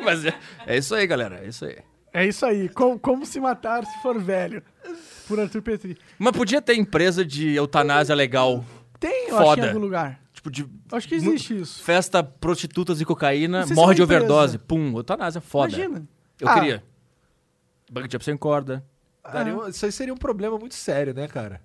C: Mas é, é isso aí, galera, é isso aí.
A: É isso aí. Como, como se matar se for velho. Por Arthur Petri.
C: Mas podia ter empresa de eutanásia legal,
A: Tem, eu acho,
C: Foda.
A: em algum lugar.
C: tipo de
A: Acho que existe isso.
C: festa, prostitutas e cocaína,
A: Não sei se
C: morre
A: é
C: de
A: uma empresa.
C: overdose, pum, eutanásia, foda.
A: Imagina.
C: Eu
A: Ah.
C: queria. Bang jump sem corda.
B: Daria um- Isso aí seria um problema muito sério, né, cara?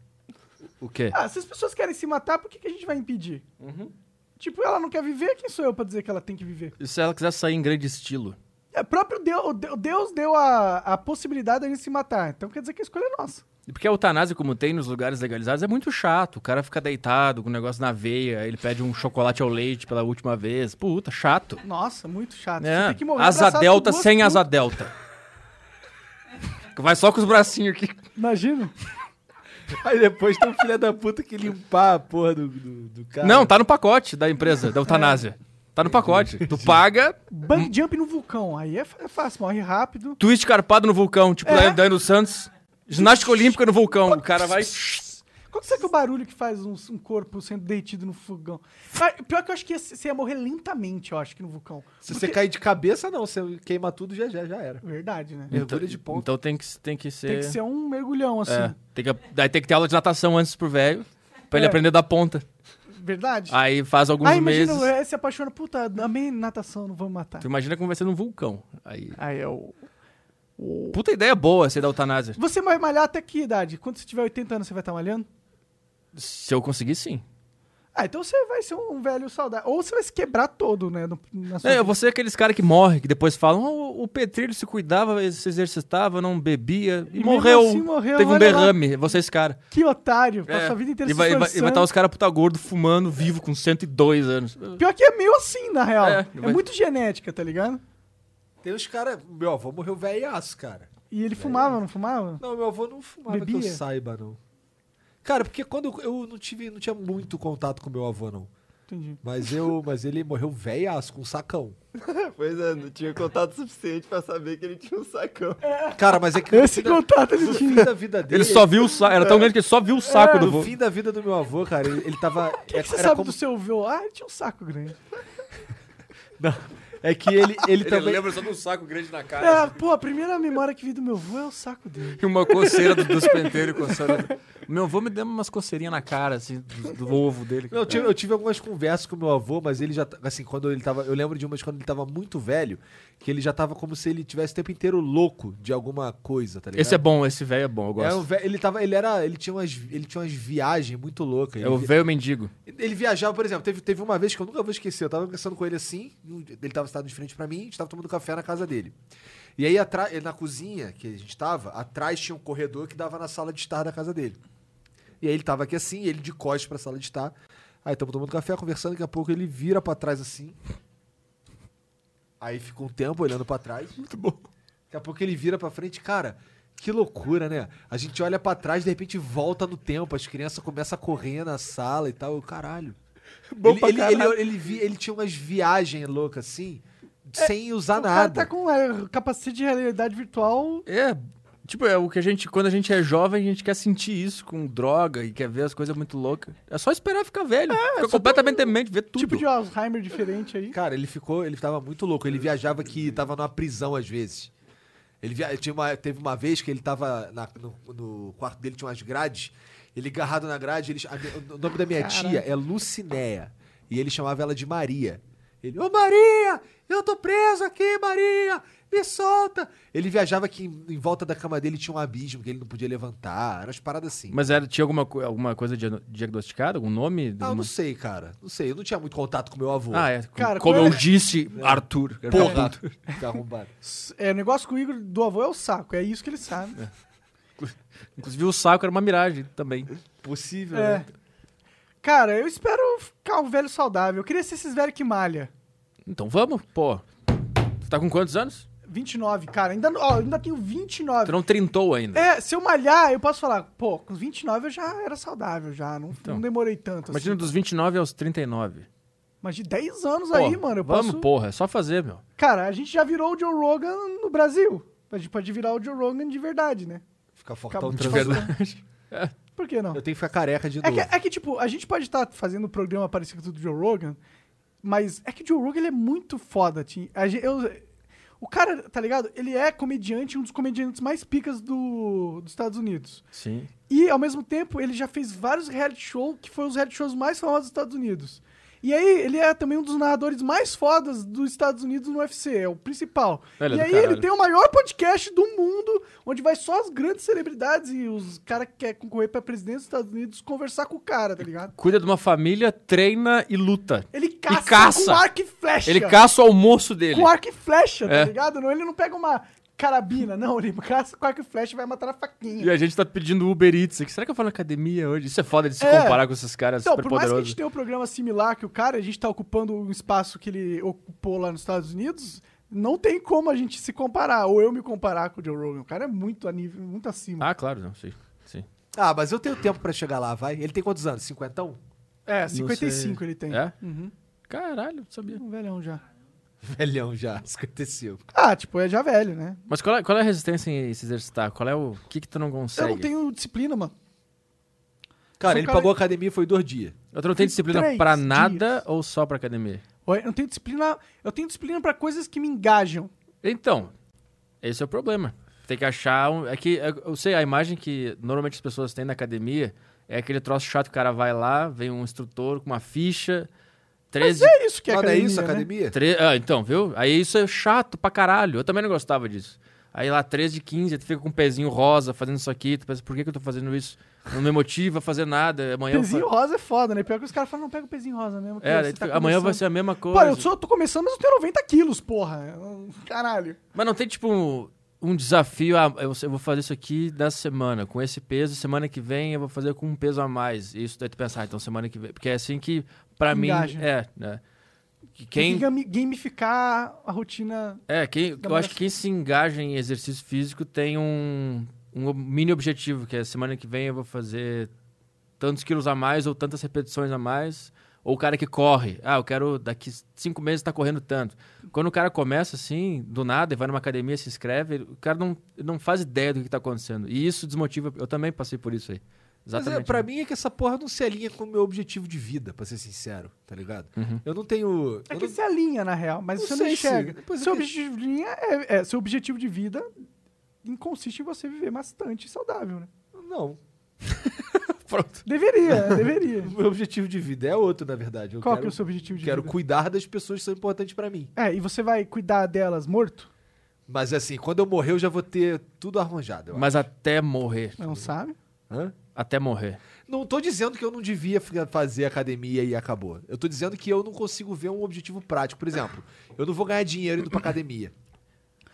C: O quê?
A: Ah, se as pessoas querem se matar, por que, que a gente vai impedir?
C: Uhum.
A: Tipo, ela não quer viver, quem sou eu pra dizer que ela tem que viver?
C: E se ela quiser sair em grande estilo?
A: É, próprio Deus, o Deu- Deus deu a, a possibilidade de a gente se matar. Então quer dizer que a escolha é nossa.
C: E Porque a eutanásia, como tem nos lugares legalizados, é muito chato. O cara fica deitado com o negócio na veia, aí ele pede um chocolate ao leite pela última vez. Puta, chato.
A: Nossa, muito chato. Você
C: É.
A: tem que morrer
C: Asa
A: abraçado
C: delta
A: com duas
C: sem
A: putas.
C: asa delta. Vai só com os bracinhos aqui.
A: Imagina.
B: Aí depois tem um filho da puta que limpar a porra do, do, do cara.
C: Não, tá no pacote da empresa, da eutanásia.
A: É.
C: Tá no pacote. Tu paga,
A: Bang jump no vulcão. Aí é, fa- é fácil, morre rápido.
C: twist carpado no vulcão, tipo
A: É.
C: é. Daniel Santos. Ginástica olímpica no vulcão. O cara vai.
A: Qual que será que é o barulho que faz um, um corpo sendo detido no fogão? Mas, pior que eu acho que ia- você ia morrer lentamente, eu acho, que no vulcão.
B: Se você cair de cabeça, não. Você queima tudo, já, já, já era.
A: Verdade, né?
B: Mergulha de ponta.
C: Então tem que, tem que ser.
A: Tem que ser um mergulhão, assim.
C: É, tem que- daí tem que ter aula de natação antes pro velho, pra ele
A: É.
C: aprender da ponta.
A: Verdade?
C: Aí faz alguns
A: Aí imagina,
C: meses.
A: é, se apaixona, puta, amei natação, não vamos matar.
C: Tu imagina como vai ser num vulcão. Aí.
A: Aí é o. o-
C: Puta ideia boa ser da eutanásia.
A: Você vai malhar até que idade? Quando você tiver 80 anos, você vai estar malhando?
C: Se eu conseguir, sim.
A: Ah, então você vai ser um velho saudável. Ou você vai se quebrar todo, né? no- na sua
C: É, eu
A: vida.
C: vou ser aqueles caras que morrem, que depois falam: "Oh, o Petrilho se cuidava, ele se exercitava, não bebia. E,
A: E mesmo
C: morreu.
A: assim morreu,
C: Teve um
A: olha lá.
C: derrame. Você é esse cara.
A: Que otário,
C: É.
A: passa a vida inteira
C: E
A: se
C: vai, e vai, e vai
A: esforçando.
C: estar os caras puta gordo, fumando, vivo, com 102 anos.
A: Pior que é meio assim, na real. É,
C: É, vai-
A: muito genética, tá ligado?
B: Tem os caras. Meu avô morreu velhaço, cara.
A: E
C: É.
A: ele fumava, não fumava?
B: Não, meu avô não fumava que
A: Bebia?
B: eu saiba, não. Cara, porque quando eu- eu não tive, não tinha muito contato com meu avô, não.
A: Entendi.
B: Mas eu, mas ele morreu velhaço com um sacão.
D: Pois é, não tinha contato suficiente pra saber que ele tinha um sacão.
B: Cara, mas é que
A: Esse
B: no, fim
A: contato
B: da,
A: ele
B: no
A: tinha.
B: fim da vida dele.
C: Ele É. só viu o saco. Era tão grande que ele só viu o saco do
B: no
C: vô.
B: fim da vida do meu avô, cara, ele, ele tava é,
A: O que, que você
B: era
A: sabe
B: como-
A: do seu vô? Ah, ele tinha um saco grande.
B: é que ele ele, também
C: só de um saco grande na
A: É, pô, a primeira memória que vi do meu vô é o saco dele.
C: E uma coceira do, dos penteiros coçando. Meu avô me deu umas coceirinhas na cara, assim, do, do ovo dele.
B: Não, eu, tive, eu tive algumas conversas com meu avô, mas ele já. tá- Assim, quando ele tava. Eu lembro de umas quando ele tava muito velho, que ele já tava como se ele tivesse o tempo inteiro louco de alguma coisa, tá ligado?
C: Esse é bom, esse velho é bom, eu
B: Era um
C: gosto.
B: ve- ele tava. Ele era. Ele tinha umas, ele tinha umas viagens muito loucas.
C: É
B: Ele
C: o
B: vi-
C: velho mendigo.
B: Ele viajava, por exemplo, teve, teve uma vez que eu nunca vou esquecer. Eu tava conversando com ele assim, e um- ele tava sentado de frente pra mim, a gente tava tomando café na casa dele. E aí, atra- na cozinha que a gente tava, atrás tinha um corredor que dava na sala de estar da casa dele. E aí ele tava aqui assim, ele de costas pra sala de estar. Aí tamo tomando café, conversando, daqui a pouco ele vira pra trás assim. Aí fica um tempo olhando pra trás. Muito bom. Daqui a pouco ele vira pra frente, cara. Que loucura, né? A gente olha pra trás, de repente volta no tempo, as crianças começam a correr na sala e tal. Eu, caralho.
A: Bom
B: ele,
A: pra
B: ele,
A: caralho.
B: ele- ele vi- ele tinha umas viagens loucas assim, sem usar
A: É, o cara
B: nada.
A: tá com é, capacete de realidade virtual.
C: É, tipo, é o que a gente, quando a gente é jovem, a gente quer sentir isso com droga e quer ver as coisas muito loucas. É só esperar ficar velho. fica completamente demente, ver tudo.
A: Tipo de Alzheimer diferente aí.
B: Cara, ele ficou, ele tava muito louco. Ele viajava que tava numa prisão às vezes. Ele via... tinha uma- teve uma vez que ele tava na- no, no quarto dele tinha umas grades. Ele agarrado na grade, ele... a mi- o nome da minha tia é Lucinéia e ele chamava ela de Maria. Ele, ô Maria, eu tô preso aqui, Maria, me solta. Ele viajava que em, em volta da cama dele tinha um abismo que ele não podia levantar, eram as paradas assim.
C: Mas era, tinha alguma, co- alguma coisa dia- diagnosticada? Algum
B: Ah,
C: nome?
B: eu
C: Alguma-
B: não sei, cara, não sei, eu não tinha muito contato com meu avô.
C: Ah, é.
A: Cara,
C: como
A: qual
C: eu
A: é-
C: disse, Arthur.
B: Porra, tá arrombado.
A: S- É, o negócio com o Igor do avô é o saco, é isso que ele sabe.
C: Inclusive o saco era uma miragem também.
B: Possível,
A: É.
B: né?
A: Cara, eu espero ficar um velho saudável. Eu queria ser esses velhos que malha.
C: Então vamos, pô. Tu tá com quantos anos?
A: 29, cara. Ainda, não- ó, eu ainda tenho 29.
C: Tu não trintou ainda.
A: É, se eu malhar, eu posso falar, pô, com 29 eu já era saudável, já. Não,
C: Então.
A: não demorei tanto.
C: Imagina
A: assim.
C: dos 29 aos 39.
A: Mas de 10 anos
C: Pô,
A: aí, mano, eu
C: vamos,
A: posso...
C: porra, é só fazer, meu.
A: Cara, a gente já virou o Joe Rogan no Brasil. A gente pode virar o Joe Rogan de verdade, né?
B: Ficar
A: Acabou
B: fortão
A: de
C: De
B: transando.
C: verdade.
A: Por que não?
B: Eu tenho que ficar careca de
A: É
B: novo.
A: que, é que, tipo, a gente pode estar fazendo um programa parecido com o do Joe Rogan, mas é que o Joe Rogan ele é muito foda, Tim. A gen- eu- o cara, tá ligado? Ele é comediante, um dos comediantes mais picas do, dos Estados Unidos.
C: Sim.
A: E, ao mesmo tempo, ele já fez vários reality shows, que foram os reality shows mais famosos dos Estados Unidos. E aí, ele é também um dos narradores mais fodas dos Estados Unidos no UFC, é o principal.
C: Ele é
A: e
C: do
A: aí,
C: caralho.
A: ele tem o maior podcast do mundo, onde vai só as grandes celebridades e os caras que querem concorrer pra presidente dos Estados Unidos conversar com o cara, tá ligado?
C: Cuida de uma família, treina e luta.
A: Ele caça,
C: caça.
A: com arco e flecha.
C: Ele caça o almoço dele.
A: Com arco e flecha, tá
C: É.
A: ligado? Não, ele não pega uma carabina, não. Ele caça com arco e flecha e vai matar na faquinha.
C: E a gente tá pedindo Uber Eats aqui. Será que eu vou na academia hoje? Isso é foda de se
A: É.
C: comparar com esses caras
A: Então,
C: super
A: por mais que a gente
C: poderosos.
A: tenha um programa similar que o cara, a gente tá ocupando um espaço que ele ocupou lá nos Estados Unidos, não tem como a gente se comparar, ou eu me comparar com o Joe Rogan. O cara é muito a nível, muito acima.
C: Ah, claro, não, sim. sim.
B: Ah, mas eu tenho tempo pra chegar lá, vai. Ele tem quantos anos? 50?
A: é,
C: sei.
A: 55 ele tem.
C: É?
A: Uhum.
C: Caralho, não sabia.
A: Um velhão já.
B: Velhão já, 55.
A: Ah, tipo, é já velho, né?
C: Mas qual é, qual é a resistência em se exercitar? Qual é o. O que, que tu não consegue?
A: Eu não tenho disciplina, mano.
B: Cara,
A: Sou um
B: ele
A: cara-
B: pagou a academia e foi dois dias.
C: Ou tu não tem disciplina
A: Três
C: pra
A: dias.
C: nada ou só pra academia?
A: Eu não tenho disciplina. Eu tenho disciplina pra coisas que me engajam.
C: Então, esse é o problema. Tem que achar um. É que, é, eu sei, a imagem que normalmente as pessoas têm na academia é aquele troço chato que o cara vai lá, vem um instrutor com uma ficha. 13.
A: É isso que é
B: Mas não é
A: academia,
B: isso,
A: né?
B: academia?
C: tre- Ah, então, viu? Aí isso é chato pra caralho. Eu também não gostava disso. Aí lá, 13 de 15, tu fica com um pezinho rosa fazendo isso aqui. Tu pensa, por que, que eu tô fazendo isso? Não me motiva a fazer nada. Amanhã eu
A: Pezinho
C: fa-
A: rosa é foda, né? Pior que os caras falam, não, pega o pezinho rosa mesmo. que
C: É,
A: você
C: daí tu
A: tá
C: fica, amanhã vai
A: começando."
C: ser a mesma coisa.
A: Pô, eu só tô começando, mas eu tenho 90 quilos, porra. Eu- Caralho.
C: Mas não tem, tipo, um, um desafio, ah, eu, eu vou fazer isso aqui da semana, com esse peso, semana que vem eu vou fazer com um peso a mais. Isso daí tu pensar, ah, então semana que vem. Porque é assim que, pra mim,
A: Engaja.
C: é, né? Que
A: Tem
C: Quem,
A: que gami- gamificar a rotina.
C: é, quem, eu acho
A: Gamaração.
C: que quem se engaja em exercício físico tem um, um mini objetivo, que é semana que vem eu vou fazer tantos quilos a mais ou tantas repetições a mais. Ou o cara que corre. Ah, eu quero daqui cinco meses estar correndo tanto. Quando o cara começa assim, do nada, e vai numa academia, se inscreve, o cara não, não faz ideia do que está acontecendo. E isso desmotiva. Eu também passei por isso aí.
B: Mas
C: Exatamente.
B: é, pra mim é que essa porra não se alinha com o meu objetivo de vida, pra ser sincero, tá ligado? Eu não tenho.
A: É
B: eu
A: que
B: não-
A: se alinha, na real, mas
B: Não
A: você não
B: sei se-
A: enxerga.
B: pois é
A: seu,
B: que-
A: objetivo de linha é, é- seu objetivo de vida consiste em você viver bastante saudável, né?
B: Não.
A: Deveria, deveria.
B: O meu objetivo de vida é outro, na verdade. Eu
A: Qual que
B: quero,
A: é o seu objetivo de
B: quero
A: vida?
B: cuidar das pessoas que são importantes pra mim.
A: É, e você vai cuidar delas morto?
B: Mas assim, quando eu morrer, eu já vou ter tudo arranjado. eu
C: Mas até morrer.
A: Não sabe?
B: acho. Hã?
C: Até morrer.
B: Não tô dizendo que eu não devia fi- fazer academia e acabou. Eu tô dizendo que eu não consigo ver um objetivo prático. Por exemplo, eu não vou ganhar dinheiro indo pra academia.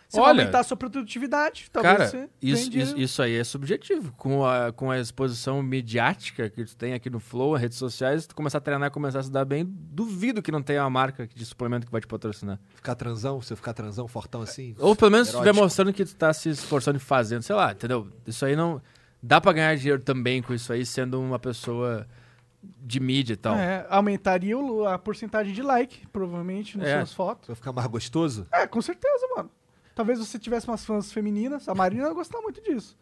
A: Você
C: Olha-
A: vai aumentar a sua produtividade, talvez
C: Cara,
A: você
C: isso,
A: ganhe
C: isso,
A: dinheiro.
C: isso aí é subjetivo. Com a, com a exposição midiática que tu tem aqui no Flow, as redes sociais, se tu começar a treinar e começar a se dar bem, duvido que não tenha uma marca de suplemento que vai te patrocinar.
B: Ficar transão, se eu ficar transão, fortão assim.
C: Ou pelo menos se tu estiver
B: Erótico.
C: mostrando que tu tá se esforçando e fazendo, sei lá, entendeu? Isso aí não. Dá pra ganhar dinheiro também com isso aí, sendo uma pessoa de mídia e
B: então.
C: tal.
A: É, aumentaria o- a porcentagem de like, provavelmente, nas
C: É.
A: suas fotos.
B: Pra ficar mais gostoso?
A: É, com certeza, mano. Talvez você tivesse umas fãs femininas, a Marina ia gostar muito disso.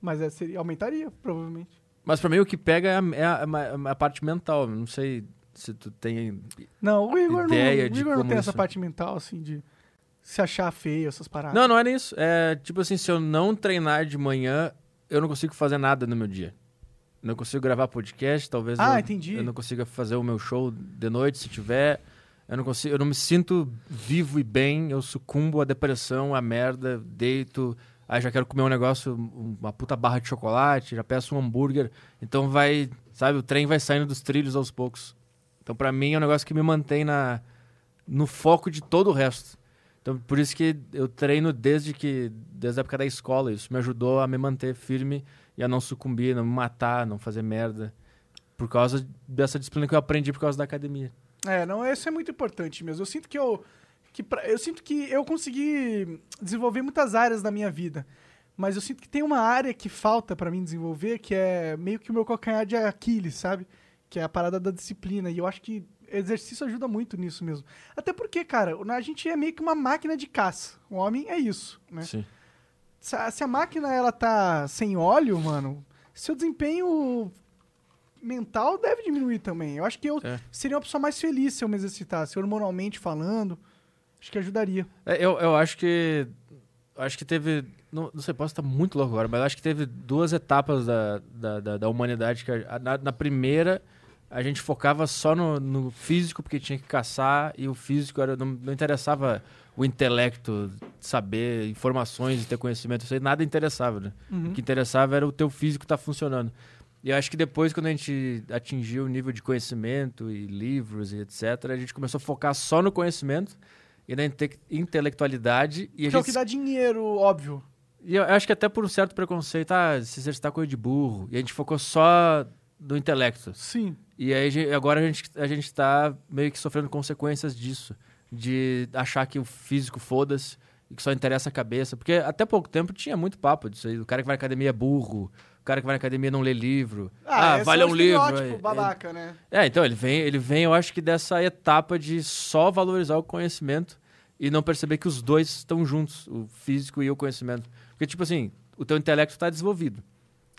A: Mas é, seria, aumentaria, provavelmente.
C: Mas pra mim o que pega é a, é a- a parte mental. Não sei se tu tem.
A: Não, o Igor, não,
C: Ideia
A: o
C: de
A: Igor não
C: como
A: tem essa
C: isso-
A: parte mental, assim, de se achar feio, essas paradas.
C: Não, não é isso. É tipo assim, se eu não treinar de manhã, eu não consigo fazer nada no meu dia. Não consigo gravar podcast, talvez
A: Ah,
C: não-
A: entendi.
C: eu não consiga fazer o meu show de noite se tiver. Eu não consigo, eu não me sinto vivo e bem, eu sucumbo à depressão, à merda, deito, aí já quero comer um negócio, uma puta barra de chocolate, já peço um hambúrguer. Então vai, sabe, o trem vai saindo dos trilhos aos poucos. Então pra mim é um negócio que me mantém na no foco de todo o resto. Então, por isso que eu treino desde que desde a época da escola. Isso me ajudou a me manter firme e a não sucumbir, não me matar, não fazer merda. Por causa dessa disciplina que eu aprendi por causa da academia.
A: É, não, isso é muito importante mesmo. Eu sinto que eu. Que pra- eu sinto que eu consegui desenvolver muitas áreas da minha vida. Mas eu sinto que tem uma área que falta pra mim desenvolver, que é meio que o meu calcanhar de Aquiles, sabe? Que é a parada da disciplina. E eu acho que exercício ajuda muito nisso mesmo. Até porque, cara, a gente é meio que uma máquina de caça. O homem é isso, né?
C: Sim.
A: Se a, se a máquina ela tá sem óleo, mano, seu desempenho mental deve diminuir também. Eu acho que eu
C: É.
A: seria uma pessoa mais feliz se eu me exercitasse, hormonalmente falando. Acho que ajudaria.
C: É, Eu, eu acho que. Acho que teve. Não, não sei, posso estar muito louco agora, mas acho que teve duas etapas da, da, da, da humanidade. Que a- a- na, na primeira, a gente focava só no, no físico, porque tinha que caçar, e o físico era, não, não interessava o intelecto, saber informações, ter conhecimento, isso aí nada interessava. Né?
A: Uhum.
C: O que interessava era o teu físico estar funcionando. E eu acho que depois, quando a gente atingiu o nível de conhecimento e livros e etc., a gente começou a focar só no conhecimento e na inte- intelectualidade. E a
A: Que é o
C: gente
A: que dá dinheiro, óbvio.
C: e eu acho que até por um certo preconceito, ah, se exercitar é coisa de burro. E a gente focou só no intelecto.
A: Sim.
C: E aí ge- agora a gente, a gente tá meio que sofrendo consequências disso. De achar que o físico foda-se e que só interessa a cabeça. Porque até pouco tempo tinha muito papo disso aí. O cara que vai na academia é burro. O cara que vai na academia não lê livro. Ah,
A: esse
C: vale
A: é
C: um livro.
A: estereótipo
C: é-
A: babaca, né?
C: é, então, ele vem, ele vem, eu acho que dessa etapa de só valorizar o conhecimento e não perceber que os dois estão juntos, o físico e o conhecimento. Porque, tipo assim, o teu intelecto está desenvolvido.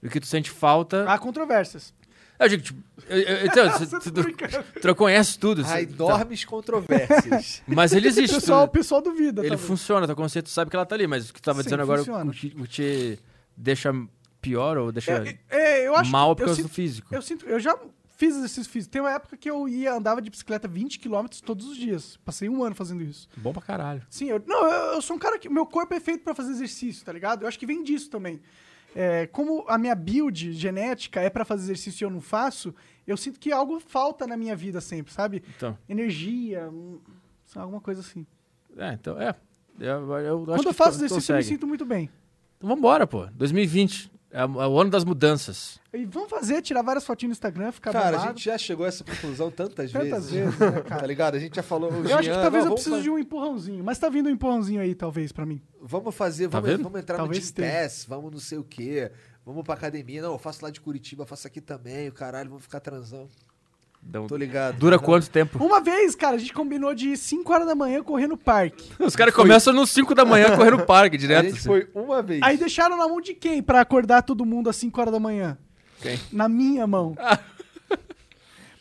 C: E o que tu sente falta.
A: Há controvérsias.
C: Eu digo, tipo, eu- eu- então,
A: Ah,
C: tu,
A: você tá
C: tu-
A: brincando.
C: tu não conhece tudo.
B: Ai,
C: tu-
B: dormes controvérsias.
C: tá- mas ele
A: O
C: existe.
A: pessoal, o
C: tu-
A: pessoal duvida.
C: ele
A: talvez.
C: funciona, teu conceito sabe que ela tá ali, mas o que tu tava
A: Sim,
C: dizendo agora
A: funciona.
C: o que o que te deixa pior ou deixa
A: É, é, eu acho
C: mal
A: que-
C: por
A: eu
C: causa
A: sinto-
C: do físico.
A: Eu sinto, eu já fiz exercício físico. Tem uma época que eu ia andava de bicicleta 20 km todos os dias. Passei um ano fazendo isso.
C: Bom pra caralho.
A: Sim, eu, não, eu, eu sou um cara que meu corpo é feito pra fazer exercício, tá ligado? Eu acho que vem disso também. É, como a minha build genética é pra fazer exercício e eu não faço, eu sinto que algo falta na minha vida sempre, sabe?
C: Então,
A: Energia, hum, sei lá, alguma coisa assim.
C: é, então, é. Eu, eu acho
A: Quando
C: que
A: eu faço
C: tu-
A: exercício, eu me
C: consegue.
A: sinto muito bem.
C: Então vambora, pô. 2020. É é o ano das mudanças.
A: E vamos fazer, tirar várias fotinhas no Instagram, ficar
B: Cara, a
A: bombado.
B: gente já chegou a essa conclusão tantas,
A: Tantas
B: vezes.
A: vezes, né, cara?
B: Tá ligado? A gente já falou.
A: Eu acho que talvez eu preciso de um empurrãozinho, mas tá vindo um empurrãozinho aí, talvez, pra mim.
B: Vamos fazer,
C: Tá
B: vamos,
C: vendo?
B: vamos entrar
A: Talvez
B: no Gym
A: tenha.
B: Pass, vamos não sei o quê. Vamos pra academia. Não, eu faço lá de Curitiba, eu faço aqui também, o caralho, vamos ficar transão.
C: Então,
B: Tô ligado.
C: Dura
A: né?
B: Tá-
C: quanto tempo?
A: Uma vez, cara, a gente combinou de ir 5 horas da manhã correr no parque.
C: Os caras começam nos 5 da manhã correndo no parque
B: A
C: direto.
B: gente
C: assim.
B: foi uma vez.
A: Aí deixaram na mão de quem pra acordar todo mundo às 5 horas da manhã?
C: Quem? Ah.
A: Na minha mão.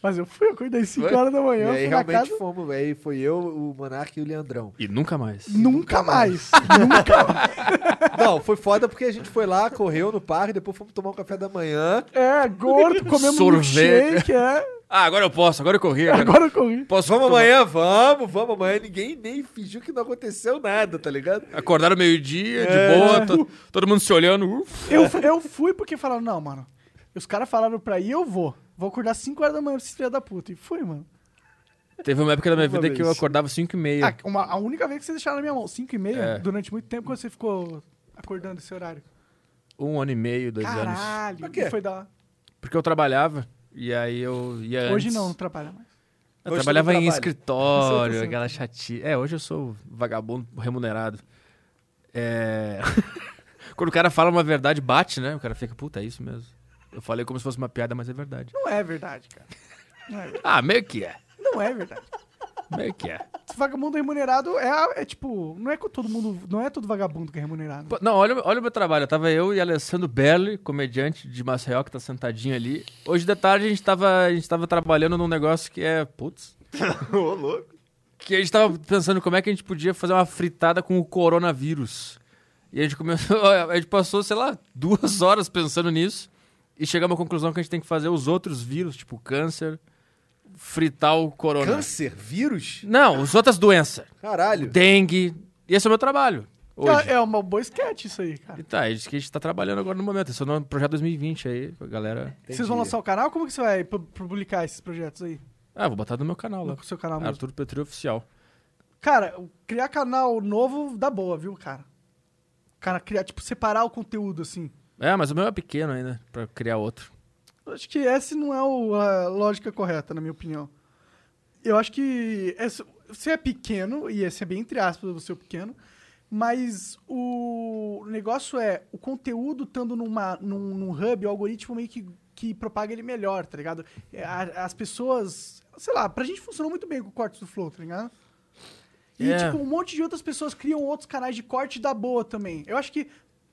A: Mas eu fui, eu acordei 5
C: Foi?
A: horas da
B: e
A: manhã,
B: aí
A: fui na
B: realmente
A: casa.
B: fomos, aí foi eu, o Monark e o Leandrão.
C: E nunca mais.
A: Nunca mais. Nunca.
B: Não, foi foda porque a gente foi lá, correu no parque, depois fomos tomar um café da manhã.
A: É, gordo, comemos
C: Sorvete.
A: milkshake, é.
C: Ah, agora eu posso, agora eu corri. Agora.
A: Agora eu corri.
B: Posso, vamos amanhã? Vamos, vamos amanhã. Ninguém nem fingiu que não aconteceu nada, tá ligado?
C: Acordaram meio-dia,
A: É.
C: de boa, to- todo mundo se olhando. Uf.
A: Eu, eu fui porque falaram, não, mano. Os caras falaram pra ir, eu vou. Vou acordar 5 horas da manhã pra esses filha da puta. E fui, mano.
C: Teve uma época da minha
B: Uma
C: vida que eu
B: vez.
C: acordava 5 e
A: Ah,
C: meia.
A: uma- a única vez que vocês deixaram na minha mão, 5 e meia,
C: É.
A: durante muito tempo, quando você ficou acordando esse horário.
C: Um ano e meio, dois anos.
A: Caralho,
B: Por quê?
A: foi da...
C: Porque eu trabalhava. E aí eu ia
A: Hoje
C: antes.
A: não, não atrapalha mais.
C: Eu
B: Hoje
C: trabalhava
B: todo
C: em
A: Isso
B: trabalha.
A: eu tô
C: escritório,
A: sendo.
C: aquela chatinha. É, hoje eu sou vagabundo remunerado. É... Quando o cara fala uma verdade, bate, né? O cara fica, puta, é isso mesmo. Eu falei como se fosse uma piada, mas é verdade.
A: Não é verdade, cara. Não é, ver-
C: Ah, meio que é.
A: não é verdade.
C: Meio que é.
A: Esse vagabundo remunerado é, a- é tipo. Não é com todo mundo. Não é todo vagabundo que é remunerado.
C: Pô, Não, olha, olha o meu trabalho. Tava eu e Alessandro Berli, comediante de Maceió, que tá sentadinho ali. Hoje de tarde a gente tava, a gente tava trabalhando num negócio que é. Putz.
D: Ô, louco.
C: Que a gente tava pensando como é que a gente podia fazer uma fritada com o coronavírus. E a gente começou. A gente passou, sei lá, duas horas pensando nisso. E chegamos à conclusão que a gente tem que fazer os outros vírus, tipo câncer, fritar o corona.
B: Câncer? Vírus?
C: Não, as outras doenças.
B: Caralho.
C: Dengue. E esse é o meu trabalho.
D: Ah,
C: Hoje.
A: É, é uma boa sketch isso aí, cara.
C: E tá, é isso que a gente tá trabalhando agora no momento. Esse é o nome do projeto 2020 aí, a galera.
A: Vocês vão lançar o canal? Como que você vai pu- publicar esses projetos aí?
C: Ah, vou botar no meu canal lá.
A: No seu canal mesmo.
C: Arthur Petri Oficial.
A: Cara, o- criar canal novo dá boa, viu, cara? Cara, criar, tipo, separar o conteúdo, assim.
C: É, mas o meu é pequeno ainda, pra criar outro.
A: Eu Acho que essa não é o- a lógica correta, na minha opinião. Eu acho que essa- você é pequeno, e esse é bem entre aspas você é pequeno, mas o negócio é o conteúdo estando numa, num, num hub, o algoritmo meio que, que propaga ele melhor, tá ligado? É, a- As pessoas. Sei lá, pra gente funcionou muito bem com o corte do Flow, tá ligado? E,
C: É.
A: tipo, um monte de outras pessoas criam outros canais de corte da boa também. Eu acho que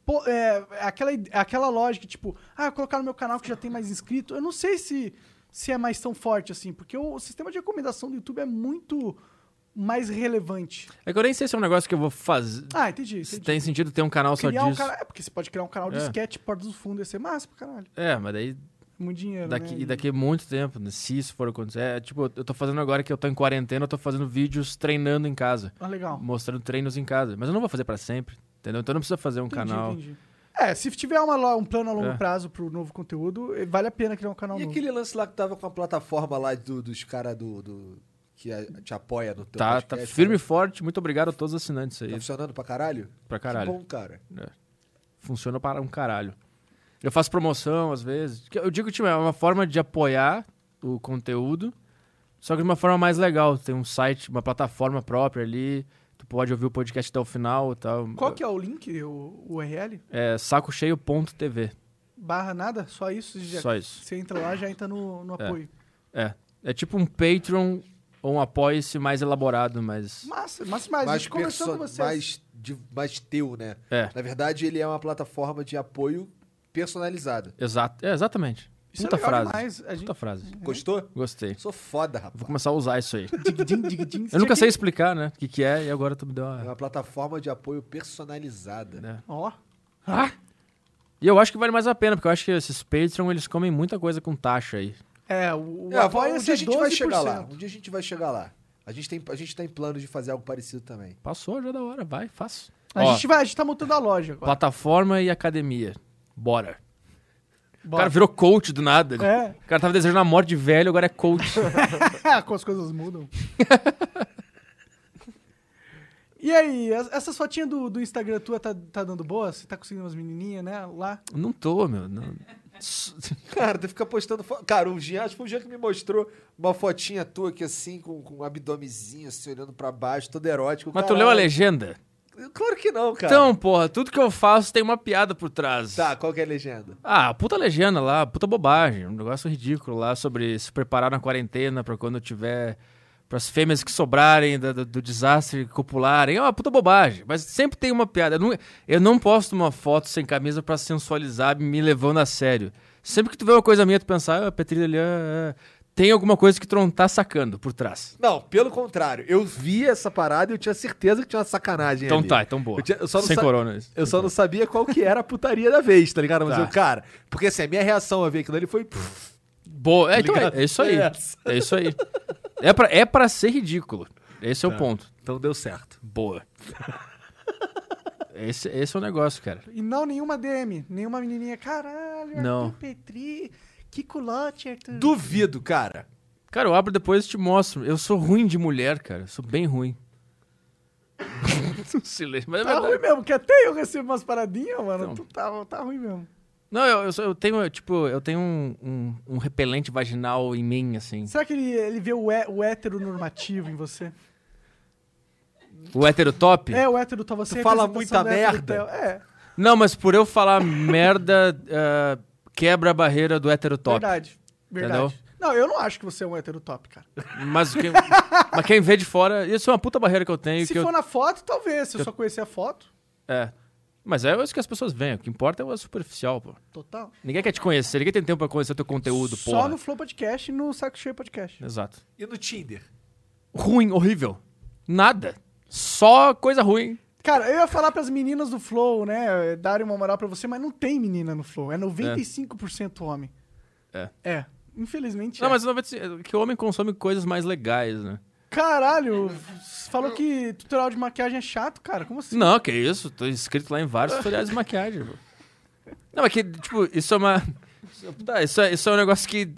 A: pô, é, aquela, ide- aquela lógica, tipo, ah, colocar no meu canal que já tem mais inscrito, eu não sei se, se é mais tão forte assim, porque o sistema de recomendação do YouTube é muito mais relevante.
C: É que eu nem sei se é um negócio que eu vou fazer.
A: Ah, entendi.
C: se
A: entendi.
C: tem sentido ter um canal só
A: Criar um
C: disso.
A: canal. É, porque você pode criar um canal de
C: É.
A: sketch, Porta do Fundo, ia ser massa pra caralho.
C: É, mas daí
A: Muito dinheiro,
C: Daqui,
A: né?
C: e daqui a muito tempo, né, se isso for acontecer. É, tipo, eu tô fazendo agora que eu tô em quarentena, eu tô fazendo vídeos treinando em casa.
A: Ah, legal.
C: Mostrando treinos em casa. Mas eu não vou fazer pra sempre, entendeu? Então não precisa fazer um
A: Entendi,
C: canal.
A: entendi. É, se tiver uma lo- um plano a longo
C: É.
A: prazo pro novo conteúdo, eh, vale a pena criar um canal
B: E
A: novo.
B: aquele lance lá que tava com a plataforma lá do- dos caras do, do- que a- te apoia no teu
C: Tá, tá
A: né?
B: podcast,
C: firme e
B: cara?
C: forte. Muito obrigado a todos os assinantes aí.
B: Tá funcionando pra caralho?
C: Pra caralho.
B: Que bom, cara.
C: Funciona para um caralho. Eu faço promoção às vezes. Que Eu digo, tipo, é uma forma de apoiar o conteúdo, só que de uma forma mais legal. Tem um site, uma plataforma própria ali. Tu pode ouvir o podcast até o final e tal.
A: Qual que é o link, o o URL?
C: É sacocheio.tv.
A: Barra nada? Só isso? Já-
C: Só isso.
A: Você entra lá, já entra no, no
C: É.
A: apoio.
C: É. É tipo um Patreon ou um apoia-se mais elaborado, mas.
A: Massa, massa mais.
B: mais,
A: gente conversando
B: perso-
A: com vocês.
B: mais, de- mais teu, né?
C: É.
B: Na verdade, ele é uma plataforma de apoio personalizada.
C: Exato. É, exatamente.
A: Isso
C: Puta
A: é legal
C: frase.
A: demais. A gente...
C: Puta frase.
B: Gostou?
C: Gostei.
B: É. Sou foda,
C: Vou
B: rapaz.
C: começar a usar isso aí.
A: Dig-dim, dig-dim. Você
C: Eu nunca
A: tinha
C: sei
A: que-
C: explicar, né? O que, que é, e agora tu me deu
B: É
C: uma.
B: uma plataforma de apoio personalizada.
C: É.
A: Ó,
C: E eu acho que vale mais a pena, porque eu acho que esses Patreon, eles comem muita coisa com taxa aí.
A: é, o, o
B: É,
A: apoio
B: um dia a gente vai chegar lá.
A: 12%.
B: Um dia a gente vai chegar lá. A gente, tem, a gente tá em plano de fazer algo parecido também.
C: Passou, já é da hora, vai, faço.
A: A
C: Ó,
A: gente vai, a gente tá montando a loja agora.
C: plataforma e academia. Bora. O
A: Bora.
C: cara virou coach do nada.
A: É.
C: O cara tava desejando a morte de velho, agora é coach.
A: Como as coisas mudam. e aí, as- essas fotinhas do, do Instagram tua tá, tá dando boa? Você tá conseguindo umas menininhas, né? Lá.
C: não tô, meu. não.
B: Cara, tu fica postando foto. Cara, o Jean, acho que foi o Jean que me mostrou uma fotinha tua aqui assim, com, com um abdomezinho assim, olhando pra baixo, todo erótico.
C: Mas tu
B: Caralho.
C: leu a legenda?
B: Claro que não, cara.
C: Então, porra, tudo que eu faço tem uma piada por trás.
B: Tá, qual que é a legenda?
C: Ah, puta legenda lá, puta bobagem, um negócio ridículo lá sobre se preparar na quarentena pra quando tiver. pras fêmeas que sobrarem da- do, do desastre copularem. É uma puta bobagem, mas sempre tem uma piada. Eu não, eu não posto uma foto sem camisa pra sensualizar me levando a sério. Sempre que tu vê uma coisa minha, tu pensa, ah, a Petrilha ali, ah, ah, tem alguma coisa que tu não tá sacando por trás.
B: Não, pelo contrário. Eu vi essa parada e eu tinha certeza que tinha uma sacanagem
C: Então
B: ali.
C: tá, então boa.
B: Eu tinha- eu só não
C: sem
B: sa-
C: corona. isso.
B: Eu
C: Sem
B: só não sabia qual que era a putaria da vez, tá ligado? Mas
C: Uhum. Tá.
B: eu, cara, porque assim, a minha reação a ver aquilo ali foi. pff,
C: Boa, é, então é,
B: ligado?
C: é isso aí.
B: É essa.
C: É isso aí. É pra, é pra ser ridículo. Esse é o ponto.
B: Então deu certo.
C: Boa. Esse, esse é o negócio, cara.
A: E não nenhuma DM, nenhuma menininha. Caralho,
C: Não.
A: Arthur Petri, que culote, Arthur.
B: Duvido, cara.
C: Cara, eu abro depois e te mostro. Eu sou ruim de mulher, cara. Eu sou bem ruim. Um Silêncio. Mas é
A: Tá
C: verdade.
A: ruim mesmo, porque até eu recebo umas paradinhas, mano.
C: Então.
A: Tu tá, tá ruim mesmo.
C: Não, eu, eu, sou- eu tenho, tipo, eu tenho um, um- um repelente vaginal em mim, assim.
A: Será que ele, ele vê o, hé- o heteronormativo em você?
C: O hétero top?
A: É, o hétero tá você.
B: Tu fala
A: representação
B: muita
A: do hétero
B: merda?
A: tal. É,
C: Não, mas por eu falar merda, ah, quebra a barreira do hétero top.
A: verdade. Verdade. Não, eu não acho que você é um hétero top, cara.
C: Mas quem, mas quem vê de fora, isso é uma puta barreira que eu tenho.
A: Se
C: que eu-
A: for na foto, talvez. Se eu
C: que
A: só conhecer a foto,
C: É. Mas é isso que as pessoas veem. O que importa é o superficial, pô.
A: total.
C: Ninguém quer te conhecer, ninguém tem tempo pra conhecer teu conteúdo,
A: Só
C: porra.
A: no Flow Podcast e no Saco Cheio Podcast.
C: Exato.
B: E no Tinder?
C: Ruim, horrível. Nada. Só coisa ruim.
A: Cara, eu ia falar pras meninas do Flow, né? Darem uma moral pra você, mas não tem menina no Flow. É 95% homem.
C: É.
A: É. Infelizmente.
C: Não,
A: é.
C: mas não vai dizer que o homem consome coisas mais legais, né?
A: Caralho, falou que tutorial de maquiagem é chato, cara. Como assim?
C: Não, que isso. Tô inscrito lá em vários tutoriais de maquiagem, pô. Não, mas que, tipo, isso é uma. Tá, isso é, isso é um negócio que.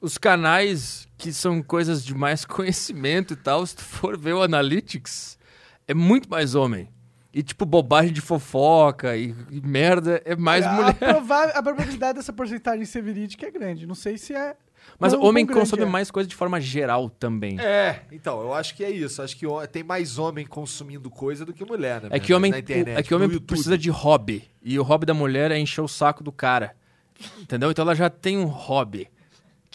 C: Os canais que são coisas de mais conhecimento e tal, se tu for ver o Analytics, é muito mais homem. E, tipo, bobagem de fofoca e, e merda é mais
A: a,
C: mulher.
A: prova- a probabilidade dessa porcentagem ser verídica é grande. Não sei se é.
C: Mas
A: quão-
C: o homem
A: quão grande
C: consome
A: é.
C: mais coisa de forma geral também. É,
B: É, então, eu acho que é isso. Acho que o- tem mais homem consumindo coisa do que mulher,
A: Tá
B: né?
C: que homem,
B: Na internet,
C: é que homem
B: no YouTube.
C: precisa de hobby. E o hobby da mulher é encher o saco do cara. Entendeu? Então ela já tem um hobby.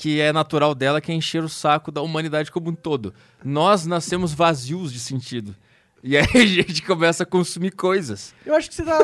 C: Que é natural dela, que é encher o saco da humanidade como um todo. Nós nascemos vazios de sentido. E aí a gente começa a consumir coisas.
A: Eu acho que você tá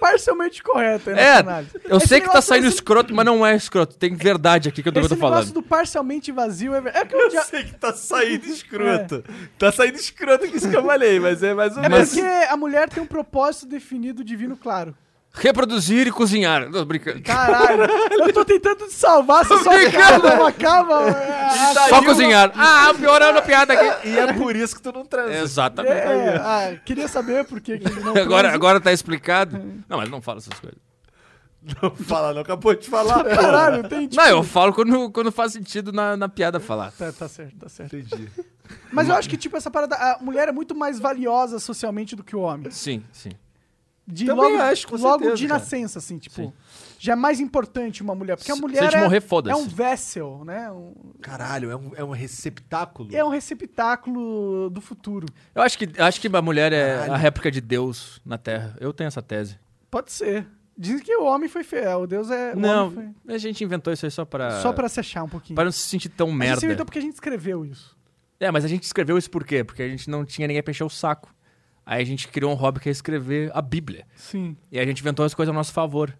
A: parcialmente correto aí
C: É,
A: nessa análise.
C: eu
A: Esse
C: sei que tá
A: negócio-
C: saindo
A: esse-
C: escroto, mas não é escroto. Tem verdade aqui que eu tô, que eu
A: Esse
C: tô
A: negócio
C: falando.
A: do parcialmente vazio é. ver- É que eu já.
B: Eu sei que tá saindo escroto. Tá saindo escroto que isso que eu falei, mas é mais ou
A: É
B: menos.
A: porque a mulher tem um propósito definido, divino, claro.
C: reproduzir e cozinhar. Não, tô brincando.
A: Caralho, eu tô tentando te salvar, você só acaba, não acaba. é,
C: Só cozinhar. Ah, piorando a piada aqui.
B: E é por isso que tu não transa.
C: Exatamente.
A: é, ah, queria saber por que que ele não
C: Agora,
A: transa.
C: agora tá explicado.
A: é.
C: Não, mas não fala essas coisas.
B: Não fala, não acabou de falar.
A: Ah, Caralho, tem tipo...
C: Não, eu falo quando, quando faz sentido na, na piada falar.
A: Tá, tá certo, tá certo.
B: Entendi.
A: Mas eu acho que, tipo, essa parada... A mulher é muito mais valiosa socialmente do que o homem.
C: Sim, sim.
A: De
B: Também
A: logo,
B: acho, com
A: Logo
B: certeza,
A: de
B: cara.
A: nascença, assim, tipo...
C: Sim.
A: Já é mais importante uma mulher, porque a
C: Se-
A: mulher
C: se a gente
A: é,
C: morrer, foda-se.
A: é um vessel, né? Um-
B: Caralho, é um, é um receptáculo.
A: é um receptáculo do futuro.
C: Eu acho que, acho que a mulher é
B: Caralho.
C: a réplica de Deus na Terra. Eu tenho essa tese.
A: Pode ser. Dizem que o homem foi fiel, o Deus é... o
C: não,
A: homem
C: a gente inventou isso aí só pra...
A: foi- Só pra se achar um pouquinho.
C: pra não se sentir tão
A: Mas isso
C: merda.
A: então porque a gente escreveu isso.
C: É, mas a gente escreveu isso por quê? Porque a gente não tinha ninguém pra encher o saco. Aí a gente criou um hobby que é escrever a Bíblia.
A: Sim.
C: E a gente inventou as coisas a nosso favor.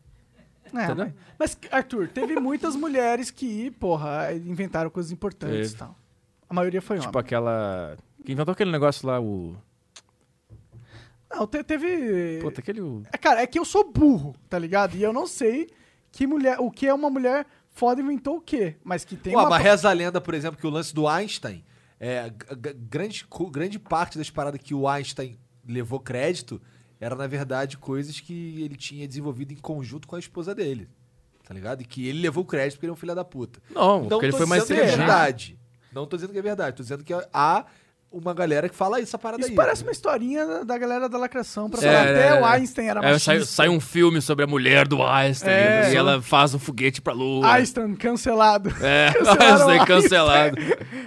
A: É,
C: Entendeu?
A: mas, mas, Arthur, teve muitas mulheres que, porra, inventaram coisas importantes e
C: Teve.
A: tal. A maioria foi um
C: Tipo
A: homem.
C: aquela... Quem inventou aquele negócio lá, o...
A: Não, te- teve.
C: Puta, aquele... o-
A: É, Cara, é que eu sou burro, tá ligado? E eu não sei que mulher, o que é uma mulher foda inventou o quê. Mas que tem
B: Ué,
A: uma.
B: mas reza a lenda, por exemplo, que o lance do Einstein, é, g- g- grande, co- grande parte das paradas que o Einstein levou crédito era, na verdade, coisas que ele tinha desenvolvido em conjunto com a esposa dele. Tá ligado? E que ele levou crédito porque ele é um filho da puta.
C: Não,
B: Não
C: porque ele
B: tô
C: foi mais
B: dizendo que é
C: inteligente.
B: verdade. Não tô dizendo que é verdade. Tô dizendo que há uma galera que fala essa parada
A: Isso
B: aí.
A: parece uma historinha da- da galera da lacração pra
C: É,
A: falar até
C: é,
A: o
C: é.
A: Einstein era
C: É,
A: Tá machista.
C: sai, sai um filme sobre a mulher do Einstein
A: É.
C: e ela faz um foguete pra lua.
A: Einstein cancelado.
C: É,
A: Cancelaram
C: Einstein
A: o
C: cancelado.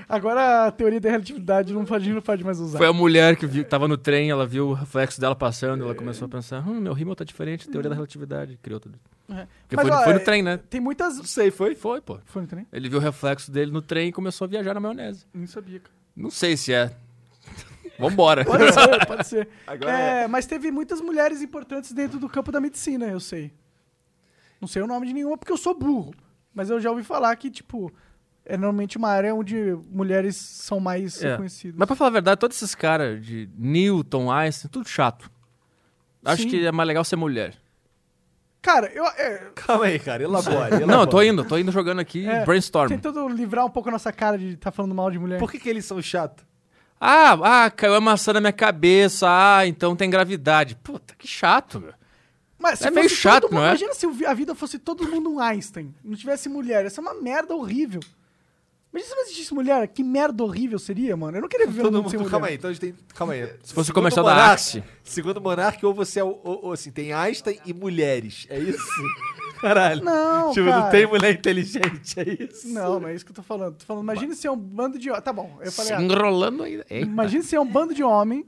A: Agora a teoria da relatividade não pode, não pode mais usar.
C: Foi a mulher que viu, tava no trem, ela viu o reflexo dela passando, ela começou a pensar, hum, meu rímel tá diferente, teoria da relatividade, criou tudo.
A: É.
C: Porque
A: Mas,
C: foi, no-
A: ó,
C: foi
A: é-
C: no trem, né?
A: Tem muitas.
B: Não sei, foi?
C: Foi, pô.
A: Foi no trem?
C: Ele viu o reflexo dele no trem e começou a viajar na maionese.
A: Não sabia, cara.
C: Não sei se é. Vambora.
A: Pode ser, pode ser.
D: Agora
A: é, Mas teve muitas mulheres importantes dentro do campo da medicina, eu sei. Não sei o nome de nenhuma porque eu sou burro. Mas eu já ouvi falar que, tipo, é normalmente uma área onde mulheres são mais
C: É.
A: reconhecidas.
C: Mas pra falar a verdade, todos esses caras de Newton, Einstein, tudo chato. Acho
A: Sim.
C: que é mais legal ser mulher.
A: Cara, eu. é,
B: Calma aí, cara. Elabore.
C: Não, eu
B: elabore.
C: tô indo, tô indo jogando aqui
A: É,
C: brainstorm.
A: tentando livrar um pouco a nossa cara de estar falando mal de mulher.
B: Por que, que eles são chatos?
C: Ah, ah, caiu a maçã na minha cabeça. Ah, então tem gravidade. Puta, que chato, meu.
A: Mas se
C: É meio
A: fosse todo
C: chato,
A: mundo-
C: não é?
A: Imagina se o vi- a vida fosse todo mundo um Einstein, não tivesse mulher. Isso é uma merda horrível. Imagina se não existisse mulher, que merda horrível seria, mano. Eu não queria viver
B: Todo
A: num mundo sem
B: mundo,
A: mulher.
B: calma aí, então a gente tem. Calma aí. Se
C: fosse o comercial da Axe.
B: Segundo Monark, ou você é. o- Ou, ou assim, tem Einstein e mulheres. É isso? Caralho.
A: Não,
B: tipo,
A: cara.
B: não tem mulher inteligente, é isso?
A: Não, não é isso que eu tô falando. Tô falando, imagina se é um bando de... Tá bom, eu falei...
C: Se
A: errado.
C: enrolando ainda. Eita.
A: imagina se é um bando de homem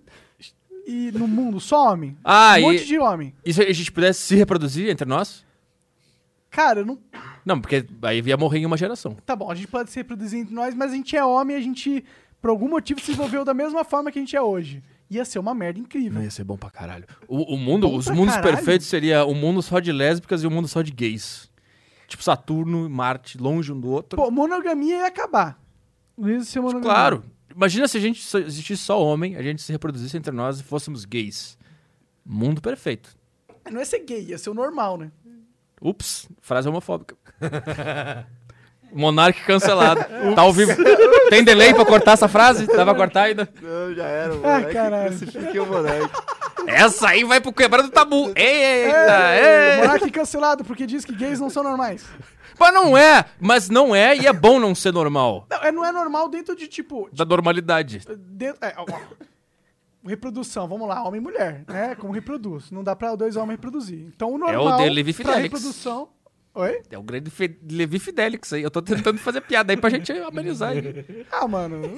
A: e no mundo só homem.
C: Ah,
A: um
C: e,
A: monte de homem.
C: e se a gente pudesse se reproduzir entre nós?
A: Cara, eu não...
C: Não, porque aí ia morrer em uma geração.
A: Tá bom, a gente pode se reproduzir entre nós, mas a gente é homem e a gente, por algum motivo, se envolveu da mesma forma que a gente é hoje. Ia ser uma merda incrível.
C: Não ia ser bom pra caralho. O, o mundo,
A: Bom
C: os
A: pra
C: mundos
A: caralho?
C: perfeitos seria o mundo só de lésbicas e o mundo só de gays. Tipo Saturno, Marte, longe um do outro.
A: Pô, monogamia ia acabar. Não ia ser monogamia.
C: claro. Imagina se a gente só- existisse só homem, a gente se reproduzisse entre nós e fôssemos gays. Mundo perfeito.
A: Não ia ser gay, ia ser o normal, né?
C: Ups, frase homofóbica. Monarque cancelado. tá ao vivo. Tem delay pra cortar essa frase? Dá pra cortar ainda?
D: Não, já era, o
A: Ah,
D: moleque.
A: caralho.
D: Crucifiquei o moleque.
C: Essa aí vai pro quebrando tabu. Eita,
A: É,
C: é.
A: Monark cancelado porque diz que gays não são normais.
C: Mas não é, mas não é e é bom não ser normal.
A: Não, é, não é normal dentro de, tipo...
C: Da normalidade.
A: dentro- é, ó, ó. reprodução, vamos lá, homem e mulher, né? Como reproduz. Não dá pra dois homens reproduzir. Então o normal
C: É o Delivery
A: pra
C: Fidelix.
A: reprodução... Oi?
C: É o grande Fe- Levi Fidelix aí. Eu tô tentando fazer piada aí pra gente amenizar. aí.
A: Ah, mano.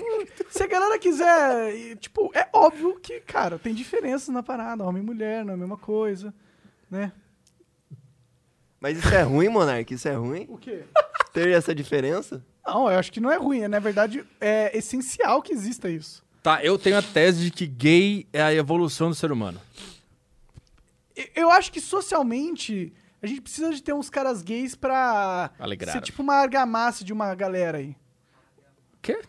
A: Se a galera quiser... e, Tipo, é óbvio que, cara, tem diferenças na parada. Homem e mulher, não é a mesma coisa, né?
D: Mas isso é ruim, Monark? Isso é ruim?
A: O quê?
D: Ter essa diferença?
A: Não, eu acho que não é ruim. É, na verdade, é essencial que exista isso.
C: Tá, eu tenho a tese de que gay é a evolução do ser humano.
A: E- Eu acho que socialmente a gente precisa de ter uns caras gays pra
C: Alegrar.
A: ser tipo uma argamassa de uma galera aí.
C: Quê?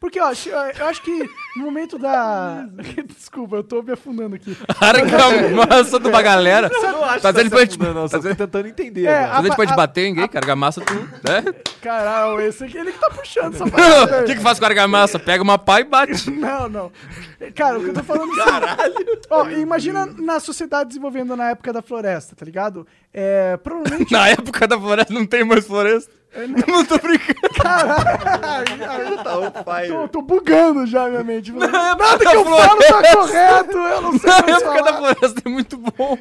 A: Porque, ó, se- eu acho que no momento da. Desculpa, eu tô me afundando aqui.
C: Argamassa de uma galera.
D: não acho
C: Tá
D: que
C: dizendo
D: tá
C: pra
D: se
C: gente.
B: Não, não,
C: Tá
B: só tô
C: dizendo
B: tentando entender. né?
A: É,
B: agora.
C: tá dizendo
A: A-
C: que pode
A: a-
C: bater em ninguém, que argamassa tu, né?
A: Caralho, esse aqui, ele que tá puxando essa
C: O
A: parada.
C: que que faz com argamassa? Pega uma pá e bate.
A: Não, não. Cara, o que eu tô falando Caralho! Ó, imagina na sociedade desenvolvendo na época da floresta, tá ligado? É. Provavelmente.
C: Na época da floresta não tem mais floresta.
A: É,
C: Não tô brincando.
D: Cara, tá on
A: Tô,
D: fire.
A: tô bugando já minha mente.
C: Na época
A: Nada
C: da
A: que eu falo tá
C: floresta.
A: correto, eu não sei
C: Na
A: o que eu
C: época da
A: falar.
C: floresta é muito bom.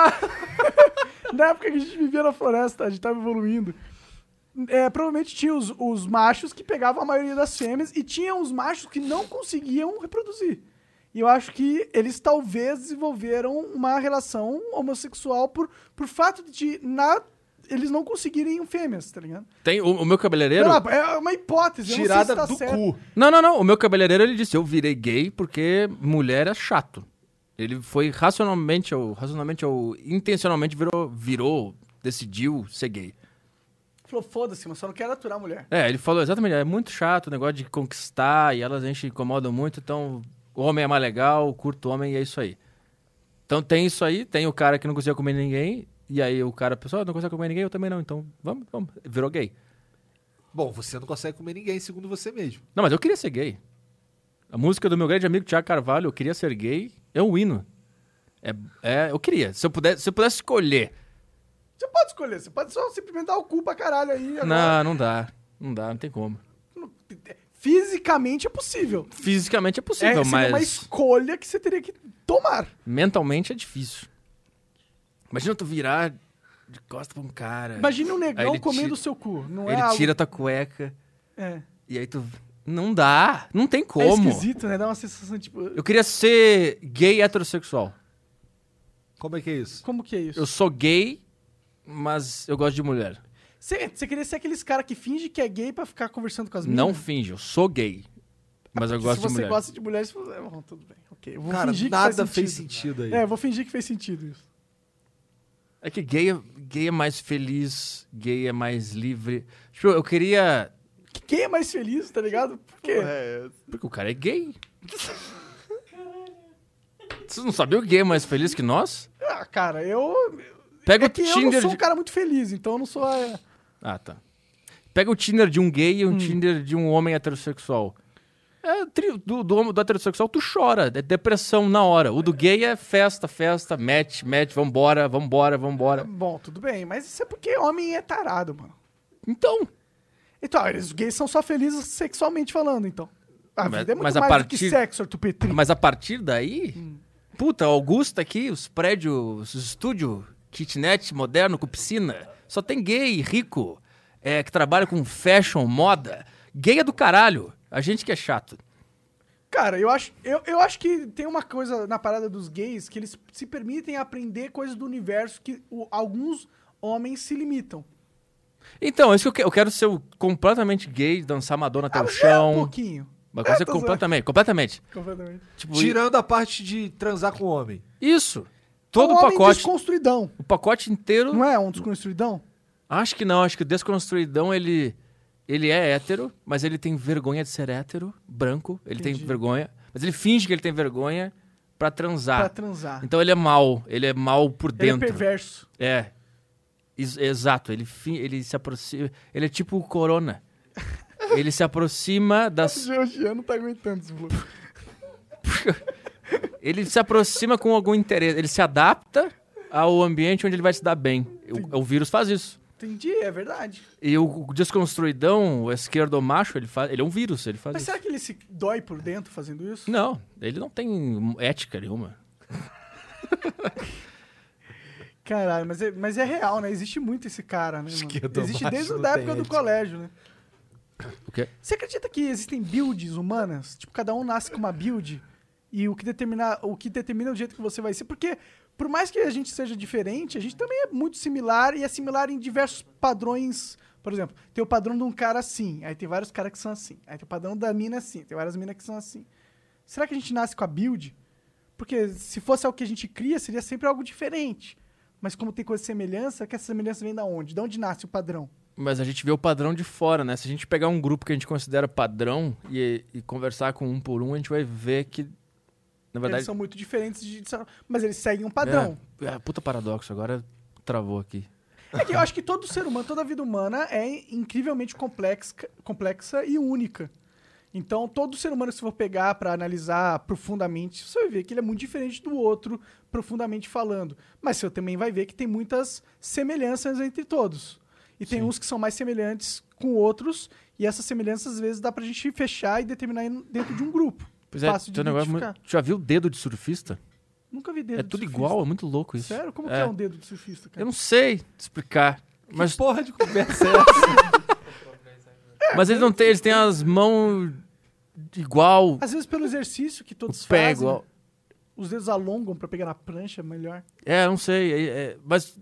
A: Na época que a gente vivia na floresta, a gente tava evoluindo. É, provavelmente tinha os, os machos que pegavam a maioria das fêmeas e tinha os machos que não conseguiam reproduzir. E eu acho que eles talvez desenvolveram uma relação homossexual por, por fato de na- eles não conseguirem fêmeas, tá ligado?
C: Tem o, o meu cabeleireiro.
A: Sei lá, é uma hipótese. eu não sei se
B: Tirada
A: tá
B: do
A: certo.
B: cu.
C: Não, não, não. O meu cabeleireiro ele disse: eu virei gay porque mulher é chato. Ele foi racionalmente ou racionalmente ou intencionalmente virou, virou, decidiu ser gay.
A: Falou, foda-se, mas só não quero aturar a mulher.
C: É, ele falou exatamente, é muito chato o negócio de conquistar e elas a gente incomodam muito, então o homem é mais legal, curto o homem e é isso aí. Então tem isso aí, tem o cara que não conseguia comer ninguém, e aí o cara, pessoal, não consegue comer ninguém, eu também não, então vamos, vamos, virou gay.
B: Bom, você não consegue comer ninguém, segundo você mesmo.
C: Não, mas eu queria ser gay. A música do meu grande amigo Tiago Carvalho, Eu Queria Ser Gay, é um hino. É, é, eu queria. Se eu pudesse, se eu pudesse escolher.
A: Você pode escolher, você pode só simplesmente dar o cu pra caralho aí. Agora.
C: Não, não dá. Não dá, não tem como.
A: Fisicamente é possível.
C: Fisicamente é
A: É, seria
C: possível,
A: uma
C: mas
A: escolha que você teria que tomar.
C: mentalmente é difícil. Imagina tu virar de costa pra um cara.
A: Imagina um
C: Aí
A: negão
C: ele
A: comendo
C: tira-
A: o seu cu. Não é
C: Ele
A: algo-
C: tira tua cueca
A: É.
C: e aí tu. Não dá. Não tem
A: É
C: como.
A: esquisito, né? Dá uma sensação tipo.
C: eu queria ser gay heterossexual.
B: Como é que é isso?
A: Como que é isso?
C: Eu sou gay, mas eu gosto de mulher.
A: Você você queria ser aqueles cara que finge que é gay pra ficar conversando com as
C: Não
A: meninas?
C: finge, eu sou gay. Mas eu
A: Se
C: gosto de
A: você
C: mulher.
A: gosta de mulheres, você fala, "É, "Bom, tudo bem. Ok. Eu Vou
B: Cara,
A: fingir que
B: nada
A: faz
B: fez sentido aí.
A: É, eu vou fingir que fez sentido isso.
C: É que gay, é- gay é mais feliz, gay é mais livre. Tipo, eu queria.
A: Que Quem é mais feliz, tá ligado? Por quê?
D: É,
C: Porque o cara é gay. Vocês não sabiam que gay é mais feliz que nós?
A: Ah, cara, eu.
C: Pega
A: É
C: o
A: que eu não
C: Tinder
A: sou um
C: de.
A: cara muito feliz, então eu não sou. é,
C: Ah, tá. Pega o Tinder de um gay e
A: Hum.
C: um Tinder de um homem heterossexual. É, tri- do, do, homo- do heterossexual, tu chora. É depressão na hora. O do gay é festa, festa, match, match, vambora, vambora, vambora.
A: Bom, tudo bem, mas isso é porque homem é tarado, mano.
C: Então.
A: Então, eles, os gays são só felizes sexualmente falando, então. A
C: Mas-
A: vida é muito
C: mas a
A: mais do que
C: partir-
A: sexo, Arthur Petri.
C: Mas a partir daí.
A: Hum.
C: Puta, Augusta aqui, os prédios, os estúdio, kitnet moderno com piscina. Só tem gay rico, é, que trabalha com fashion, moda. Gay é do caralho. A gente que é chato.
A: Cara, eu acho, eu, eu acho que tem uma coisa na parada dos gays que eles se permitem aprender coisas do universo que o- alguns homens se limitam.
C: Então, é isso que eu quero. Eu quero ser o completamente gay, dançar Madonna até
A: Ah,
C: o
A: mas é Um
C: Tá chão.
A: pouquinho.
C: Uma coisa
A: É, tô
C: completamente, completamente.
A: Completamente.
C: Tipo,
B: Tirando a parte de transar com homem.
C: Isso. Todo
A: É um
C: o
A: homem
C: pacote.
A: desconstruidão.
C: O pacote inteiro.
A: Não é um desconstruidão?
C: Acho que não, acho que o desconstruidão ele ele é hétero, mas ele tem vergonha de ser hétero, branco, ele
A: Entendi.
C: tem vergonha, mas ele finge que ele tem vergonha pra transar.
A: Pra transar.
C: Então ele é mal, ele é mal por
A: Ele é
C: dentro.
A: perverso.
C: É. Ex- exato, ele fi- ele se aproxima, ele é tipo o corona. ele se aproxima das
A: Georgiano tá aguentando esse bloco.
C: ele se aproxima com algum interesse, ele se adapta ao ambiente onde ele vai se dar bem. O- o vírus faz isso.
A: Entendi, é verdade.
C: E o o desconstruidão, o esquerdo macho, ele, faz, ele é um vírus, ele faz
A: Mas
C: isso.
A: será que ele se dói por dentro fazendo isso?
C: Não, ele não tem ética nenhuma.
A: Caralho, mas é, mas é real, né? Existe muito esse cara, né? Mano?
B: Esquerdomacho
A: Existe desde
B: não
A: a
B: tem
A: época do
B: ética.
A: colégio, né?
C: O quê?
A: Você acredita que existem builds humanas? Tipo, cada um nasce com uma build e o que determina o, que determina o jeito que você vai ser. Porque, por mais que a gente seja diferente, a gente também é muito similar e é similar em diversos padrões. Por exemplo, tem o padrão de um cara assim, aí tem vários caras que são assim. Aí tem o padrão da mina assim, tem várias minas que são assim. Será que a gente nasce com a build? Porque se fosse algo que a gente cria, seria sempre algo diferente. Mas como tem coisa de semelhança, que essa semelhança vem da onde? De onde nasce o padrão?
C: Mas a gente vê o padrão de fora, né? Se a gente pegar um grupo que a gente considera padrão e, e conversar com um por um, a gente vai ver que, na
A: Eles
C: verdade...
A: são muito diferentes, de, mas eles seguem um padrão.
C: É, é, puta paradoxo, agora travou aqui.
A: É que eu acho que todo ser humano, toda vida humana é incrivelmente complexa, complexa e única. Então, todo ser humano, se for pegar para analisar profundamente, você vai ver que ele é muito diferente do outro, profundamente falando. Mas você também vai ver que tem muitas semelhanças entre todos. E tem
C: Sim.
A: uns que são mais semelhantes com outros, e essas semelhanças, às vezes, dá pra gente fechar e determinar em- dentro de um grupo.
C: Pois é,
A: Fácil de
C: tem um negócio
A: identificar.
C: muito... Tu já viu o dedo de surfista?
A: Nunca vi dedo
C: é
A: de
C: tudo
A: surfista.
C: igual, é muito louco isso.
A: Sério? Como
C: É.
A: que é um dedo de surfista, cara?
C: Eu não sei te explicar. Mas,
B: Porra de conversa. é
A: é
C: mas eles não têm, eles têm as mãos igual,
A: Às vezes, pelo exercício que todos
C: o pé
A: fazem, né?
C: igual.
A: os dedos alongam pra pegar na prancha melhor.
C: É, eu não sei. é- é- mas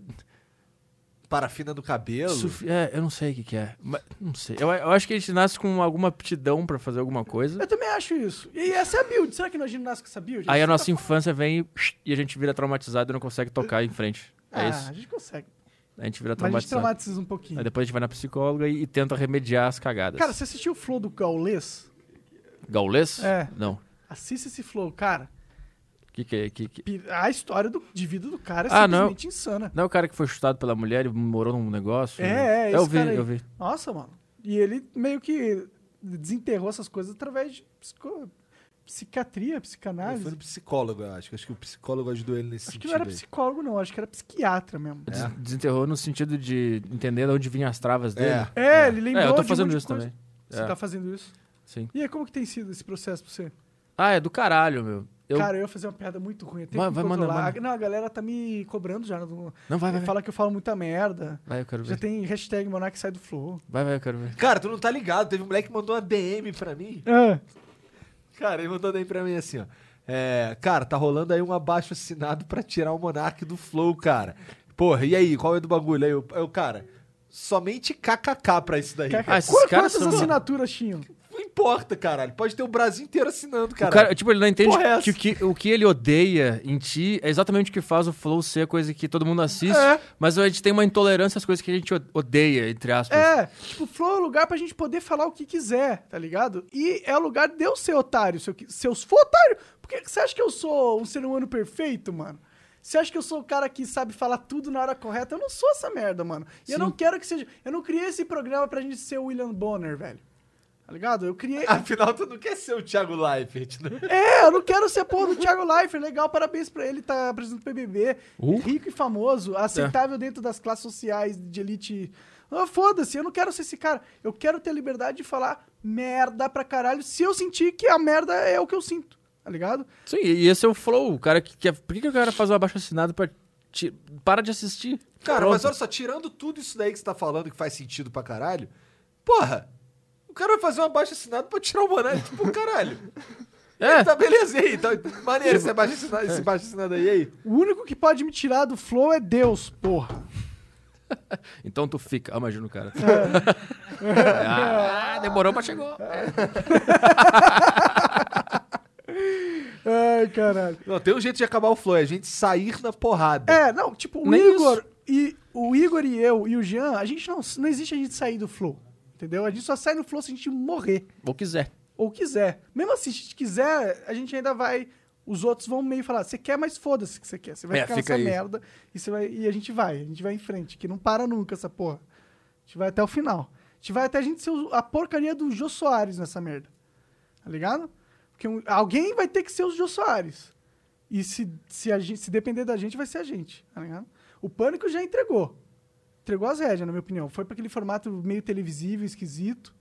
B: Parafina do cabelo.
C: surf- é, eu não sei o que, que é. mas- não sei. Eu, eu acho que a gente nasce com alguma aptidão pra fazer alguma coisa.
A: Eu também acho isso. E essa é a build. Será que nós a gente nasce com essa build?
C: Aí é a
A: Isso
C: nossa
A: tá-
C: infância vem e, e a gente vira traumatizado e não consegue tocar em frente. É
A: Ah,
C: isso.
A: a gente consegue.
C: A gente
A: Mas a
C: vira
A: gente
C: traumatizado.
A: traumatiza um
C: Aí
A: pouquinho.
C: depois a gente vai na psicóloga e, e tenta remediar as cagadas.
A: Cara, você assistiu o flow do Gaulês?
C: Gaulês?
A: É.
C: Não.
A: Assista esse flow, cara.
C: Que que é? Que, que...
A: Pi- A história do, de vida do cara é
C: Ah, não.
A: simplesmente insana.
C: Não é o cara que foi chutado pela mulher e morou num negócio? né?
A: É, é,
C: Eu
A: esse
C: vi,
A: cara aí.
C: eu vi.
A: Nossa, mano. E ele meio que desenterrou essas coisas através de psico... psiquiatria,
B: Ele
A: psicanálise.
B: foi no psicólogo, eu acho. Acho que o psicólogo ajudou ele nesse
A: Acho que
B: sentido.
A: não era
B: aí.
A: psicólogo, não. Acho que era psiquiatra mesmo.
C: Des- Desenterrou no sentido de entender de onde vinham as travas dele.
B: É.
A: É, ele lembrou
C: É, eu tô
A: de um
C: fazendo
A: monte de
C: isso
A: coisa.
C: também.
A: Você
C: É.
A: tá fazendo isso?
C: Sim.
A: E aí, como que tem sido esse processo pra você?
C: Ah, é do caralho, meu. Eu...
A: Cara, eu ia fazer uma piada muito ruim. Eu tenho
C: Vai-
A: que
C: vai,
A: vai,
C: manda, manda.
A: Não, a galera tá me cobrando já. Não...
C: Não, vai, vai, vai.
A: Fala que eu falo muita merda.
C: Vai, eu quero
A: Já
C: ver.
A: tem hashtag Monark sai do flow.
C: Vai, vai, eu quero ver.
B: Cara, tu não tá ligado. Teve um moleque que mandou uma DM pra mim.
A: Ah,
B: Cara, ele mandou daí pra mim assim, ó. É, cara, tá rolando aí um abaixo assinado pra tirar o Monark do Flow, cara. Porra, e aí, qual é do bagulho? Aí eu, eu, cara, somente KKK pra isso daí.
C: Ah,
A: Qu-
C: esses caras
A: Quantas
C: são- Tipo
A: assinaturas tinham?
B: Não importa, caralho. Pode ter o Brasil inteiro assinando,
C: O
B: cara.
C: cara, tipo, ele não entende
B: Porra, é essa?
C: que, o que o que ele odeia em ti é exatamente o que faz o Flow ser a coisa que todo mundo assiste,
A: É.
C: mas a gente tem uma intolerância às coisas que a gente o- odeia, entre aspas.
A: É, tipo, flow é o lugar pra gente poder falar o que quiser, tá ligado? E é o lugar de eu ser otário. Se eu, qui- se eu for otário, porque você acha que eu sou um ser humano perfeito, mano? Você acha que eu sou o cara que sabe falar tudo na hora correta? Eu não sou essa merda, mano. E eu não quero que seja. Eu não criei esse programa pra gente ser o William Bonner, velho. Tá ligado? Eu criei.
C: Ah,
B: Afinal, tu não quer ser o Thiago Leifert, né?
A: É, eu não quero ser porra do Thiago Leifert. Legal, parabéns pra ele, tá apresentando o BBB.
C: Uh.
A: Rico e famoso, aceitável dentro das classes sociais de elite. Ah, Foda-se, eu não quero ser esse cara. Eu quero ter a liberdade de falar merda pra caralho se eu sentir que a merda é o que eu sinto, tá ligado?
C: Sim, e esse é o Flow. O cara que quer. Por que, que o cara faz o abaixo assinado pra. ti- Para de assistir.
B: Cara,
C: Pronto.
B: mas olha só, tirando tudo isso daí que você tá falando, que faz sentido pra caralho, porra, o cara vai fazer um abaixo assinado pra tirar o Monark, tipo, caralho.
C: É.
B: Tá beleza, e aí? Tá, maneiro esse abaixo assinado, esse abaixo assinado aí, e aí?
A: O único que pode me tirar do flow é Deus, porra.
C: Então tu fica. Ah, imagina o cara.
A: É.
C: ah, demorou, mas chegou.
A: Ai, caralho.
B: Não, tem um jeito de acabar o flow, é a gente sair na porrada.
A: É, não, tipo, o
B: Nem
A: Igor e o Igor e eu e o Jean, a gente não não existe a gente sair do flow, entendeu? A gente só sai do flow se a gente morrer.
C: Ou quiser.
A: ou quiser. Mesmo assim, se quiser, a gente ainda vai. Os outros vão meio falar, você quer, mas foda-se o que você quer. Você vai
C: É,
A: ficar
C: fica
A: nessa
C: aí.
A: merda e, você vai, e a gente vai. A gente vai em frente, que não para nunca essa porra. A gente vai até o final. A gente vai até a gente ser o- a porcaria do Jô Soares nessa merda. Tá ligado? Porque um- alguém vai ter que ser o Jô Soares. E se, se, a gente, se depender da gente, vai ser a gente. Tá ligado? O Pânico já entregou. Entregou as rédeas, na minha opinião. Foi para aquele formato meio televisivo, esquisito.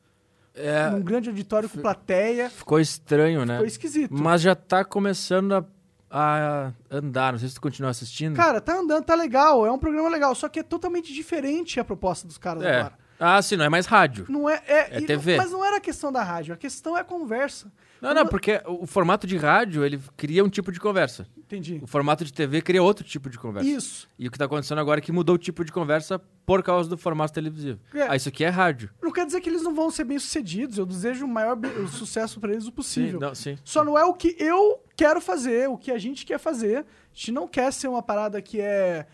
C: É,
A: num grande auditório com plateia.
C: ficou estranho, né?
A: Ficou esquisito.
C: Mas já tá começando a, a andar. Não sei se tu continua assistindo.
A: Cara, tá andando, tá legal, é um programa legal, só que é totalmente diferente a proposta dos caras
C: é.
A: agora.
C: Ah, sim, não é mais rádio.
A: Não é, é,
C: É
A: e-
C: TV.
A: Mas não era a questão da rádio, a questão é a conversa.
C: Não, não, porque o o formato de rádio, ele cria um tipo de conversa.
A: Entendi.
C: O formato de TV cria outro tipo de conversa.
A: Isso.
C: E o que tá acontecendo agora é que mudou o tipo de conversa por causa do formato televisivo.
A: É.
C: Ah, isso aqui é rádio.
A: Não quer dizer que eles não vão ser bem sucedidos, eu desejo o maior be- o sucesso pra eles o
C: Sim,
A: possível.
C: não, sim.
A: Só não é o que eu quero fazer, o que a gente quer fazer. A gente não quer ser uma parada que é.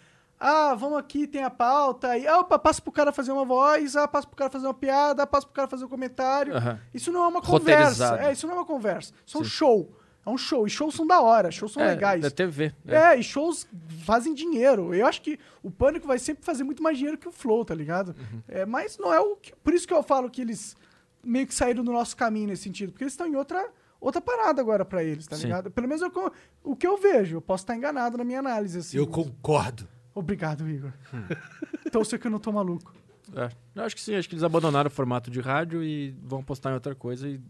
A: Ah, vamos aqui, tem a pauta. E, ah, opa, passo pro cara fazer uma voz, ah, passo pro cara fazer uma piada, ah, passo pro cara fazer um comentário.
C: Aham.
A: Isso não é uma
C: Roteirizado.
A: conversa. É, isso não é uma conversa. Isso é um
C: Sim.
A: show. É um show. E shows são da hora, shows são
C: é,
A: legais.
C: Da TV. É.
A: É, e shows fazem dinheiro. Eu acho que o Pânico vai sempre fazer muito mais dinheiro que o Flow, tá ligado?
C: Uhum.
A: É, mas não é o que. Por isso que eu falo que eles meio que saíram do nosso caminho nesse sentido, porque eles estão em outra, outra parada agora pra eles, tá
C: Sim.
A: ligado? Pelo menos é o que eu- o que eu vejo. Eu posso estar enganado na minha análise, assim.
B: Eu concordo.
A: Obrigado, Igor.
C: Hum.
A: então eu sei que eu não tô maluco.
C: É. Eu acho que sim, acho que eles abandonaram o formato de rádio e vão postar em outra coisa e,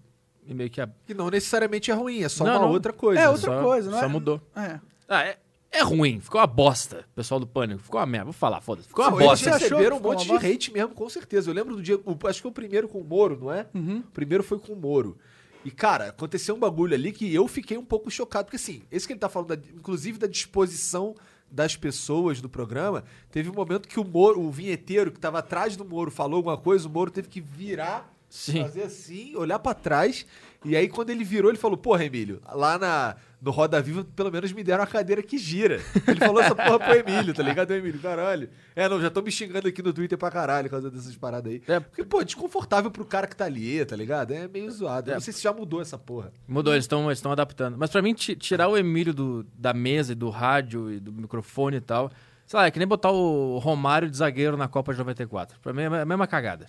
C: e meio que a.
B: Que não necessariamente é ruim, é só
C: Não,
B: uma
C: não.
B: outra coisa.
A: É, outra
C: só-
A: coisa, não
C: só
A: é?
C: mudou.
A: É.
C: Ah, é, é ruim, ficou uma bosta. Pessoal do pânico, ficou uma merda. Vou falar, foda-se. Ficou uma
B: Não,
C: bosta.
A: Você
B: Eles
A: achou
B: receberam um
A: que ficou
B: monte de
A: uma bosta?
B: hate mesmo, com certeza. Eu lembro do dia. o- acho que foi o primeiro com o Moro, não é?
C: Uhum.
B: O primeiro foi com o Moro. E, cara, aconteceu um bagulho ali que eu fiquei um pouco chocado. Porque, assim, esse que ele tá falando, da- inclusive da disposição das pessoas do programa, teve um momento que o Moro, o vinheteiro que tava atrás do Moro, falou alguma coisa, o Moro teve que virar.
C: Sim.
B: Fazer assim, olhar pra trás. E aí, quando ele virou, ele falou: Porra, Emílio, lá na, no Roda Viva, pelo menos me deram uma cadeira que gira. Ele falou essa porra pro Emílio, tá ligado, Emílio? Caralho. É, não, já tô me xingando aqui no Twitter pra caralho por causa dessas paradas aí.
C: É.
B: Porque, pô, é desconfortável pro cara que tá ali, tá ligado? É meio zoado. Eu
C: É.
B: Não sei se já mudou essa porra. É
C: Mudou, eles estão eles tão adaptando. Mas pra mim, ti- tirar o Emílio do- da mesa e do rádio e do microfone e tal, sei lá, é que nem botar o Romário de zagueiro na Copa de 94. Pra mim é a mesma cagada.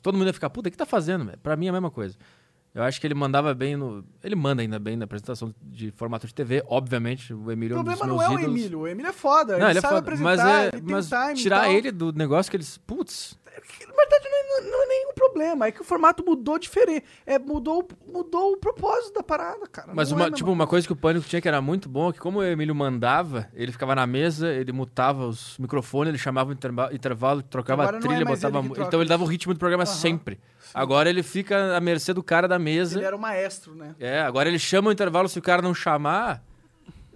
C: Todo mundo ia ficar, puta, o que tá fazendo? velho?" Pra mim é a mesma coisa. Eu acho que ele mandava bem no. Ele manda ainda bem na apresentação de formato de TV, obviamente. O
A: O
C: Emílio é um dos
A: problema
C: meus
A: não é o
C: ídolos.
A: Emílio. O Emílio é foda.
C: Não,
A: ele,
C: ele é
A: sabe
C: foda.
A: apresentar,
C: Mas, é,
A: ele tem
C: mas
A: time.
C: tirar
A: então-
C: ele do negócio que eles. Putz,
A: Na verdade, não é, não é nenhum problema. É que o formato mudou diferente. É, mudou, mudou o propósito da parada, cara.
C: Mas
A: Não é a
C: uma,
A: mesma
C: tipo, uma coisa que o Pânico tinha que era muito bom é que como o Emílio mandava, ele ficava na mesa, ele mutava os microfones, ele chamava o interva- intervalo, trocava
A: Agora
C: a
A: não é
C: trilha,
A: mais
C: botava...
A: ele que
C: mu-
A: troca
C: então ele
A: isso.
C: dava o ritmo do programa
A: Aham.
C: sempre. Agora ele fica à mercê do cara da mesa.
A: Ele era o maestro, né?
C: É, agora ele chama o intervalo, se o cara não chamar,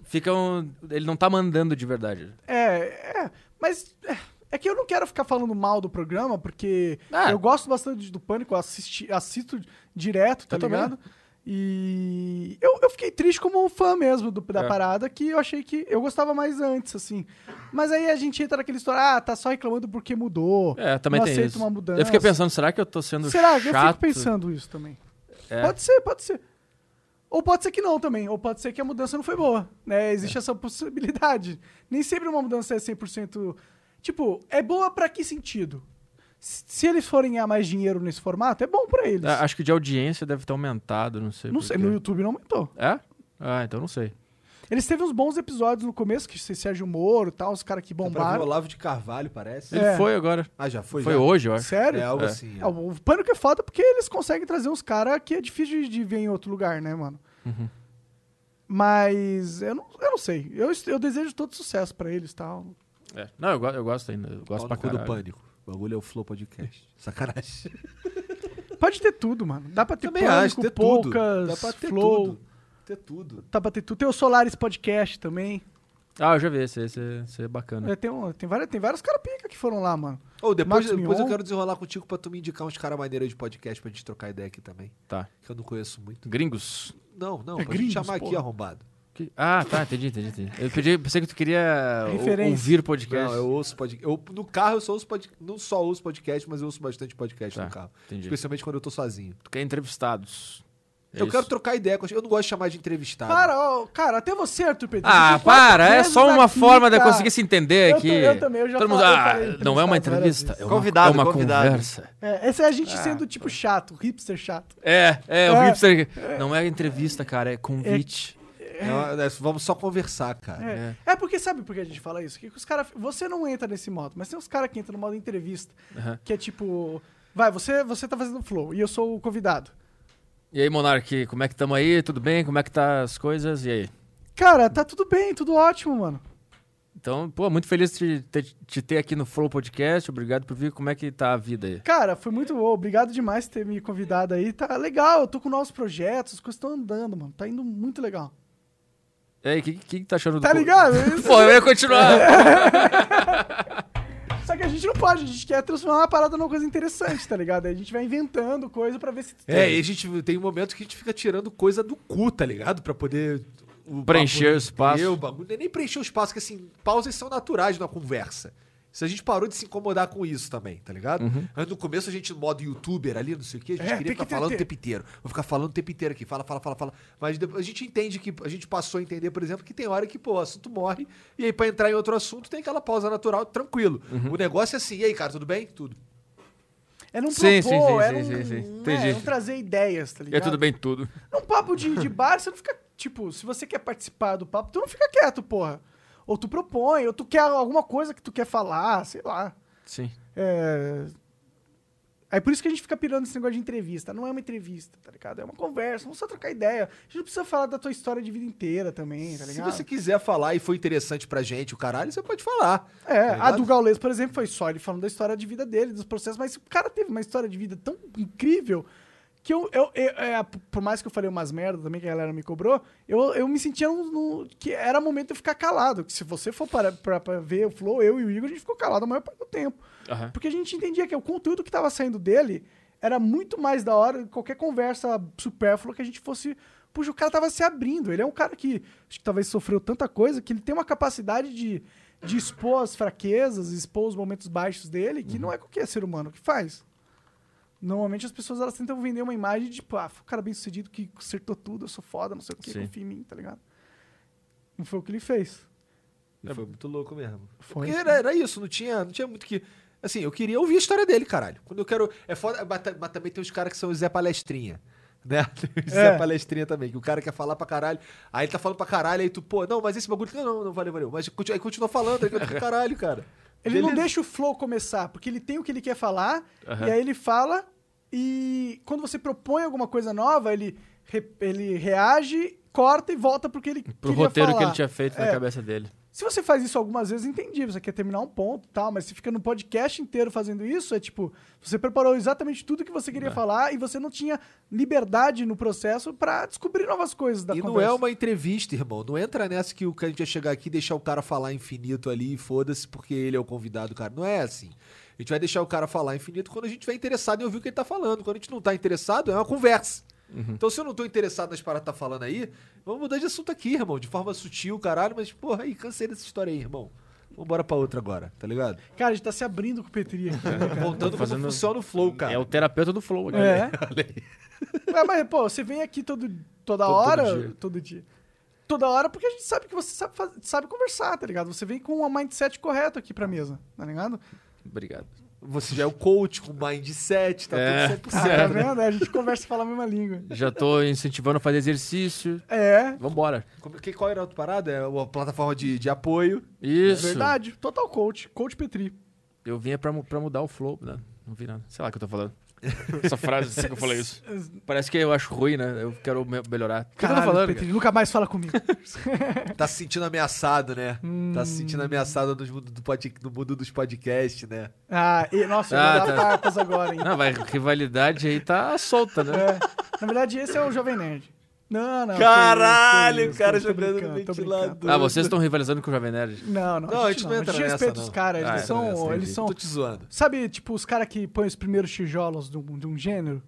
C: fica um... ele não tá mandando de verdade.
A: É, é. Mas é, é que eu não quero ficar falando mal do programa, porque
C: Ah.
A: eu gosto bastante do Pânico, eu assisti, assisto direto, tá
C: Eu também.
A: ligado? E eu, eu fiquei triste como um fã mesmo do- da
C: É.
A: parada, que eu achei que eu gostava mais antes, assim. Mas aí a gente entra naquela história, ah, tá só reclamando porque mudou.
C: É, também
A: não
C: tem
A: aceito
C: isso.
A: uma mudança.
C: Eu fiquei pensando, será que eu tô sendo
A: Será?
C: chato?
A: Eu fico pensando isso também.
C: É.
A: Pode ser, pode ser. Ou pode ser que não também. Ou pode ser que a mudança não foi boa. Né? Existe essa possibilidade. Nem sempre uma mudança é 100%. Tipo, é boa pra que sentido? S- Se eles forem ganhar mais dinheiro nesse formato, é bom pra eles.
C: Ah, Acho que de audiência deve ter aumentado, não sei
A: não
C: por
A: sei,
C: quê.
A: no YouTube não aumentou.
C: É? Ah, então não sei.
A: Eles teve uns bons episódios no começo, que esse Sérgio Moro e tal, os caras que
B: Dá pra ver o
A: bombaram.
B: Olavo de Carvalho, parece.
C: Ele
A: É.
C: foi agora.
B: Ah, já foi?
C: Foi
B: já?
C: hoje, eu acho.
A: Sério?
B: É algo
C: É.
B: assim.
A: É, o pânico é foda porque eles conseguem trazer uns caras que é difícil de, de ver em outro lugar, né, mano?
C: Uhum.
A: Mas eu não, eu não sei. Eu, est- eu desejo todo sucesso pra eles e tal.
C: É. Não, eu, go- eu gosto ainda. Eu gosto
B: Pau no
C: pra
B: cu do
C: caralho.
B: pânico. O bagulho é o Flow Podcast. Sacanagem.
A: Pode ter tudo, mano. Dá pra ter
B: Também
A: pânico,
B: acho, ter tudo.
A: poucas,
B: Dá pra ter
A: flow.
B: tudo. Ter tudo.
A: Dá pra ter tudo. Tem o Solaris Podcast também.
C: Ah, eu já vi. Esse, esse, esse é bacana.
A: É, tem, um, tem, várias, tem vários caras pica que foram lá, mano.
B: Ou depois,
A: Marcos
B: depois eu
A: Mion.
B: quero desenrolar contigo pra tu me indicar uns caras maneiros de podcast pra gente trocar ideia aqui também.
C: Tá.
B: Que eu não conheço muito.
C: Gringos.
B: Não, não,
A: É
B: pra
A: gringos,
B: gente chamar aqui
A: porra.
B: arrombado.
C: Que- Ah, tá. Entendi, entendi, entendi. Eu pedi, pensei que tu queria o-
A: Referência.
C: ouvir podcast.
B: Não, eu ouço podcast. Eu, no carro eu só ouço podcast. Não só ouço podcast, mas eu ouço bastante podcast
C: Tá,
B: no carro.
C: entendi.
B: Especialmente quando eu tô sozinho.
C: Tu quer entrevistados. É
B: eu
C: isso.
B: quero trocar ideia com as- Eu não gosto de chamar de entrevistado.
A: Para, ó, cara, até você, Arthur Pedro.
C: Ah,
A: Você foi
C: para!
A: quatro
C: É
A: vezes
C: só uma
A: aqui,
C: forma de
A: Tipo,
C: eu
A: cara.
C: conseguir se entender
A: Eu
C: aqui.
A: tam- eu também, eu já
C: Todo mundo,
A: falei- eu
C: ah,
A: falei
C: não é uma
A: entrevistado várias
C: entrevista.
A: vezes.
C: É uma,
D: Convidado,
C: é uma
D: convidado.
C: conversa.
A: É, essa é a
C: Ah,
A: gente sendo, tipo, chato, hipster chato.
C: É, é,
A: É.
C: o hipster. Não é entrevista, cara. É convite.
B: É uma- é- vamos só conversar, cara.
C: né?
A: É. É porque sabe por que a gente fala isso? Que os cara, você não entra nesse modo, mas tem uns caras que entram no modo entrevista,
C: Aham.
A: que é tipo, vai, você você tá fazendo flow e eu sou o convidado.
C: E aí, Monark, como é que tamo aí? Tudo bem? Como é que tá as coisas? E aí?
A: Cara, tá tudo bem, tudo ótimo, mano.
C: Então, pô, muito feliz de te, te ter aqui no Flow Podcast. Obrigado por vir. Como é que tá a vida aí?
A: Cara, foi muito bom, obrigado demais por ter me convidado aí. Tá legal, eu tô com novos projetos, as coisas estão andando, mano. Tá indo muito legal.
C: E aí, o que, que que tá achando do
A: Tá
C: co-
A: ligado? É. Isso-
C: Pô, eu ia continuar.
A: Só que a gente não pode, a gente quer transformar uma parada numa coisa interessante, tá ligado? Aí a gente vai inventando coisa pra ver se
B: É, e a gente tem um momento que a gente fica tirando coisa do cu, tá ligado? Pra poder o
C: Preencher
B: papo,
C: o espaço.
B: entendeu? O bagulho não é nem preencher o espaço, que assim, pausas são naturais na conversa. Se a gente parou de se incomodar com isso também, tá ligado? Antes, no começo a gente, no modo youtuber ali, não sei o quê, a gente
A: Uhum. É, tem
B: queria
A: que
B: ficar falando o
A: ter-
B: tempo inteiro. Vou ficar falando o tempo inteiro aqui, fala, fala, fala, fala. Mas depois a gente entende que, a gente passou a entender, por exemplo, que tem hora que, pô, o assunto morre, e aí pra entrar em outro assunto tem aquela pausa natural, tranquilo.
A: Uhum.
B: O negócio é assim, e aí, cara, tudo bem? Tudo.
A: É não
C: Sim, sim,
A: propor,
C: sim,
A: é
C: sim,
A: não,
C: sim, sim.
A: é,
C: Entendi.
A: não trazer ideias, tá
C: E é
A: ligado?
C: tudo bem tudo.
A: Num papo de, de bar, você não fica. Tipo, se você quer participar do papo, tu não fica quieto, porra. Ou tu propõe, ou tu quer alguma coisa que tu quer falar, sei lá.
C: Sim.
A: É. Aí por isso que a gente fica pirando nesse negócio de entrevista. Não é uma entrevista, tá ligado? É uma conversa, vamos só trocar ideia. A gente não precisa falar da tua história de vida inteira também, tá
B: Se
A: ligado?
B: você quiser falar e foi interessante pra gente, o caralho, você pode falar.
A: É,
B: tá
A: a
B: ligado?
A: do Gaules, por exemplo, foi só ele falando da história de vida dele, dos processos, mas o cara teve uma história de vida tão incrível que eu, eu, eu- é, por mais que eu falei umas merdas também que a galera me cobrou, eu, eu me sentia no, no- que era momento de eu ficar calado. Que se você for para, para, para ver o Flow, eu e o Igor, a gente ficou calado a maior parte do tempo.
C: Aham.
A: Porque a gente entendia que o conteúdo que estava saindo dele era muito mais da hora que qualquer conversa supérflua que a gente fosse. Puxa, o cara tava se abrindo. Ele é um cara que acho que talvez sofreu tanta coisa que ele tem uma capacidade de, de expor as fraquezas, expor os momentos baixos dele, que
C: Uhum.
A: não é qualquer ser humano que faz. Normalmente as pessoas elas tentam vender uma imagem de, tipo, ah, foi um cara bem sucedido que acertou tudo, eu sou foda, não sei o que,
C: Sim.
A: confia em mim, tá ligado? Não foi o que ele fez.
B: E É, Foi muito louco mesmo.
A: Foi.
B: Porque era, era isso, não tinha, não tinha muito que. Assim, eu queria ouvir a história dele, caralho. Quando eu quero. É foda, mas, ta- mas também tem os caras que são o Zé Palestrinha. Né? Tem o Zé
A: É.
B: Palestrinha também, que o cara quer falar pra caralho. Aí ele tá falando pra caralho, aí tu, pô, não, mas esse bagulho. Não, não, não valeu, valeu. Mas continua- aí continua falando, aí continua, caralho, cara.
A: Ele não
B: Beleza.
A: deixa o flow começar, porque ele tem o que ele quer falar,
C: Aham.
A: e aí ele fala, e quando você propõe alguma coisa nova, ele, re- ele reage, corta e volta pro que ele
C: Pro
A: queria
C: roteiro que
A: falar.
C: ele tinha feito
A: É.
C: na cabeça dele.
A: Se você faz isso algumas vezes, entendi, você quer terminar um ponto e tal, mas se fica no podcast inteiro fazendo isso, é tipo, você preparou exatamente tudo que você
C: É.
A: queria falar e você não tinha liberdade no processo pra descobrir novas coisas da
B: E
A: conversa.
B: não é uma entrevista, irmão. Não entra nessa que o que a gente vai chegar aqui e deixar o cara falar infinito ali, foda-se, porque ele é o convidado, cara. Não é assim. A gente vai deixar o cara falar infinito quando a gente vai interessado em ouvir o que ele tá falando. Quando a gente não tá interessado, é uma conversa.
C: Uhum.
B: Então, se eu não tô interessado nas paradas que tá falando aí, vamos mudar de assunto aqui, irmão. De forma sutil, caralho, mas, porra, aí, cansei dessa história aí, irmão. Vambora pra outra agora, tá ligado?
A: Cara, a gente tá se abrindo com o Petri aqui, né, cara?
B: Contando
C: É, fazendo-
B: como funciona o flow, cara.
C: É o terapeuta do Flow, olha.
A: É. Ué, mas, pô, você vem aqui todo, toda
C: Todo- todo
A: hora.
C: dia.
A: Todo dia. Toda hora, porque a gente sabe que você sabe, faz- sabe conversar, tá ligado? Você vem com o mindset correto aqui pra mesa, tá ligado?
C: Obrigado.
B: Você já é o coach com mindset, tá
C: É.
B: tudo 100%.
A: Ah, tá vendo? A gente conversa e fala a mesma língua.
C: Já tô incentivando a fazer exercício.
A: É,
C: Vambora.
B: Como- que- qual era a outra parada? É uma plataforma de, de apoio.
C: Isso.
A: é verdade. Total coach. Coach Petri.
C: Eu vinha pra, mu- pra mudar o flow, né? Não vi nada. Sei lá o que eu tô falando. Essa frase, sei que eu falei isso. Parece que eu acho ruim, né? Eu quero me- melhorar. O que eu tô
A: Caralho,
C: falando?
A: Petri, nunca mais fala comigo.
B: Tá se sentindo ameaçado, né? Tá se
A: Hum.
B: sentindo ameaçado no mundo, do pod- no mundo dos podcasts, né?
A: Ah, e, nossa, eu
C: Ah,
A: vou dar
C: tá.
A: farpas agora, hein?
C: cara? Não, vai, rivalidade aí tá solta, né?
A: É. Na verdade, esse é o Jovem Nerd. Não, não. que
B: Caralho,
A: isso, que isso,
B: o cara
A: tô
B: jogando no
A: brincando, tô
B: ventilador.
A: brincando.
C: Ah, vocês estão rivalizando com o Jovem Nerd.
A: Não, não.
B: Não, a gente não entra
A: A gente
B: nessa,
A: respeita
B: não.
A: os caras.
C: Ah,
A: Eles
C: é,
A: são.
C: beleza,
A: Eles
C: entendi.
A: são
B: Tô te zoando.
A: Sabe, tipo, os caras que põem os primeiros tijolos de um, de um gênero?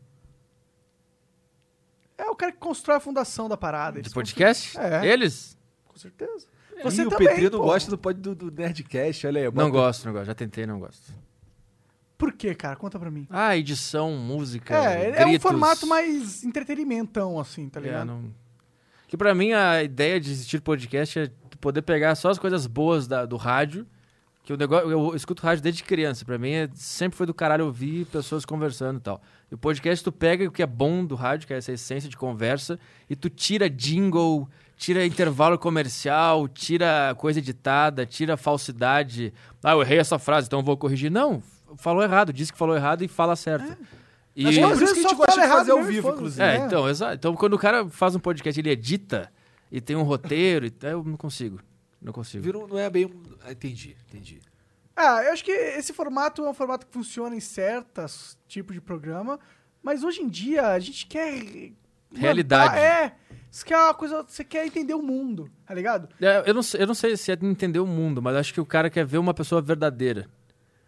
A: É o cara que constrói a fundação da parada.
C: De
A: eles
C: podcast?
A: É.
C: Eles?
A: constroem- Com certeza.
B: e Tipo, o
A: também,
B: Petri não
A: pô.
B: gosta do, pod- do, do Nerdcast, olha aí.
C: Não
B: bota-
C: gosto, não gosto. Já tentei, não gosto.
A: Por quê, cara? Conta pra mim.
C: Ah, edição, música.
A: É, ele é um
C: gritos.
A: formato mais entretenimentão, assim, tá
C: É,
A: ligado?
C: não- Que pra mim a ideia de existir podcast é tu poder pegar só as coisas boas da- do rádio. Que o negócio. Eu escuto rádio desde criança. Pra mim é- sempre foi do caralho ouvir pessoas conversando e tal. E o podcast tu pega o que é bom do rádio, que é essa essência de conversa, e tu tira jingle, tira intervalo comercial, tira coisa editada, tira falsidade. Ah, eu errei essa frase, então eu vou corrigir. Não, falou errado, disse que falou errado e fala certo. E...
B: Acho que é por
A: Às
B: isso
A: vezes
B: que a
A: só
B: gente gosta
A: fala
B: de
A: errado
B: fazer ao
A: mesmo,
B: vivo,
A: foda-se.
B: inclusive.
C: É,
A: né?
C: então, exato. Então, quando o cara faz um podcast, ele edita e tem um roteiro, e tal, eu não consigo. Não consigo.
B: Vira um- não é bem... um- ah, Entendi, entendi.
A: Ah, eu acho que esse formato é um formato que funciona em certos tipos de programa, mas hoje em dia a gente quer.
C: Realidade.
A: levantar- É. Você quer uma coisa. Você quer entender o mundo, tá ligado?
C: É, eu, não, sei- eu não sei se é entender o mundo, mas acho que o cara quer ver uma pessoa verdadeira.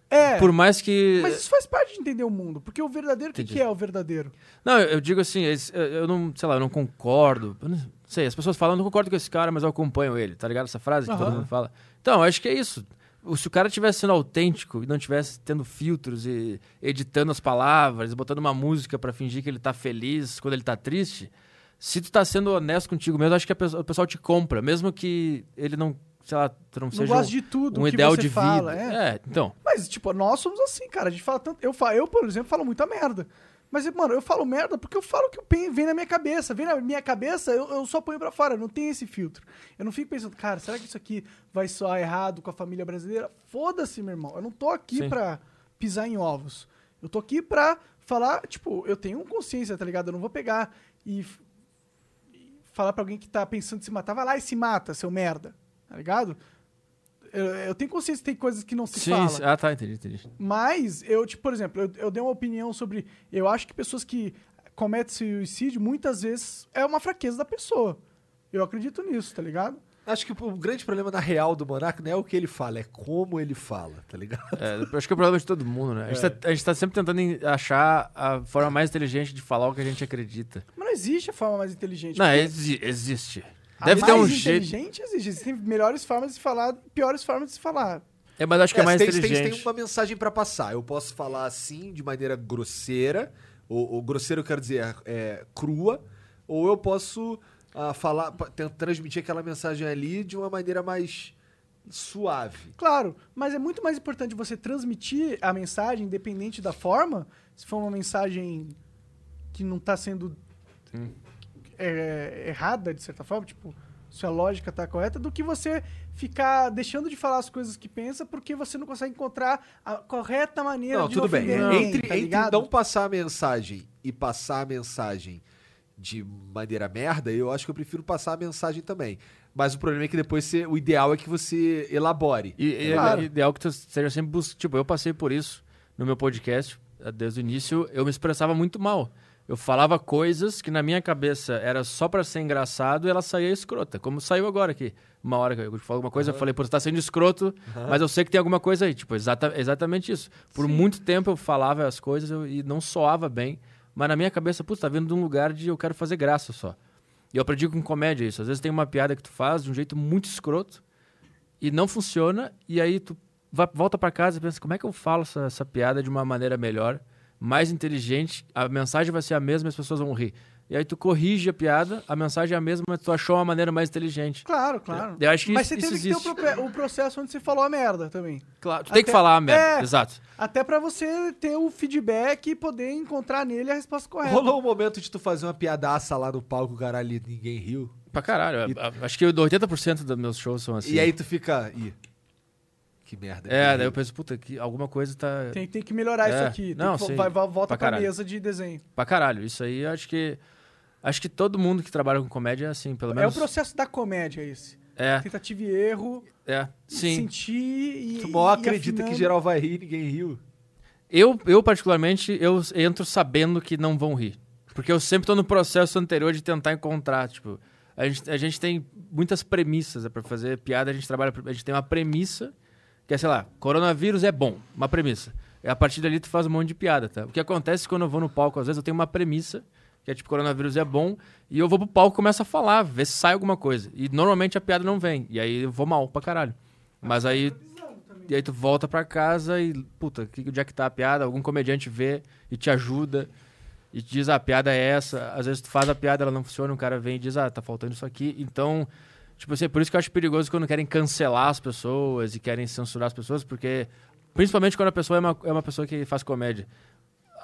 A: É,
C: Por mais que.
A: mas isso faz parte de entender o mundo, porque o verdadeiro, o que,
C: Entendi.
A: que é o verdadeiro?
C: Não, eu eu digo assim, esse- eu- eu não, sei lá, eu não concordo. Eu não sei, as pessoas falam, eu não concordo com esse cara, mas eu acompanho ele, tá ligado? Essa frase que todo
A: Aham.
C: mundo fala. Então, eu acho que é isso. O- Se o cara estivesse sendo autêntico e não estivesse tendo filtros e editando as palavras, botando uma música pra fingir que ele tá feliz quando ele tá triste, se tu tá sendo honesto contigo mesmo, acho que a pessoa- o pessoal te compra, mesmo que ele não, sei lá, tu não,
A: Não
C: seja
A: gosta
C: um,
A: de tudo,
C: um
A: o que
C: ideal
A: você
C: de
A: fala.
C: vida.
A: é.
C: é, então.
A: Mas, tipo, nós somos assim, cara. A gente fala tanto. Eu, falo, eu por exemplo, falo muita merda. Mas, mano, eu falo merda porque eu falo o que pen- vem na minha cabeça. Vem na minha cabeça, eu, eu só ponho pra fora. Não tem esse filtro. Eu não fico pensando, cara, será que isso aqui vai soar errado com a família brasileira? Foda-se, meu irmão. Eu não tô aqui
C: Sim.
A: pra pisar em ovos. Eu tô aqui pra falar, tipo, eu tenho consciência, tá ligado? Eu não vou pegar e f- e falar pra alguém que tá pensando em se matar, vai lá e se mata, seu merda. Tá ligado? Eu, eu tenho consciência que tem coisas que não se
C: Sim,
A: fala.
C: sim. Ah, tá, entendi, entendi.
A: Mas eu, tipo, por exemplo, eu, eu dei uma opinião sobre. Eu acho que pessoas que cometem suicídio muitas vezes é uma fraqueza da pessoa. Eu acredito nisso, tá ligado?
B: Acho que o grande problema na real do Monark não é o que ele fala, é como ele fala, tá ligado?
C: É, eu acho que é o problema de todo mundo, né? A gente, tá, a gente tá sempre tentando em- achar a forma mais inteligente de falar o que a gente acredita.
A: Mas não existe a forma mais inteligente.
C: Não, exi- existe.
A: A
C: Deve ter
A: mais
C: um jeito.
A: inteligente existe. Existem melhores formas de falar, piores formas de se falar.
C: É, mas acho que é, mais
B: tem, tem-
A: um
C: inteligente.
B: tem uma mensagem pra passar. Eu posso falar assim, de maneira grosseira, ou, ou grosseiro eu quero dizer é, crua, ou eu posso ah, falar, pa- ten- transmitir aquela mensagem ali de uma maneira mais suave.
A: Claro, mas é muito mais importante você transmitir a mensagem, independente da forma, se for uma mensagem que não está sendo é, errada, de certa forma, tipo, se a lógica está correta, do que você ficar deixando de falar as coisas que pensa porque você não consegue encontrar a correta maneira
B: não,
A: de
B: tudo bem.
A: ofender
B: É,
A: ninguém,
B: entre,
A: tá
B: entre
A: ligado?
B: não passar a mensagem e passar a mensagem de maneira merda, eu acho que eu prefiro passar a mensagem também. Mas o problema é que depois você- o ideal é que você elabore.
C: E, e-
A: Claro.
C: é ideal que tu seja sempre bus- Tipo, eu passei por isso no meu podcast. eh, Desde o início, eu me expressava muito mal. Eu falava coisas que na minha cabeça era só pra ser engraçado e ela saía escrota. Como saiu agora aqui. Uma hora que eu falo alguma coisa, eu falei, pô, você tá sendo escroto, mas eu sei que tem alguma coisa aí. Tipo, exata, exatamente isso. Por muito tempo eu falava as coisas eu- e não soava bem. Mas na minha cabeça, putz, tá vindo de um lugar de eu quero fazer graça só. E eu aprendi com comédia isso. Às vezes tem uma piada que tu faz de um jeito muito escroto e não funciona, e aí tu va- volta pra casa e pensa, como é que eu falo essa, essa piada de uma maneira melhor, mais inteligente, a mensagem vai ser a mesma e as pessoas vão rir. E aí tu corrige a piada, a mensagem é a mesma, mas tu achou uma maneira mais inteligente.
A: Claro, claro.
B: É,
C: Eu acho que
A: mas
C: isso-
A: você teve
C: isso
A: que ter o
C: existe.
A: prope- o, processo onde você falou a merda também.
C: Claro, tu
A: Até-
C: tem que falar a
A: É.
C: merda, exato.
A: Até pra você ter o feedback e poder encontrar nele a resposta correta.
B: Rolou um momento de tu fazer uma piadaça lá no palco, caralho, e ninguém riu.
C: Pra caralho. a- a- Acho que 80% dos meus shows são assim.
B: E aí tu fica. Ih, que merda.
C: É, daí eu penso, puta, que alguma coisa tá...
A: Tem, tem que melhorar isso
C: É.
A: aqui. Tem
C: Não,
A: que vo-
C: sim.
A: vai, vai- volta
C: Pra
A: pra,
C: caralho.
A: mesa de desenho.
C: Pra caralho. Isso aí, eu acho que... Acho que todo mundo que trabalha com comédia é assim, pelo
A: É o
C: menos...
A: processo da comédia esse.
C: É,
A: Tentativa e erro,
C: é. Sim.
A: sentir e.
B: Tu mal
A: e
B: acredita
A: afinando.
B: que geral vai rir e ninguém riu.
C: Eu, eu, particularmente, eu entro sabendo que não vão rir. Porque eu sempre tô no processo anterior de tentar encontrar, tipo... A gente, a gente tem muitas premissas né, pra fazer piada, a gente trabalha... A gente tem uma premissa, que é, sei lá, coronavírus é bom, uma premissa. E a partir dali tu faz um monte de piada, tá? O que acontece quando eu vou no palco, às vezes eu tenho uma premissa, que é tipo, coronavírus é bom, e eu vou pro palco e começo a falar, ver se sai alguma coisa. E normalmente a piada não vem, e aí eu vou mal pra caralho. Mas aí... E aí tu volta pra casa e, puta, que- onde é que tá a piada? Algum comediante vê e te ajuda e te diz, ah, a piada é essa. Às vezes tu faz a piada, ela não funciona, um cara vem e diz, ah, tá faltando isso aqui. Então, tipo assim, por isso que eu acho perigoso quando querem cancelar as pessoas e querem censurar as pessoas, porque, principalmente quando a pessoa é uma, é uma pessoa que faz comédia,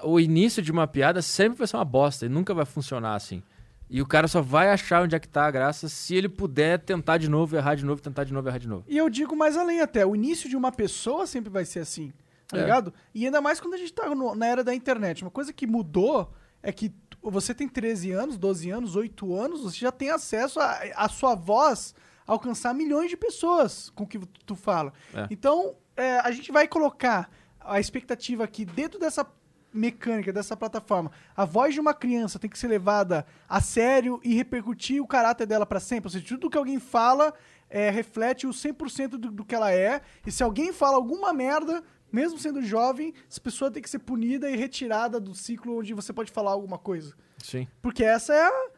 C: o início de uma piada sempre vai ser uma bosta e nunca vai funcionar assim. E o cara só vai achar onde é que tá a graça se ele puder tentar de novo, errar de novo, tentar de novo, errar de novo.
A: E eu digo mais além até, o início de uma pessoa sempre vai ser assim, tá
C: É.
A: ligado? E ainda mais quando a gente tá no- na era da internet. Uma coisa que mudou é que t- você tem 13 anos, 12 anos, 8 anos, você já tem acesso à à sua voz alcançar milhões de pessoas com o que tu fala.
C: É.
A: Então, é, a gente vai colocar a expectativa que dentro dessa mecânica, dessa plataforma, a voz de uma criança tem que ser levada a sério e repercutir o caráter dela pra sempre. Ou seja, tudo que alguém fala é, reflete o 100% do, do que ela é. E se alguém fala alguma merda, mesmo sendo jovem, essa pessoa tem que ser punida e retirada do ciclo onde você pode falar alguma coisa.
C: Sim.
A: Porque essa é a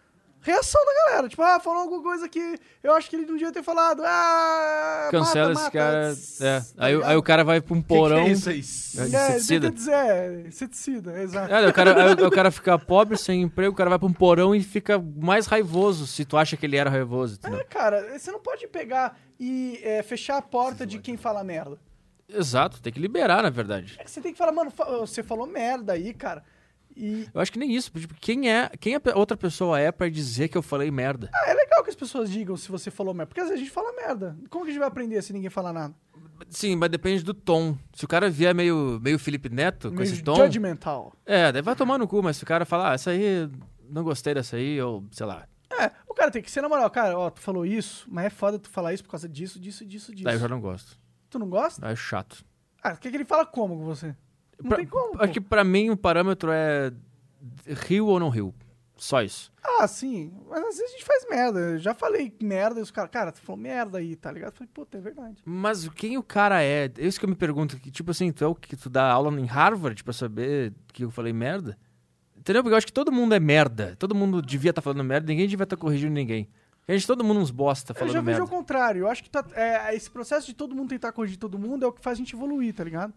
A: reação da galera. Tipo, ah, falou alguma coisa que eu acho que ele não devia ter falado. Ah,
C: Cancela
A: mata, mata.
C: esse cara. É.
A: Tá
C: Aí, o-
A: ligado?
C: aí o cara vai pra um porão.
A: É,
B: aí?
A: ele tenta
C: inseticida.
A: dizer, é, inseticida, exato.
C: É, o cara, aí o- aí o cara fica pobre, sem emprego, o cara vai pra um porão e fica mais raivoso se tu acha que ele era raivoso. entendeu?
A: É, cara, você não pode pegar e é, fechar a porta de quem fala merda.
C: Exato, tem que liberar, na verdade.
A: É que Você tem que falar, mano, fa- você falou merda aí, cara. E
C: Eu acho que nem isso. Tipo, quem é, quem a pe- outra pessoa é pra dizer que eu falei merda?
A: ah, é legal que as pessoas digam se você falou merda, porque às vezes a gente fala merda. Como que a gente vai aprender se ninguém falar nada?
C: Sim, mas depende do tom. Se o cara vier meio, meio Felipe Neto com
A: Meio
C: esse tom.
A: judgmental.
C: É, daí vai tomar no cu, mas se o cara falar, ah, essa aí, não gostei dessa aí, ou sei lá.
A: É, o cara tem que ser na moral, cara, ó, tu falou isso, mas é foda tu falar isso por causa disso, disso, disso, disso.
C: Daí eu já não gosto.
A: Tu não gosta?
C: Daí é chato.
A: Ah, quer que ele fala como com você? Não
C: Pra-
A: tem como. pô.
C: Acho É que pra mim o parâmetro é riu ou não riu. Só isso.
A: Ah, sim. Mas às vezes a gente faz merda. Eu já falei merda e os caras, cara, tu falou merda aí, tá ligado? Eu falei, puta, é verdade.
C: Mas quem o cara é? É Isso que eu me pergunto. Que, tipo assim, tu é o que tu dá aula em Harvard pra saber que eu falei merda? Entendeu? Porque eu acho que todo mundo é merda. Todo mundo devia estar falando merda, ninguém devia estar corrigindo ninguém. A gente, todo mundo uns bosta
A: Eu
C: tá falando
A: já vejo
C: merda.
A: ao contrário. Eu acho que tá- é, esse processo de todo mundo tentar corrigir todo mundo é o que faz a gente evoluir, tá ligado?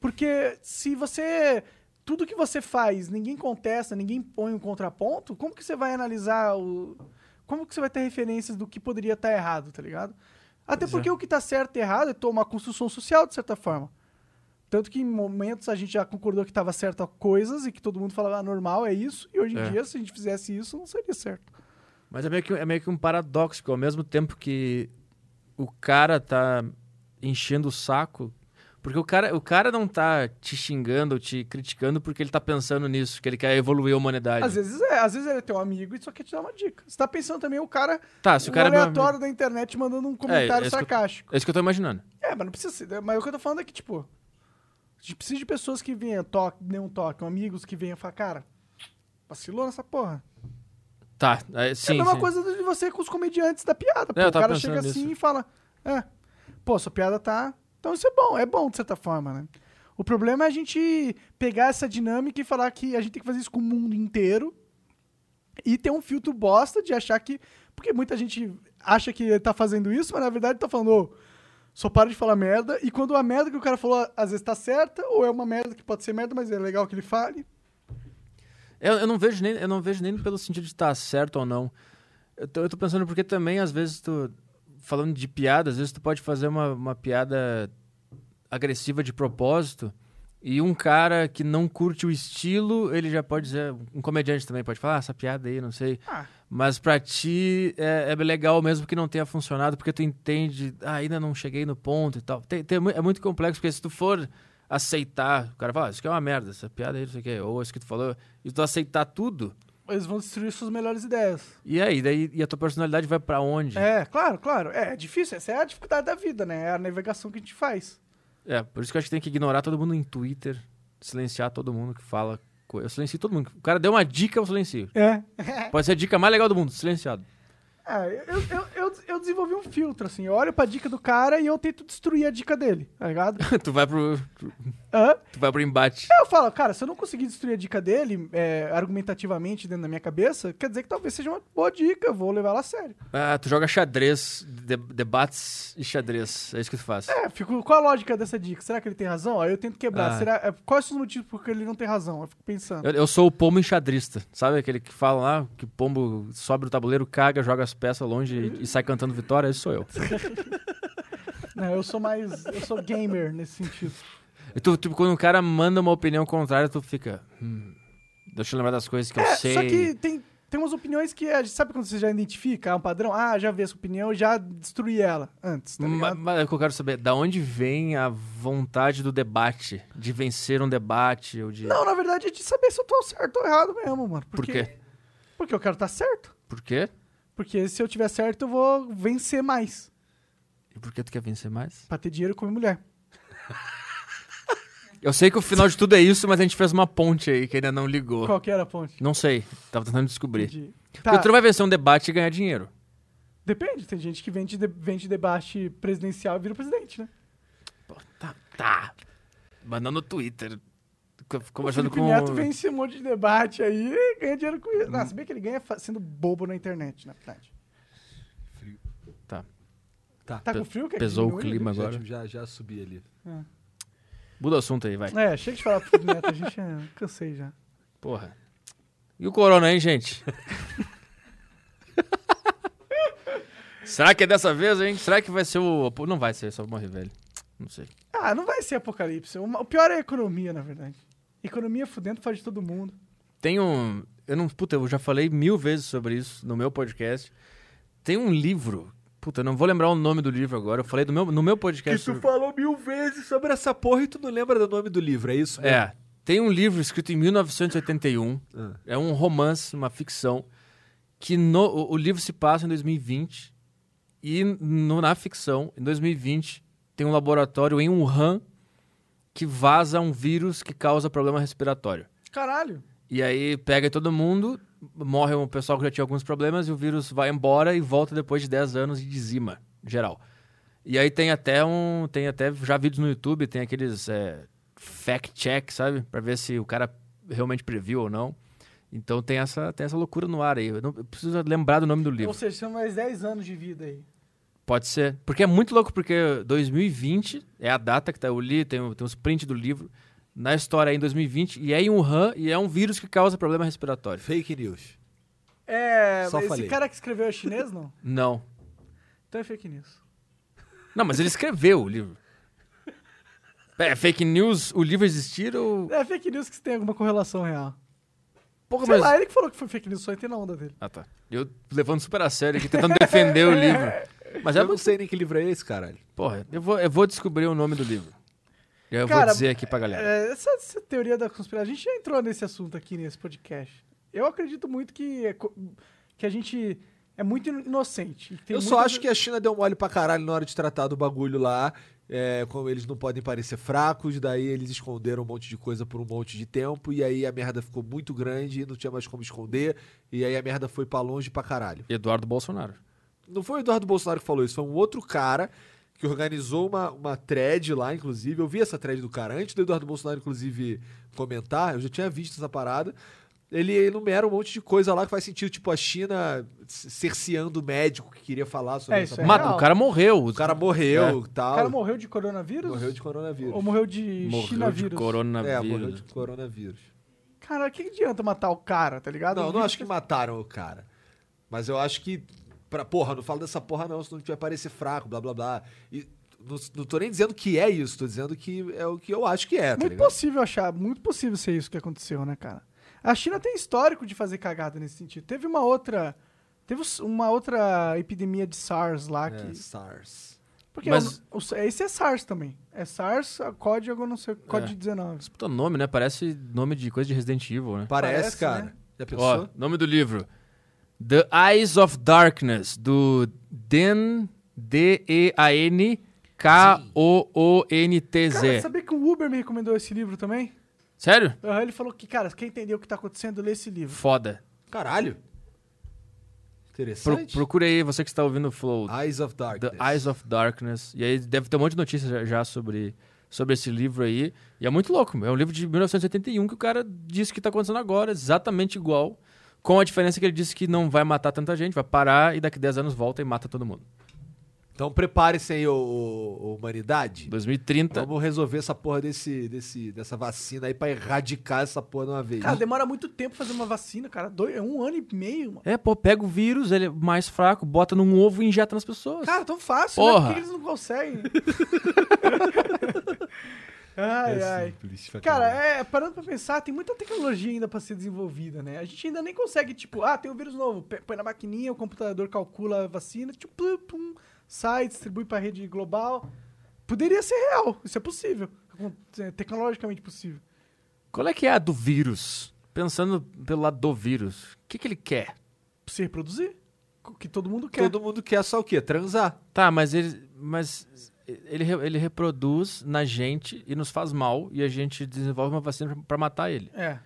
A: Porque se você. Tudo que você faz, ninguém contesta, ninguém põe um contraponto, como que você vai analisar o. Como que você vai ter referências do que poderia estar errado, tá ligado? Até porque o que tá certo e errado é uma construção social, de certa forma. Tanto que em momentos a gente já concordou que estava certo a coisas e que todo mundo falava "Ah, normal, é isso. E hoje em
C: É.
A: dia, se a gente fizesse isso, não seria certo.
C: Mas é meio, que, é meio que um paradoxo, porque ao mesmo tempo que o cara tá enchendo o saco. Porque o cara, o cara não tá te xingando ou te criticando porque ele tá pensando nisso, que ele quer evoluir a humanidade.
A: Às vezes é, às vezes ele é teu amigo e só quer te dar uma dica. Você tá pensando também o cara,
C: tá, se o
A: um
C: cara é meu
A: aleatório da internet mandando um comentário
C: é isso que eu-
A: sarcástico.
C: É isso que eu tô imaginando.
A: É, mas não precisa ser. Mas o que eu tô falando é que, tipo, a gente precisa de pessoas que venham, toque, dê um toque, amigos que venham e falar, cara, vacilou nessa porra.
C: Tá, é, sim.
A: é a mesma
C: sim.
A: coisa de você com os comediantes da piada. Pô,
C: eu
A: o
C: tava
A: cara chega
C: pensando
A: assim
C: nisso.
A: e fala: É, pô, sua piada tá. Então isso é bom, é bom de certa forma, né? O problema é a gente pegar essa dinâmica e falar que a gente tem que fazer isso com o mundo inteiro e ter um filtro bosta de achar que. Porque muita gente acha que tá fazendo isso, mas na verdade tá falando. "Ô, só para de falar merda, e quando a merda que o cara falou às vezes tá certa, ou é uma merda que pode ser merda, mas é legal que ele fale.
C: Eu, eu não vejo nem, eu não vejo nem pelo sentido de estar certo ou não. Eu tô, eu tô pensando porque também, às vezes, tu. Falando de piada, às vezes tu pode fazer uma, uma piada agressiva de propósito. E um cara que não curte o estilo, ele já pode dizer. Um comediante também pode falar, ah, essa piada aí, não sei.
A: Ah.
C: Mas pra ti é, é legal mesmo que não tenha funcionado, porque tu entende, ah, ainda não cheguei no ponto e tal. Tem- tem mu- é muito complexo, porque se tu for aceitar, o cara fala, ah, isso aqui é uma merda, essa piada aí, não sei o quê, ou isso que tu falou, e tu aceitar tudo,
A: Eles vão destruir suas melhores ideias.
C: e aí? Daí, e a tua personalidade vai pra onde?
A: É, claro, claro. É, é difícil, essa é a dificuldade da vida, né? É a navegação que a gente faz.
C: É, por isso que eu acho que tem que ignorar todo mundo em Twitter, silenciar todo mundo que fala. co- Eu silencio todo mundo. O cara deu uma dica, eu silencio.
A: É.
C: Pode ser a dica mais legal do mundo, silenciado.
A: eu, eu, eu, eu desenvolvi um filtro, assim. Eu olho pra dica do cara e eu tento destruir a dica dele, tá ligado?
C: tu, vai pro,
A: Hã?
C: tu vai pro embate.
A: Eu falo, cara, se eu não conseguir destruir a dica dele é, argumentativamente dentro da minha cabeça, quer dizer que talvez seja uma boa dica, eu vou levar ela a sério.
C: Ah, tu joga xadrez, de- debates e xadrez. É isso que tu faz.
A: É, fico, qual a lógica dessa dica? Será que ele tem razão? Aí eu tento quebrar.
C: Ah.
A: Será, é, quais são os motivos por que ele não tem razão? Eu fico pensando.
C: Eu, eu sou o pombo enxadrista. Sabe aquele que fala lá que o pombo sobe o tabuleiro, caga, joga as peças longe e, e sai cantando vitória? Esse sou eu.
A: Não, né? eu sou mais. Eu sou gamer nesse sentido.
C: E tu, tipo, quando o cara manda uma opinião contrária, tu fica. "Hum, deixa eu lembrar das coisas que eu
A: É,
C: sei.
A: Só que tem, tem umas opiniões que, é, sabe quando você já identifica um padrão? Ah, já vi essa opinião, já destruí ela antes, tá
C: Ma-
A: ligado?
C: Mas é o que eu quero saber, da onde vem a vontade do debate? De vencer um debate ou de.
A: Não, na verdade é de saber se eu tô certo ou errado mesmo, mano.
C: Por
A: Porque,
C: quê?
A: Porque eu quero estar certo.
C: Por quê?
A: Porque se eu tiver certo, eu vou vencer mais.
C: E por que tu quer vencer mais?
A: Pra ter dinheiro e comer mulher.
C: Eu sei que o final de tudo é isso, mas a gente fez uma ponte aí que ainda não ligou.
A: Qual que era a ponte?
C: Não sei, tava tentando descobrir.
A: Entendi.
C: Porque
A: Tá,
C: tu não vai vencer um debate e ganhar dinheiro.
A: depende. Tem gente que vende, de- vende debate presidencial e vira presidente, né?
C: Tá, tá. Mandando no Twitter. co-
A: O
C: Conversando
A: Felipe
C: com.
A: Neto vence um monte de debate aí e ganha dinheiro com isso.
C: Hum.
A: Ah, se bem que ele ganha fa- sendo bobo na internet, na verdade.
C: Tá.
A: Tá
C: Pe-
A: com frio? Quer que
C: pesou o
A: diminua?
C: clima
B: Já,
C: agora.
B: já, já subi ali.
C: Muda o assunto aí, vai.
A: É, chega de falar pro Felipe Neto, a gente é, cansei já.
C: Porra. E o corona, hein, gente? Será que é dessa vez, hein? Será que vai ser o. Pô, Não vai ser, só morre velho. Não sei.
A: Ah, não vai ser apocalipse. O ma- o pior é a economia, na verdade. Economia fudendo faz de todo mundo.
C: Tem um. Eu não. Puta, eu já falei mil vezes sobre isso no meu podcast. Tem um livro. Puta, eu não vou lembrar o nome do livro agora. Eu falei do meu, no meu podcast. sobre-
B: falou mil vezes sobre essa porra e tu não lembra do nome do livro, é isso mesmo?
C: É. Tem um livro escrito em 1981.
B: Ah.
C: É um romance, uma ficção. Que no- o, o livro se passa em 2020. E no- na ficção, em 2020, tem um laboratório em Wuhan que vaza um vírus que causa problema respiratório.
A: Caralho.
C: E aí pega todo mundo, morre um pessoal que já tinha alguns problemas e o vírus vai embora e volta depois de 10 anos e dizima, geral. E aí tem até um. Tem até já vídeos no YouTube, tem aqueles é, fact-check, sabe? Pra ver se o cara realmente previu ou não. Então tem essa, tem essa loucura no ar aí. Eu, não, eu preciso lembrar do nome do livro.
A: Ou seja, são mais 10 anos de vida aí.
C: Pode ser. Porque é muito louco, porque 2020 é a data que tá, eu li, tem, um- tem uns prints do livro. Na história aí em 2020, e é em Wuhan, e é um vírus que causa problema respiratório.
B: Fake news.
A: É,
B: Só
A: esse
B: falei.
A: cara que escreveu é chinês, não?
C: Não.
A: Então é fake news.
C: Não, mas ele escreveu o livro. É, fake news, o livro existir ou.
A: É fake news que tem alguma correlação real.
C: Pouco
A: Sei
C: mais.
A: lá, ele que falou que foi fake news, só entrei na onda dele.
C: Ah, tá. Eu levando super a sério aqui, tentando defender o livro. Mas é
B: eu não
C: muito.
B: sei nem que livro é esse, caralho.
C: Porra, eu vou, eu vou descobrir o nome do livro. E aí eu vou
A: Cara,
C: dizer aqui pra galera.
A: É, essa, essa teoria da conspiração, a gente já entrou nesse assunto aqui nesse podcast. Eu acredito muito que, é co- que a gente é muito inocente. e tem
B: eu só
A: muita-
B: acho que a China deu mole pra caralho na hora de tratar do bagulho lá. É, como eles não podem parecer fracos, daí eles esconderam um monte de coisa por um monte de tempo, e aí a merda ficou muito grande e não tinha mais como esconder, e aí a merda foi pra longe pra caralho.
A: é-
C: Eduardo Bolsonaro.
B: Não foi o Eduardo Bolsonaro que falou isso, foi um outro cara que organizou uma, uma thread lá, inclusive. Eu vi essa thread do cara antes do Eduardo Bolsonaro, inclusive, comentar. Eu já tinha visto essa parada. Ele enumera um monte de coisa lá que faz sentido, tipo a China cerceando o médico que queria falar sobre
A: É,
B: essa
A: isso é
B: parada.
C: Mas
A: real.
C: o cara morreu.
B: O cara morreu e
A: É. O
B: tal.
A: cara morreu de coronavírus?
B: Morreu de coronavírus.
A: Ou morreu de
C: morreu de
A: chinavírus?
C: coronavírus.
B: É, morreu de coronavírus.
A: Cara, que adianta matar o cara, tá ligado?
B: Não,
A: O
B: eu não
A: vírus
B: acho que mataram o cara. Mas eu acho que. Pra, porra, não fala dessa porra não, senão a gente vai parecer fraco, blá blá blá. E não, não tô nem dizendo que é isso, tô dizendo que é o que eu acho que é, tá
A: Muito
B: ligado?
A: possível achar, muito possível ser isso que aconteceu, né, cara? A China tem histórico de fazer cagada nesse sentido. Teve uma outra. Teve us- uma outra epidemia de SARS lá
B: É,
A: que.
B: SARS.
A: Porque
C: Mas-
A: o- o- esse é SARS também. É SARS, a código, não
B: É.
A: sei, código 19.
C: Puta nome, né? Parece nome de coisa de Resident Evil, né?
B: Parece,
A: Parece,
B: cara.
A: né?
B: Já
C: Ó,
B: pensou?
C: nome do livro. The Eyes of Darkness, do Dan, D-E-A-N,
A: Cara,
B: é.
C: K-O-O-N-T-Z.
A: sabia que o Uber me recomendou esse livro também?
C: Sério?
A: Aham, ele falou que, cara, quem entendeu o que tá acontecendo, lê esse livro.
C: Foda.
B: Caralho.
C: Pro,
B: Interessante.
C: procura aí, você que está ouvindo o Flow.
B: Eyes of
C: The
B: Darkness.
C: Eyes of Darkness. E aí deve ter um monte de notícias já, já sobre, sobre esse livro aí. E é muito louco, meu. é um livro de 1981 que o cara disse que tá acontecendo agora, exatamente igual. Com a diferença que ele disse que não vai matar tanta gente, vai parar e daqui 10 anos volta e mata todo mundo.
B: Então prepare-se aí, ô, ô- ô humanidade.
A: Então
C: 2030.
B: Vamos resolver essa porra desse, desse, dessa vacina aí pra erradicar essa porra de uma vez.
A: Cara, demora muito tempo fazer uma vacina, cara. Dois, é um ano e meio, mano.
C: É, pô, pega o vírus, ele é mais fraco, bota num ovo e injeta nas pessoas.
A: Cara, tão fácil, né?
C: Porra.
A: Por que que eles não conseguem?
D: É
A: ai,
D: assim,
A: ai.
B: simples,
A: Cara, é, parando pra pensar, tem muita tecnologia ainda pra ser desenvolvida, né? A gente ainda nem consegue, tipo, ah, tem um vírus novo, pe- põe na maquininha, o computador calcula a vacina, tipo, plum, plum, sai, distribui pra rede global. Poderia ser real, isso é possível. Acon- é Tecnologicamente possível.
C: Qual é que é a do vírus? Pensando pelo lado do vírus, o que, que ele quer?
A: Se reproduzir, co- que todo mundo quer.
B: Todo mundo quer só o quê? Transar.
C: Tá, mas ele, mas ele, re- ele reproduz na gente e nos faz mal e a gente desenvolve uma vacina pra- pra matar ele.
A: É.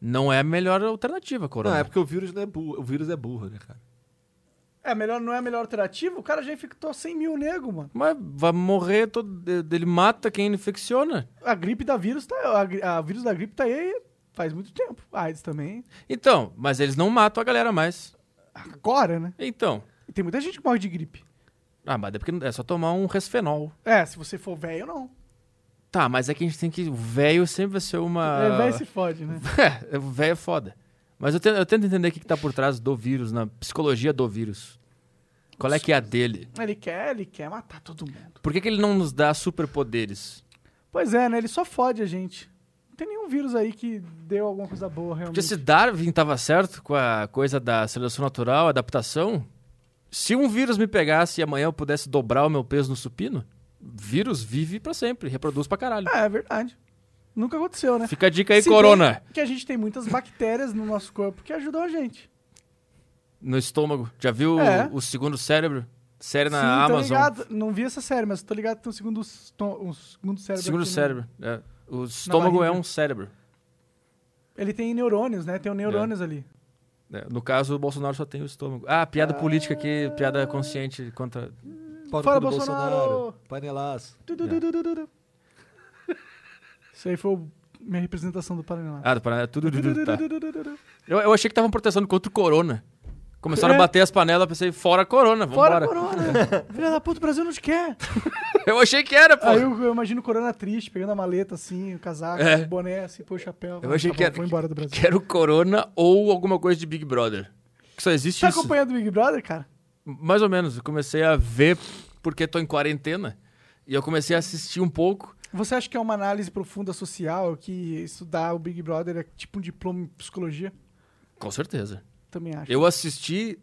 C: Não é a melhor alternativa,
B: Não,
C: corona.
B: é porque o vírus não é burro. O vírus é burro, né, cara?
A: É, melhor, não é a melhor alternativa? O cara já infectou 100 mil nego, mano.
C: Mas vai morrer todo. Ele mata quem infecciona.
A: A gripe da vírus tá. A, gri- a vírus da gripe tá aí faz muito tempo. A AIDS também.
C: Então, mas eles não matam a galera mais.
A: Agora, né?
C: Então.
A: E tem muita gente que morre de gripe.
C: Ah, mas é porque é só tomar um resfenol.
A: É, se você for velho, não.
C: Tá, mas é que a gente tem que. O velho sempre vai ser uma.
A: É, velho se fode, né?
C: É, o velho é foda. Mas eu tento, eu tento entender o que, que tá por trás do vírus, na psicologia do vírus. Qual é que é a dele?
A: Ele quer, ele quer matar todo mundo.
C: Por que, que ele não nos dá superpoderes?
A: Pois é, né? Ele só fode a gente. Não tem nenhum vírus aí que deu alguma coisa boa,
C: Porque
A: realmente.
C: se Darwin tava certo com a coisa da seleção natural, adaptação, se um vírus me pegasse e amanhã eu pudesse dobrar o meu peso no supino, vírus vive pra sempre, reproduz pra caralho.
A: É, é verdade. Nunca aconteceu, né?
C: Fica a dica aí,
A: Se bem
C: corona,
A: Que a gente tem muitas bactérias no nosso corpo que ajudam a gente.
C: no estômago. Já viu
A: É.
C: o, o segundo cérebro? Série na
A: Sim, tô
C: Amazon.
A: ligado. Não vi essa série, mas tô ligado que tem um segundo, esto- um segundo cérebro.
C: Segundo
A: aqui, né?
C: cérebro. é. O estômago é
A: barriga.
C: um cérebro.
A: Ele tem neurônios, né? Tem um neurônios ali.
C: É, No caso, o Bolsonaro só tem o estômago. Ah, piada política aqui, piada consciente contra.
B: Paulo
A: Fala,
B: Bolsonaro.
A: Bolsonaro.
B: Panelaço.
A: Du, du, du, du, du, du, du. Isso aí foi o- minha representação do Paraná.
C: Ah, do Paraná, é tudo.
A: Du, du, du,
C: tá.
A: du, du, du, du.
C: Eu, eu achei que estavam protestando contra o corona. Começaram
A: É.
C: a bater as panelas, eu pensei, fora corona,
A: Fora
C: vambora.
A: Corona! Filha da puta, o Brasil não te quer!
C: Eu achei que era, pô.
A: Aí eu, eu imagino o Corona triste, pegando a maleta assim, o casaco,
C: É.
A: o boné assim, pô, o chapéu.
C: Eu achei
A: Tá
C: que
A: bom,
C: era-
A: Vou embora do Brasil.
C: Quero corona ou alguma coisa de Big Brother. Que só existe
A: Tá
C: é isso.
A: acompanhando o Big Brother, cara?
C: Mais ou menos. Eu comecei a ver porque tô em quarentena. E eu comecei a assistir um pouco.
A: Você acha que é uma análise profunda social, que estudar o Big Brother é tipo um diploma em psicologia?
C: Com certeza.
A: Também acho.
C: Eu assisti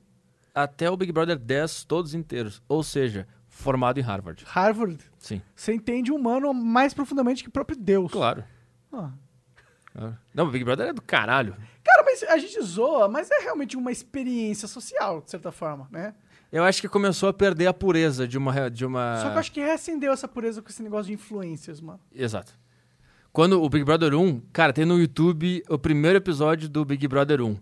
C: até o Big Brother 10 todos inteiros. Ou seja, formado em Harvard.
A: Harvard,
C: Sim.
A: você entende o humano mais profundamente que o próprio Deus.
C: Claro.
A: Ah.
C: Ah. Não, o Big Brother é do caralho.
A: Cara, mas a gente zoa, mas é realmente uma experiência social, de certa forma, né?
C: Eu acho que começou a perder a pureza de uma. re- De uma...
A: Só que eu acho que reacendeu essa pureza com esse negócio de influências, mano.
C: Exato. Quando o Big Brother 1, cara, tem no YouTube o primeiro episódio do Big Brother 1.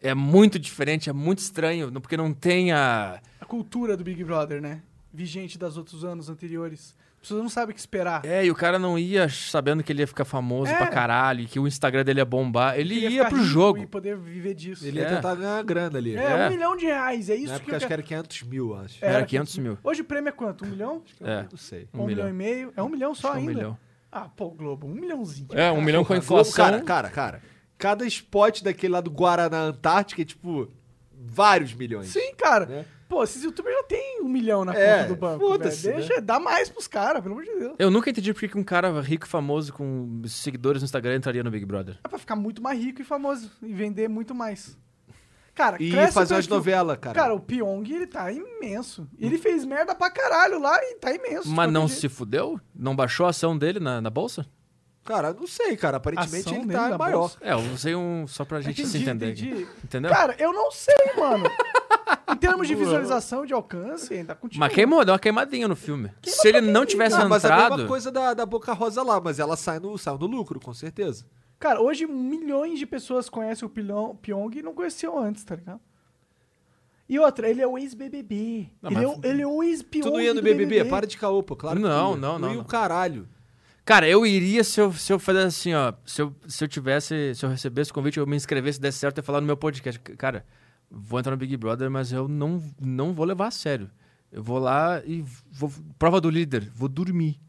C: É muito diferente, é muito estranho, não- porque não tem a.
A: A cultura do Big Brother, né? Vigente das outros anos anteriores. As pessoas não sabem o que esperar.
C: É, e o cara não ia sabendo que ele ia ficar famoso
A: É.
C: pra caralho, e que o Instagram dele ia bombar. Ele,
A: Queria
C: ia,
A: ficar
C: pro
A: rico
C: jogo.
A: E poder viver disso.
B: Ele
C: É.
B: ia tentar ganhar grana ali.
A: É,
B: Na
C: É.
A: um milhão de reais, é isso
B: época
A: que eu
B: acho que
A: quero.
B: era 500 mil, acho.
A: É.
C: Era 500 mil.
A: Hoje o prêmio é quanto? Um milhão?
C: É,
B: Não sei.
A: Um, milhão. e meio? É um milhão só
C: Acho que é um
A: ainda?
C: milhão.
A: Ah, pô, Globo, um milhãozinho.
C: É, um milhão com a
B: A Globo,
C: inflação.
B: Cara, cara, cara. Cada spot daquele lá do Guaraná Antártica é tipo vários milhões.
A: Sim, cara.
C: É.
B: Né?
A: Pô, esses youtubers já tem um milhão na
B: É,
A: conta do banco.
B: foda-se,
A: velho.
C: né?
A: Deixa, dá mais pros caras, pelo amor de Deus.
C: Eu nunca entendi por que que um cara rico e famoso com seguidores no Instagram entraria no Big Brother.
A: É pra ficar muito mais rico e famoso e vender muito mais. Cara,
B: E
A: cresce o
B: fazer umas
A: perfil.
B: novelas, cara.
A: Cara, o Pyong, ele tá imenso. Ele fez merda pra caralho lá e tá imenso. de
C: Mas não
A: qualquer jeito.
C: se fudeu? Não baixou a ação dele na, na bolsa?
B: Cara, não sei, cara. Aparentemente
A: Ação
B: ele
A: dentro
B: tá
A: da
B: maior.
A: bolsa?
C: É, eu usei um só pra gente se
A: Entendi,
C: entender. aqui.
A: entendi.
C: Entendeu?
A: Cara, eu não sei, mano. em termos de visualização, de alcance, ainda continua.
C: Mas queimou, deu uma queimadinha no filme. Se ele não tivesse
B: Ah, mas é a mesma
C: entrado.
B: coisa da, da Boca Rosa lá, mas ela sai no, sai no lucro, com certeza.
A: Cara, hoje milhões de pessoas conhecem o Pilão- Pyong e não conheciam antes, tá ligado? E outra, ele é o ex-BBB.
C: Não,
A: Ele, é
C: mas-
A: o- ele é o ex-Pyong
B: Tu não ia no
A: do
B: BBB? Para de caô, pô. Claro que tu
C: Não,
B: ia.
C: não, não,
B: ia o
C: não.
B: caralho.
C: Cara, eu iria se eu, se eu fizesse assim, ó. Se eu, se eu tivesse. Se eu recebesse o convite, eu me inscrevesse, desse certo, eu ia falar no meu podcast. C- Cara, vou entrar no Big Brother, mas eu não, não vou levar a sério. Eu vou lá e vou. Prova do líder, vou dormir.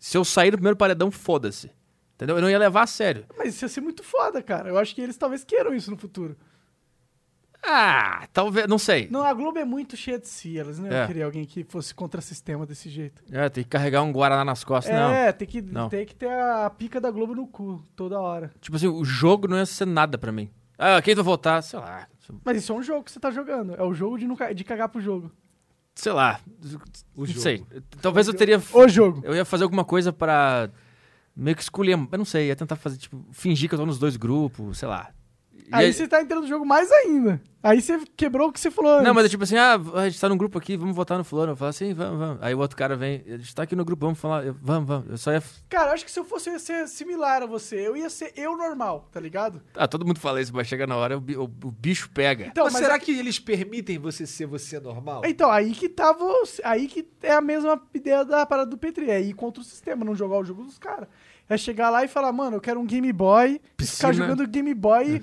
C: Se eu sair do primeiro paredão, foda-se. Entendeu? Eu não ia levar a sério.
A: Mas isso ia ser muito foda, cara. Eu acho que eles talvez queiram isso no futuro.
C: Ah, talvez. Não sei.
A: Não, a Globo é muito cheia de si. Elas não iam
C: É.
A: querer alguém que fosse contra-sistema desse jeito.
C: É, tem que carregar um Guaraná nas costas, não.
A: é, tem que,
C: Não.
A: tem que ter a pica da Globo no cu toda hora.
C: Tipo assim, o jogo não ia ser nada pra mim. Ah, quem tu vai votar? Sei lá.
A: Mas isso é um jogo que você tá jogando. É o jogo de, não ca- de cagar pro jogo.
C: Sei lá.
B: O
C: não
B: jogo.
C: sei.
A: Então,
C: Talvez eu teria.
A: O jogo.
C: Eu ia fazer alguma coisa pra. Meio que escolher. Eu não sei. Ia tentar fazer, tipo, fingir que eu tô nos dois grupos, sei lá. E
A: Aí você tá entrando no jogo mais ainda. Aí você quebrou o que você falou antes.
C: Não, mas é tipo assim, ah, a gente tá num grupo aqui, vamos votar no fulano. Eu falo assim, vamos, vamos. Aí o outro cara vem, a gente tá aqui no grupo, vamos falar, eu, vamos, vamos. Eu só ia.
A: Cara, acho que se eu fosse eu ia ser similar a você, eu ia ser eu normal, tá ligado?
C: Ah, todo mundo fala isso, mas chega na hora, o, bi- o- o bicho pega.
A: Então,
B: mas,
A: mas
B: será
A: é-
B: que eles permitem você ser você normal?
A: Então, aí que tava. os- Aí que é a mesma ideia da parada do Petri. É ir contra o sistema, não jogar o jogo dos caras. É chegar lá e falar, mano, eu quero um Game Boy,
C: Piscina.
A: ficar
C: É.
A: jogando Game Boy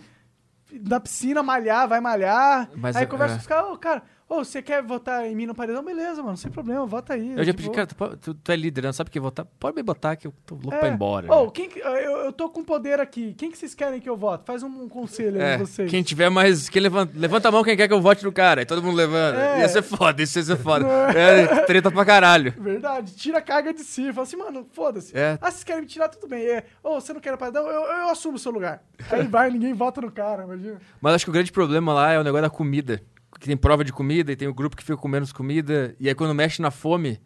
A: na piscina, malhar, vai malhar.
C: Mas
A: aí
C: é-
A: conversa
C: é.
A: com os caras, ô, cara, ô, você quer votar em mim no paredão? Beleza, mano, sem problema, vota aí.
C: Eu
A: de
C: já pedi,
A: boa.
C: cara, tu, po- tu- tu é líder, não sabe o que votar? Pode me botar que eu tô louco
A: É.
C: pra ir embora. né?
A: Ô, quem que- eu, eu tô com poder aqui. Quem que vocês querem que eu vote? Faz um, um conselho aí
C: É,
A: pra vocês.
C: quem tiver mais. Quem levanta, levanta a mão quem quer que eu vote no cara. Aí todo mundo levanta.
A: É.
C: Ia ser foda, isso ia ser foda. É, treta pra caralho.
A: Verdade, tira a carga de si. Fala assim, mano, foda-se.
C: É.
A: Ah, vocês querem me tirar, tudo bem. É. Ô, você não quer o paredão? Eu, eu assumo o seu lugar. Aí vai, ninguém vota no cara, imagina.
C: Mas acho que o grande problema lá é o negócio da comida. Que tem prova de comida e tem o grupo que fica com menos comida. E aí quando mexe na fome,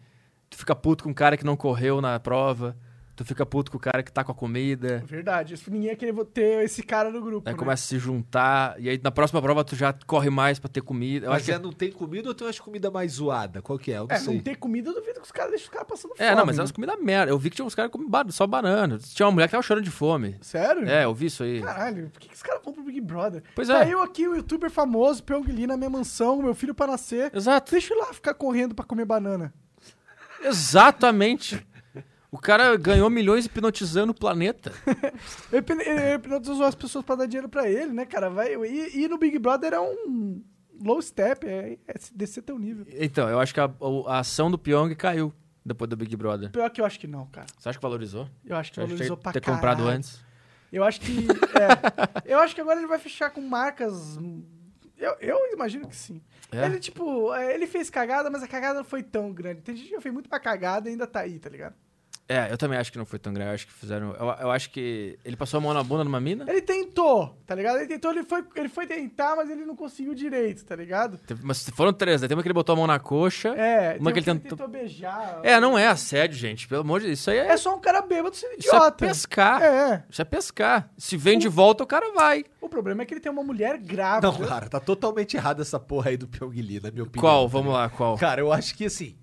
C: tu fica puto com o cara que não correu na prova. Tu fica puto com o cara que tá com a comida.
A: Verdade, isso- ninguém ia querer vo- ter esse cara no grupo.
C: Aí
A: né?
C: começa a se juntar. E aí na próxima prova tu já corre mais pra ter comida. Eu
B: Mas
C: acho que-
B: é, não tem comida ou tem umas comidas mais zoadas? Qual que é? Eu não
A: É,
B: sei.
A: não ter comida, eu duvido que os caras deixam os caras passando fome.
C: É, não, mas
A: né?
C: elas comida merda. Eu vi que tinha uns caras comendo ba- só banana. Tinha uma mulher que tava chorando de fome.
A: Sério?
C: É, eu vi isso aí.
A: Caralho, por que, que os caras vão pro Big Brother?
C: Pois
A: Tá
C: é.
A: eu aqui, o youtuber famoso, Pyongyi, na minha mansão, meu filho pra nascer.
C: Exato.
A: Deixa eu ir lá ficar correndo pra comer banana.
C: Exatamente. O cara ganhou milhões hipnotizando o planeta.
A: Ele hipno- Ele hipnotizou as pessoas pra dar dinheiro pra ele, né, cara? Vai, e, e no Big Brother é um low step, é, é se- descer teu nível.
C: Então, eu acho que a, o- a ação do Pyong caiu depois do Big Brother.
A: Pior que eu acho que não, cara.
C: Você acha que valorizou?
A: Eu acho que
C: Você acha que
A: valorizou
C: tinha
A: pra
C: que ter
A: caralho.
C: comprado antes.
A: Eu acho que. é. eu acho que agora ele vai fechar com marcas. Eu, eu imagino que sim.
C: É?
A: Ele, tipo, é, ele fez cagada, mas a cagada não foi tão grande. Tem gente que já fez muito pra cagada e ainda tá aí, tá ligado?
C: É, eu também acho que não foi tão grave. Eu acho que fizeram. Eu, eu acho que ele passou a mão na bunda numa mina.
A: Ele tentou, tá ligado? Ele tentou, ele foi, ele foi tentar, mas ele não conseguiu direito, tá ligado?
C: Teve- Mas foram três, né? Tem uma que ele botou a mão na coxa.
A: É,
C: Uma
A: tem
C: que
A: um
C: ele tentou-
A: beijar.
C: É, não é assédio, gente. Pelo amor de Deus. Isso aí é.
A: É só um cara bêbado sendo
C: Isso é
A: idiota.
C: pescar.
A: É.
C: Isso é pescar. Se vem de volta, o cara vai.
A: O problema é que ele tem uma mulher grávida.
B: Não, cara, tá totalmente errada essa porra aí do Pyong Lee, na minha opinião.
C: Qual?
A: né?
C: Vamos lá, qual?
B: Cara, eu acho que assim.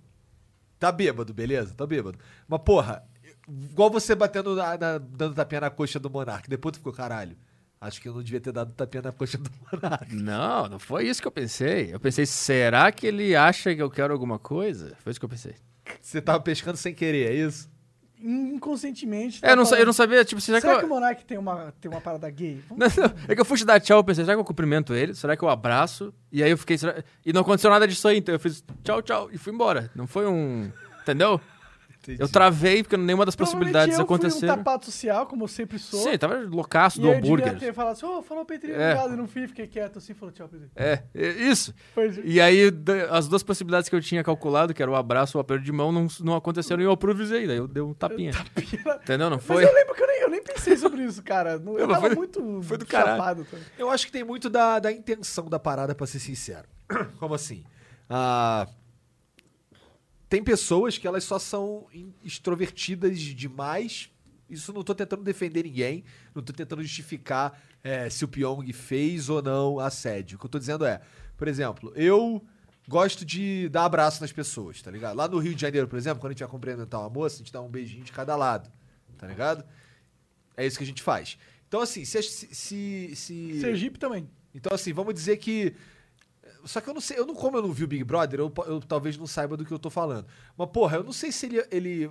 B: Tá bêbado, beleza? Tá bêbado. Mas, porra, igual você batendo na, na- dando tapinha na coxa do Monark. Depois tu ficou, caralho. Acho que eu não devia ter dado tapinha na coxa do Monark.
C: Não, não foi isso que eu pensei. Eu pensei, será que ele acha que eu quero alguma coisa? Foi isso que eu pensei.
B: Você tava pescando sem querer, é isso?
A: Inconscientemente.
C: É, eu não, sa-
A: sei,
C: eu não sabia, tipo, será,
A: Será
C: que,
A: que
C: eu...
A: o Monark tem uma, tem uma parada gay? Vamos-
C: Não, não, é que eu fui te dar tchau, eu pensei, será que eu cumprimento ele? Será que eu abraço? E aí eu fiquei, será- e não aconteceu nada disso aí, então eu fiz tchau, tchau, e fui embora. Não foi um... Entendeu? Eu travei, porque nenhuma das possibilidades
A: Provavelmente eu
C: aconteceram.
A: Fui um tapado social, como eu sempre sou.
C: Sim, tava
A: e
C: loucaço do
A: eu devia
C: hambúrguer.
A: ter falado assim, ô, falou Petri,
C: É.
A: obrigado, e não fui, fiquei quieto assim, falou tchau, Petri.
C: É, é, isso.
A: Foi isso.
C: E aí, da- as duas possibilidades que eu tinha calculado, que era o abraço ou o aperto de mão, não, não aconteceram e eu improvisei, daí eu dei um tapinha. Entendeu? Não
A: Mas
C: foi?
A: eu lembro que eu nem, eu nem pensei sobre isso, cara. Não- Eu
C: Não, mas
A: tava
C: foi do-
A: muito
C: foi do caralho.
A: chapado. também.
B: Eu acho que tem muito da, da intenção da parada, pra ser sincero. Como assim? Ah, tem pessoas que elas só são in- extrovertidas demais. Isso não tô tentando defender ninguém, não tô tentando justificar eh, se o Pyong fez ou não assédio. O que eu tô dizendo é, por exemplo, eu gosto de dar abraço nas pessoas, tá ligado? Lá no Rio de Janeiro, por exemplo, quando a gente vai cumprimentar uma moça, a gente dá um beijinho de cada lado, tá ligado? É isso que a gente faz. Então, assim, se. se, se- se-
A: Sergipe também.
B: então, assim, vamos dizer que. Só que eu não sei, eu não, como eu não vi o Big Brother, eu, po- eu talvez não saiba do que eu tô falando. Mas, porra, eu não sei se ele, ele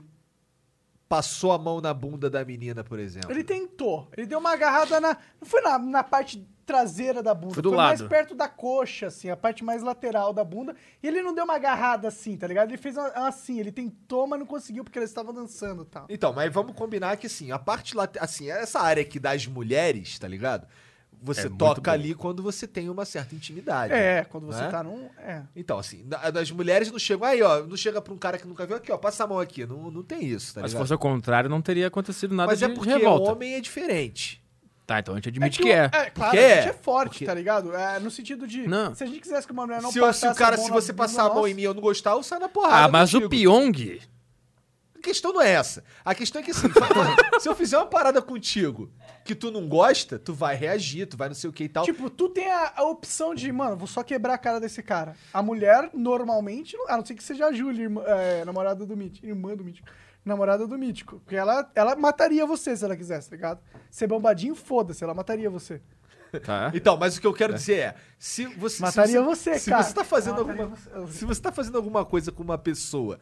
B: passou a mão na bunda da menina, por exemplo.
A: Ele tentou. Ele deu uma agarrada na. Não foi na, na parte traseira da bunda.
C: Foi do
A: mais
C: lado.
A: perto da coxa, assim, a parte mais lateral da bunda. E ele não deu uma agarrada assim, tá ligado? Ele fez uma- uma assim, ele tentou, mas não conseguiu porque eles estavam dançando e tal.
B: Então, mas vamos combinar que, assim, a parte lá. Assim, essa área aqui das mulheres, tá ligado? Você
C: É muito
B: toca
C: bom.
B: ali quando você tem uma certa intimidade.
A: É, quando você
B: né?
A: tá num. É.
B: Então, assim, da- das mulheres não chega. Aí, ó, não chega pra um cara que nunca viu aqui, ó, passa a mão aqui. Não, não tem isso, tá
C: Mas se
B: ligado?
C: fosse ao contrário, não teria acontecido nada
B: mas
C: de
B: é porque
C: revolta.
B: o homem é diferente.
C: Tá, então a gente admite
A: que
C: que,
A: o-
C: é.
A: claro,
B: Porque
A: a gente
B: é.
A: é forte,
B: Porque-
A: tá ligado? É, no sentido de.
C: Não.
A: Se a gente quisesse que o Manuel não
B: se, eu- se
A: passasse
B: o cara,
A: a mão
B: se
A: na
B: você
A: bunda
B: passar a mão
A: nossa-
B: em mim e eu não gostar, eu saio na porrada.
C: Ah, mas o
B: contigo.
C: Pyong
B: questão não é essa. A questão é que assim, fa- fa- se eu fizer uma parada contigo que tu não gosta, tu vai reagir, tu vai não sei o que e tal.
A: Tipo, tu tem a, a opção de, mano, vou só quebrar a cara desse cara. A mulher, normalmente, não- a não ser que seja a Júlia, irmã- é, namorada do Mítico, irmã do Mítico, namorada do Mítico. Porque ela, ela mataria você se ela quisesse, tá ligado? Ser bombadinho, foda-se, ela mataria você.
C: Tá.
B: Então, mas o que eu quero dizer é, se você
A: Mataria
B: se você,
A: você,
B: se
A: cara.
B: você tá fazendo
A: Mataria
B: alguma
A: você.
B: se você tá fazendo alguma coisa com uma pessoa,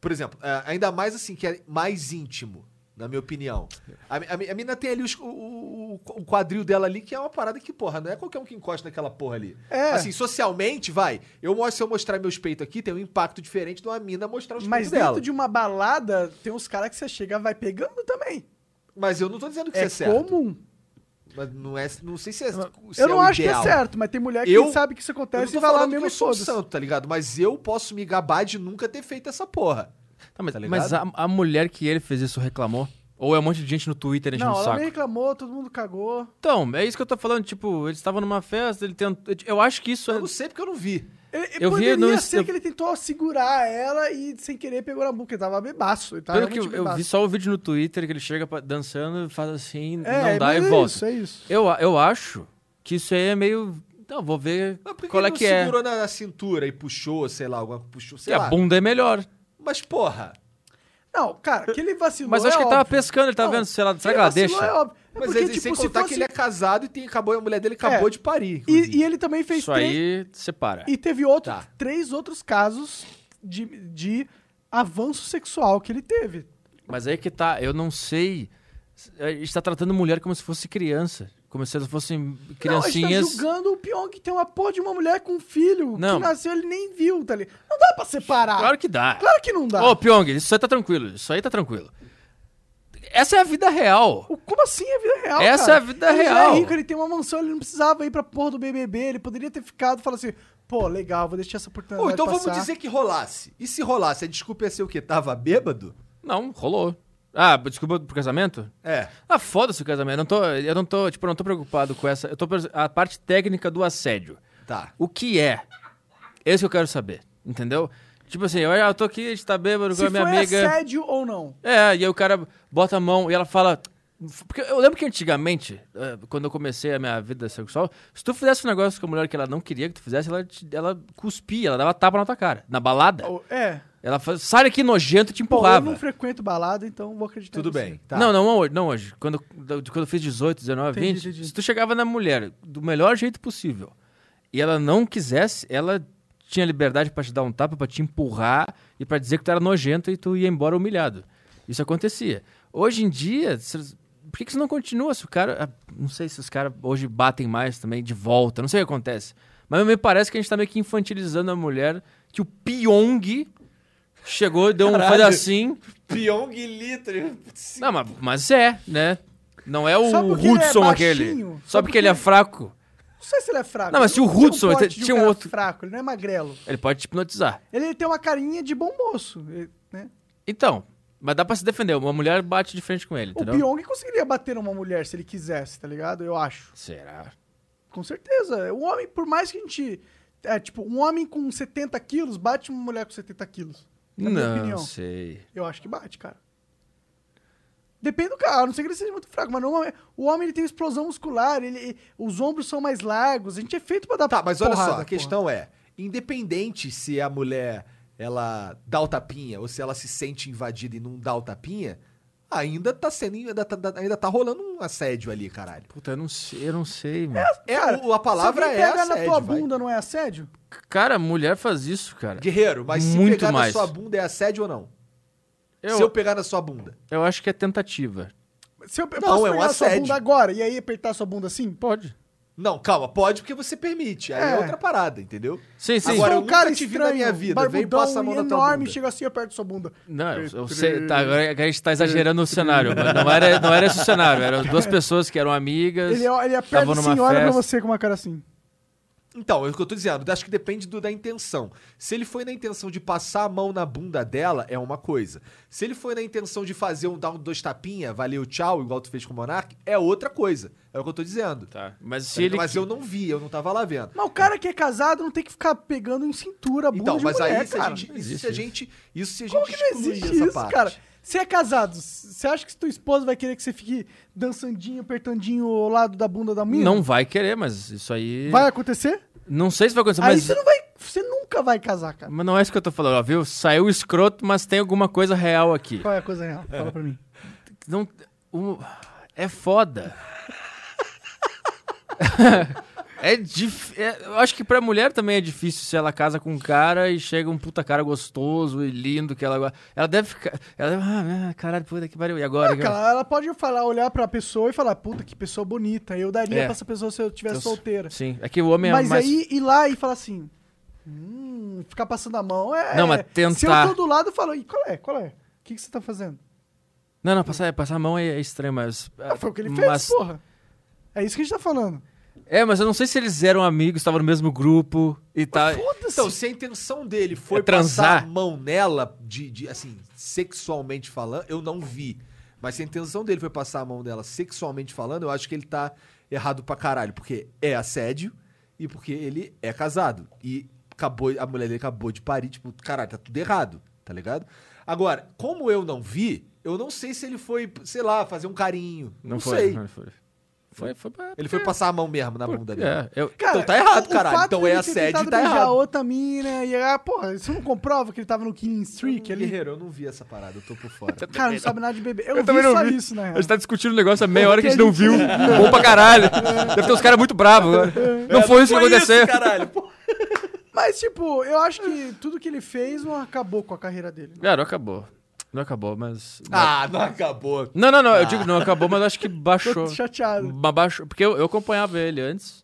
B: por exemplo, é, ainda mais assim que é mais íntimo, na minha opinião. A, mi- a, mi- a mina tem ali os- o, o, o quadril dela ali que é uma parada que porra não é qualquer um que encosta naquela porra ali.
A: É.
B: Assim, socialmente vai. Eu mostro se eu mostrar meus peitos aqui tem um impacto diferente de uma mina mostrar os
A: Mas
B: peitos tipo dela.
A: dentro de uma balada, tem uns caras que você chega vai pegando também.
B: Mas eu não tô dizendo que
A: é
B: isso é certo.
A: comum.
B: Mas não é, não sei se é, se
A: eu
B: é
A: não
B: o
A: acho
B: ideal.
A: que é certo, Então mas tem mulher que
B: Eu-
A: sabe que isso
B: Eu não
A: acontece
B: tô
A: e vai lá
B: falando que
A: mesmo
B: eu
A: e
B: sou um
A: foda-se.
B: santo, tá ligado? Mas eu posso me gabar de nunca ter feito essa porra.
C: Tá, mas
B: Tá ligado?
C: mas a, a mulher que ele fez isso reclamou? Ou é um monte de gente no
B: né,
C: Twitter enchendo
A: Não,
C: o
A: ela
C: saco?
A: me reclamou, todo mundo cagou.
C: Então, é isso que eu tô falando. Tipo, eles estavam numa festa, ele tentou. Eu acho que isso é.
B: Eu não sei porque eu não vi.
A: Ele, ele
C: Eu vi
A: poderia
C: no-
A: ser
C: eu-
A: que ele tentou segurar ela e, sem querer, pegou na boca. Ele tava bebaço. Ele tava
C: Pelo que eu,
A: realmente
C: eu
A: bebaço.
C: vi só o vídeo no Twitter que ele chega pra- dançando, faz assim,
A: É,
C: não dá
A: mas
C: e
A: é
C: volta.
A: Isso, é isso.
C: Eu, a- eu acho que isso aí é meio. Não, vou ver
B: Mas por que
C: qual é
B: ele não
C: que é.
B: segurou na, na cintura e puxou, sei lá, alguma puxou, sei
C: Porque
B: lá.
C: a bunda é melhor.
B: Mas porra.
A: É Não, cara, que ele vacilou
C: Mas acho
A: é
C: que ele tava
A: óbvio.
C: pescando, ele tava
A: Não,
C: vendo, sei lá,
A: Que
C: será
A: ele
C: que ela
A: vacilou
C: deixa?
A: É óbvio. É
B: Mas
A: porque,
B: ele,
A: tipo,
B: sem
A: se
B: contar
A: fosse-
B: que ele é casado e tem, acabou, a mulher dele acabou
A: É.
B: de parir.
A: e, e ele também fez
C: Isso
A: três...
C: aí separa.
A: E teve outro,
B: Tá.
A: três outros casos de, de avanço sexual que ele teve.
C: Mas aí que tá, eu não sei. A gente tá tratando mulher como se fosse criança. Como se elas fossem
A: Não, a
C: criancinhas.
A: gente tá julgando o Pyong que tem uma porra de uma mulher com um filho
C: Não.
A: que nasceu ele nem viu, tá ligado? Não dá pra separar.
C: claro que dá.
A: Claro que não dá.
C: Ô, Pyong, isso aí tá tranquilo. Isso aí tá tranquilo. Essa é a vida real.
A: O- Como assim é a vida real?
C: Essa
A: cara?
C: é a vida
A: ele já
C: real.
A: é rico, ele tem uma mansão, ele não precisava ir pra porra do BBB, ele poderia ter ficado e falar assim: pô, legal, vou deixar essa oportunidade.
B: Pô, então
A: passar.
B: vamos dizer que rolasse. E se rolasse, a desculpa ia ser o quê? Tava bêbado?
C: Não, rolou. Ah, desculpa pro casamento?
B: É.
C: Ah, foda-se o casamento. Eu não tô, eu não tô, tipo, eu não tô preocupado com essa. Eu tô pres- a parte técnica do assédio.
B: Tá.
C: O que é? Esse que eu quero saber, entendeu? Tipo assim, eu, eu tô aqui, a gente tá bêbado com
A: se
C: a minha
A: foi
C: amiga.
A: assédio ou não.
C: É, e aí o cara bota a mão e ela fala. Porque eu lembro que antigamente, eh, quando eu comecei a minha vida sexual, se tu fizesse um negócio com a mulher que ela não queria que tu fizesse, ela, te- ela cuspia, ela dava tapa na tua cara, na balada.
A: Ou- É.
C: Ela fala, sai daqui nojento e te
A: Bom,
C: empurrava.
A: eu não frequento balada, então vou acreditar.
B: Tudo
A: em você.
B: bem. Tá.
C: Não, não hoje. Não hoje. Quando, quando eu fiz 18, 19,
A: Entendi,
C: 20,
A: entendi.
C: se tu chegava na mulher do melhor jeito possível e ela não quisesse, ela tinha liberdade pra te dar um tapa, pra te empurrar e pra dizer que tu era nojento e tu ia embora humilhado. Isso acontecia. Hoje em dia, cês- por que, que isso não continua? Se o cara. ah, Não sei se os caras hoje batem mais também de volta, não sei o que acontece. Mas me parece que a gente tá meio que infantilizando a mulher que o Pyong chegou e deu um
B: Caralho.
C: faz assim.
B: Pyong Litre.
C: Não, mas, mas é, né? Não é o
A: Só porque ele é
C: Hudson aquele.
A: baixinho,
C: Só porque ele é fraco,
A: Não sei se ele é fraco.
C: Não, mas se o
A: Ele tem um
C: Hudson, ele
A: porte de
C: tinha um
A: cara
C: outro-
A: fraco, ele não é magrelo.
C: ele pode te hipnotizar.
A: Ele tem uma carinha de bom moço, ele- né?
C: Então, mas dá pra se defender. Uma mulher bate de frente com ele,
A: O
C: entendeu?
A: Pyong conseguiria bater numa mulher se ele quisesse, tá ligado? Eu acho.
C: Será?
A: Com certeza. O homem, por mais que a gente. É, tipo, um homem com 70 quilos bate uma mulher com 70 quilos. Na minha
C: não
A: opinião.
C: sei.
A: Eu acho que bate, cara. Depende do cara, a não sei que ele seja muito fraco, mas normalmente o homem ele tem explosão muscular, ele, os ombros são mais largos, a gente é feito pra dar
B: Tá, mas olha
A: porrada,
B: só, a
A: porra.
B: questão é, independente se a mulher ela dá o tapinha ou se ela se sente invadida e não dá o tapinha, ainda tá sendo ainda tá, tá- ainda tá rolando um assédio ali, caralho.
C: Puta, eu não sei, eu não sei, mano.
B: É,
A: Cara,
B: o- a palavra
A: se alguém
B: é
A: pegar
B: assédio,
A: na tua
B: vai.
A: bunda não é assédio?
C: Cara, mulher faz isso, cara.
B: Guerreiro, mas se
C: Muito
B: pegar
C: mais.
B: na sua bunda é assédio ou não?
C: Eu,
B: Se eu
C: eu...
B: pegar na sua bunda.
C: acho que é tentativa.
A: Se eu, eu
B: Não,
A: posso
B: é um
A: pegar a sua
B: assédio.
A: bunda agora e aí apertar sua bunda assim?
C: Pode.
B: Não, calma, pode porque você permite. Aí é,
A: É.
B: outra parada, entendeu?
C: Sim, sim.
A: Se
B: Agora, eu
A: for um
B: nunca te vi na minha vida, vem
A: barbudão
B: passar a mão
A: e
B: na tua
A: enorme,
B: bunda.
A: chega assim e aperta sua bunda.
C: Não, eu, eu sei. Tá, agora a gente tá exagerando o cenário. mas Não era, não era esse o cenário. Eram duas pessoas que eram amigas.
A: Ele, é ele aperta
C: Tava numa
A: assim e olha pra
C: festa.
A: você com uma cara assim.
B: Então, é o que eu tô dizendo, acho que depende do- da intenção. Se ele foi na intenção de passar a mão na bunda dela, é uma coisa. Se ele foi na intenção de fazer um down, dois tapinha, valeu, tchau, igual tu fez com o Monark, é outra coisa. É o que eu tô dizendo.
C: Tá. Mas se ele.
B: Mas eu não vi, eu não tava lá vendo.
A: Mas o cara que é casado não tem que ficar pegando em cintura a bunda
B: Então,
A: de
B: mas
A: mulher,
B: aí se a
A: cara.
B: gente.
C: Não
B: Isso se
C: existe
B: a gente. Isso se a gente
A: Como que não
B: excluir
A: existe isso, cara? Você é casado, você acha que sua esposa vai querer que você fique dançandinho, apertandinho ao lado da bunda da mina?
C: Não vai querer, mas isso aí.
A: Vai acontecer?
C: Não sei se vai acontecer,
A: Aí
C: mas.
A: você não vai. Você nunca vai casar, cara.
C: Mas não é isso que eu tô falando, ó, viu? Saiu escroto, mas tem alguma coisa real aqui.
A: Qual é a coisa real? Fala pra mim.
C: Não, o- é foda. é dif... é- eu acho que pra mulher também é difícil se ela casa com um cara e chega um puta cara gostoso e lindo que ela gosta. Ela deve ficar. Ela deve. Ah, ah, caralho, puta que pariu. E agora?
A: Ah, cara, ela pode falar, olhar pra pessoa e falar, puta, que pessoa bonita. Eu daria
C: É.
A: pra essa pessoa se eu tivesse
C: Eu-
A: solteira.
C: Sim. É que o homem é
A: Mas
C: mais.
A: aí ir lá e falar assim. Hum, ficar passando a mão é.
C: Não, mas
A: Se eu
C: tentar.
A: tô do lado, eu falo, e qual é? Qual é? O que, que você tá fazendo?
C: Não, não, passar, passar a mão é, é estranho, mas.
A: Ah, foi o que ele fez,
C: mas-
A: porra. É isso que a gente tá falando.
C: É, mas eu não sei se eles eram amigos, estavam no mesmo grupo e tal.
A: Foda-se.
B: Então, se a intenção dele foi
C: É transar.
B: passar a mão nela, de, de, assim, sexualmente falando, eu não vi. Mas se a intenção dele foi passar a mão dela sexualmente falando, eu acho que ele tá errado pra caralho. Porque é assédio e porque ele é casado. E acabou, a mulher dele acabou de parir, tipo, caralho, tá tudo errado, tá ligado? Agora, como eu não vi, eu não sei se ele foi, sei lá, fazer um carinho. Não,
C: foi. Uhum.
B: sei.
C: Não foi. Foi, foi pra.
B: Ele foi passar a mão mesmo na bunda dele.
C: É, eu,
B: Então tá errado,
A: o
B: caralho.
A: fato
B: Então
A: dele
B: é
A: ter
B: assédio,
A: tentado
B: tá
A: beijar
B: errado.
A: outra mina e, ah, porra, isso não comprova que ele tava no killing streak ali?
B: é Guerreiro, eu não vi essa parada, eu tô por fora.
A: Cara, não sabe nada de bebê. Eu,
C: Eu
A: vi
C: também não
A: só
C: vi.
A: isso, né?
C: A gente tá discutindo um negócio há meia hora que a gente não viu. Bom pra caralho. Deve ter uns caras muito bravos. né? Não foi isso que aconteceu.
B: caralho.
A: Mas, tipo, eu acho que tudo que ele fez não acabou com a carreira dele.
C: Cara, não acabou. Não acabou, mas.
B: Ah, não acabou.
C: Não, não, não. Eu digo não acabou, mas acho que baixou.
A: Tô chateado.
C: Mas baixou. Porque eu, eu acompanhava ele antes.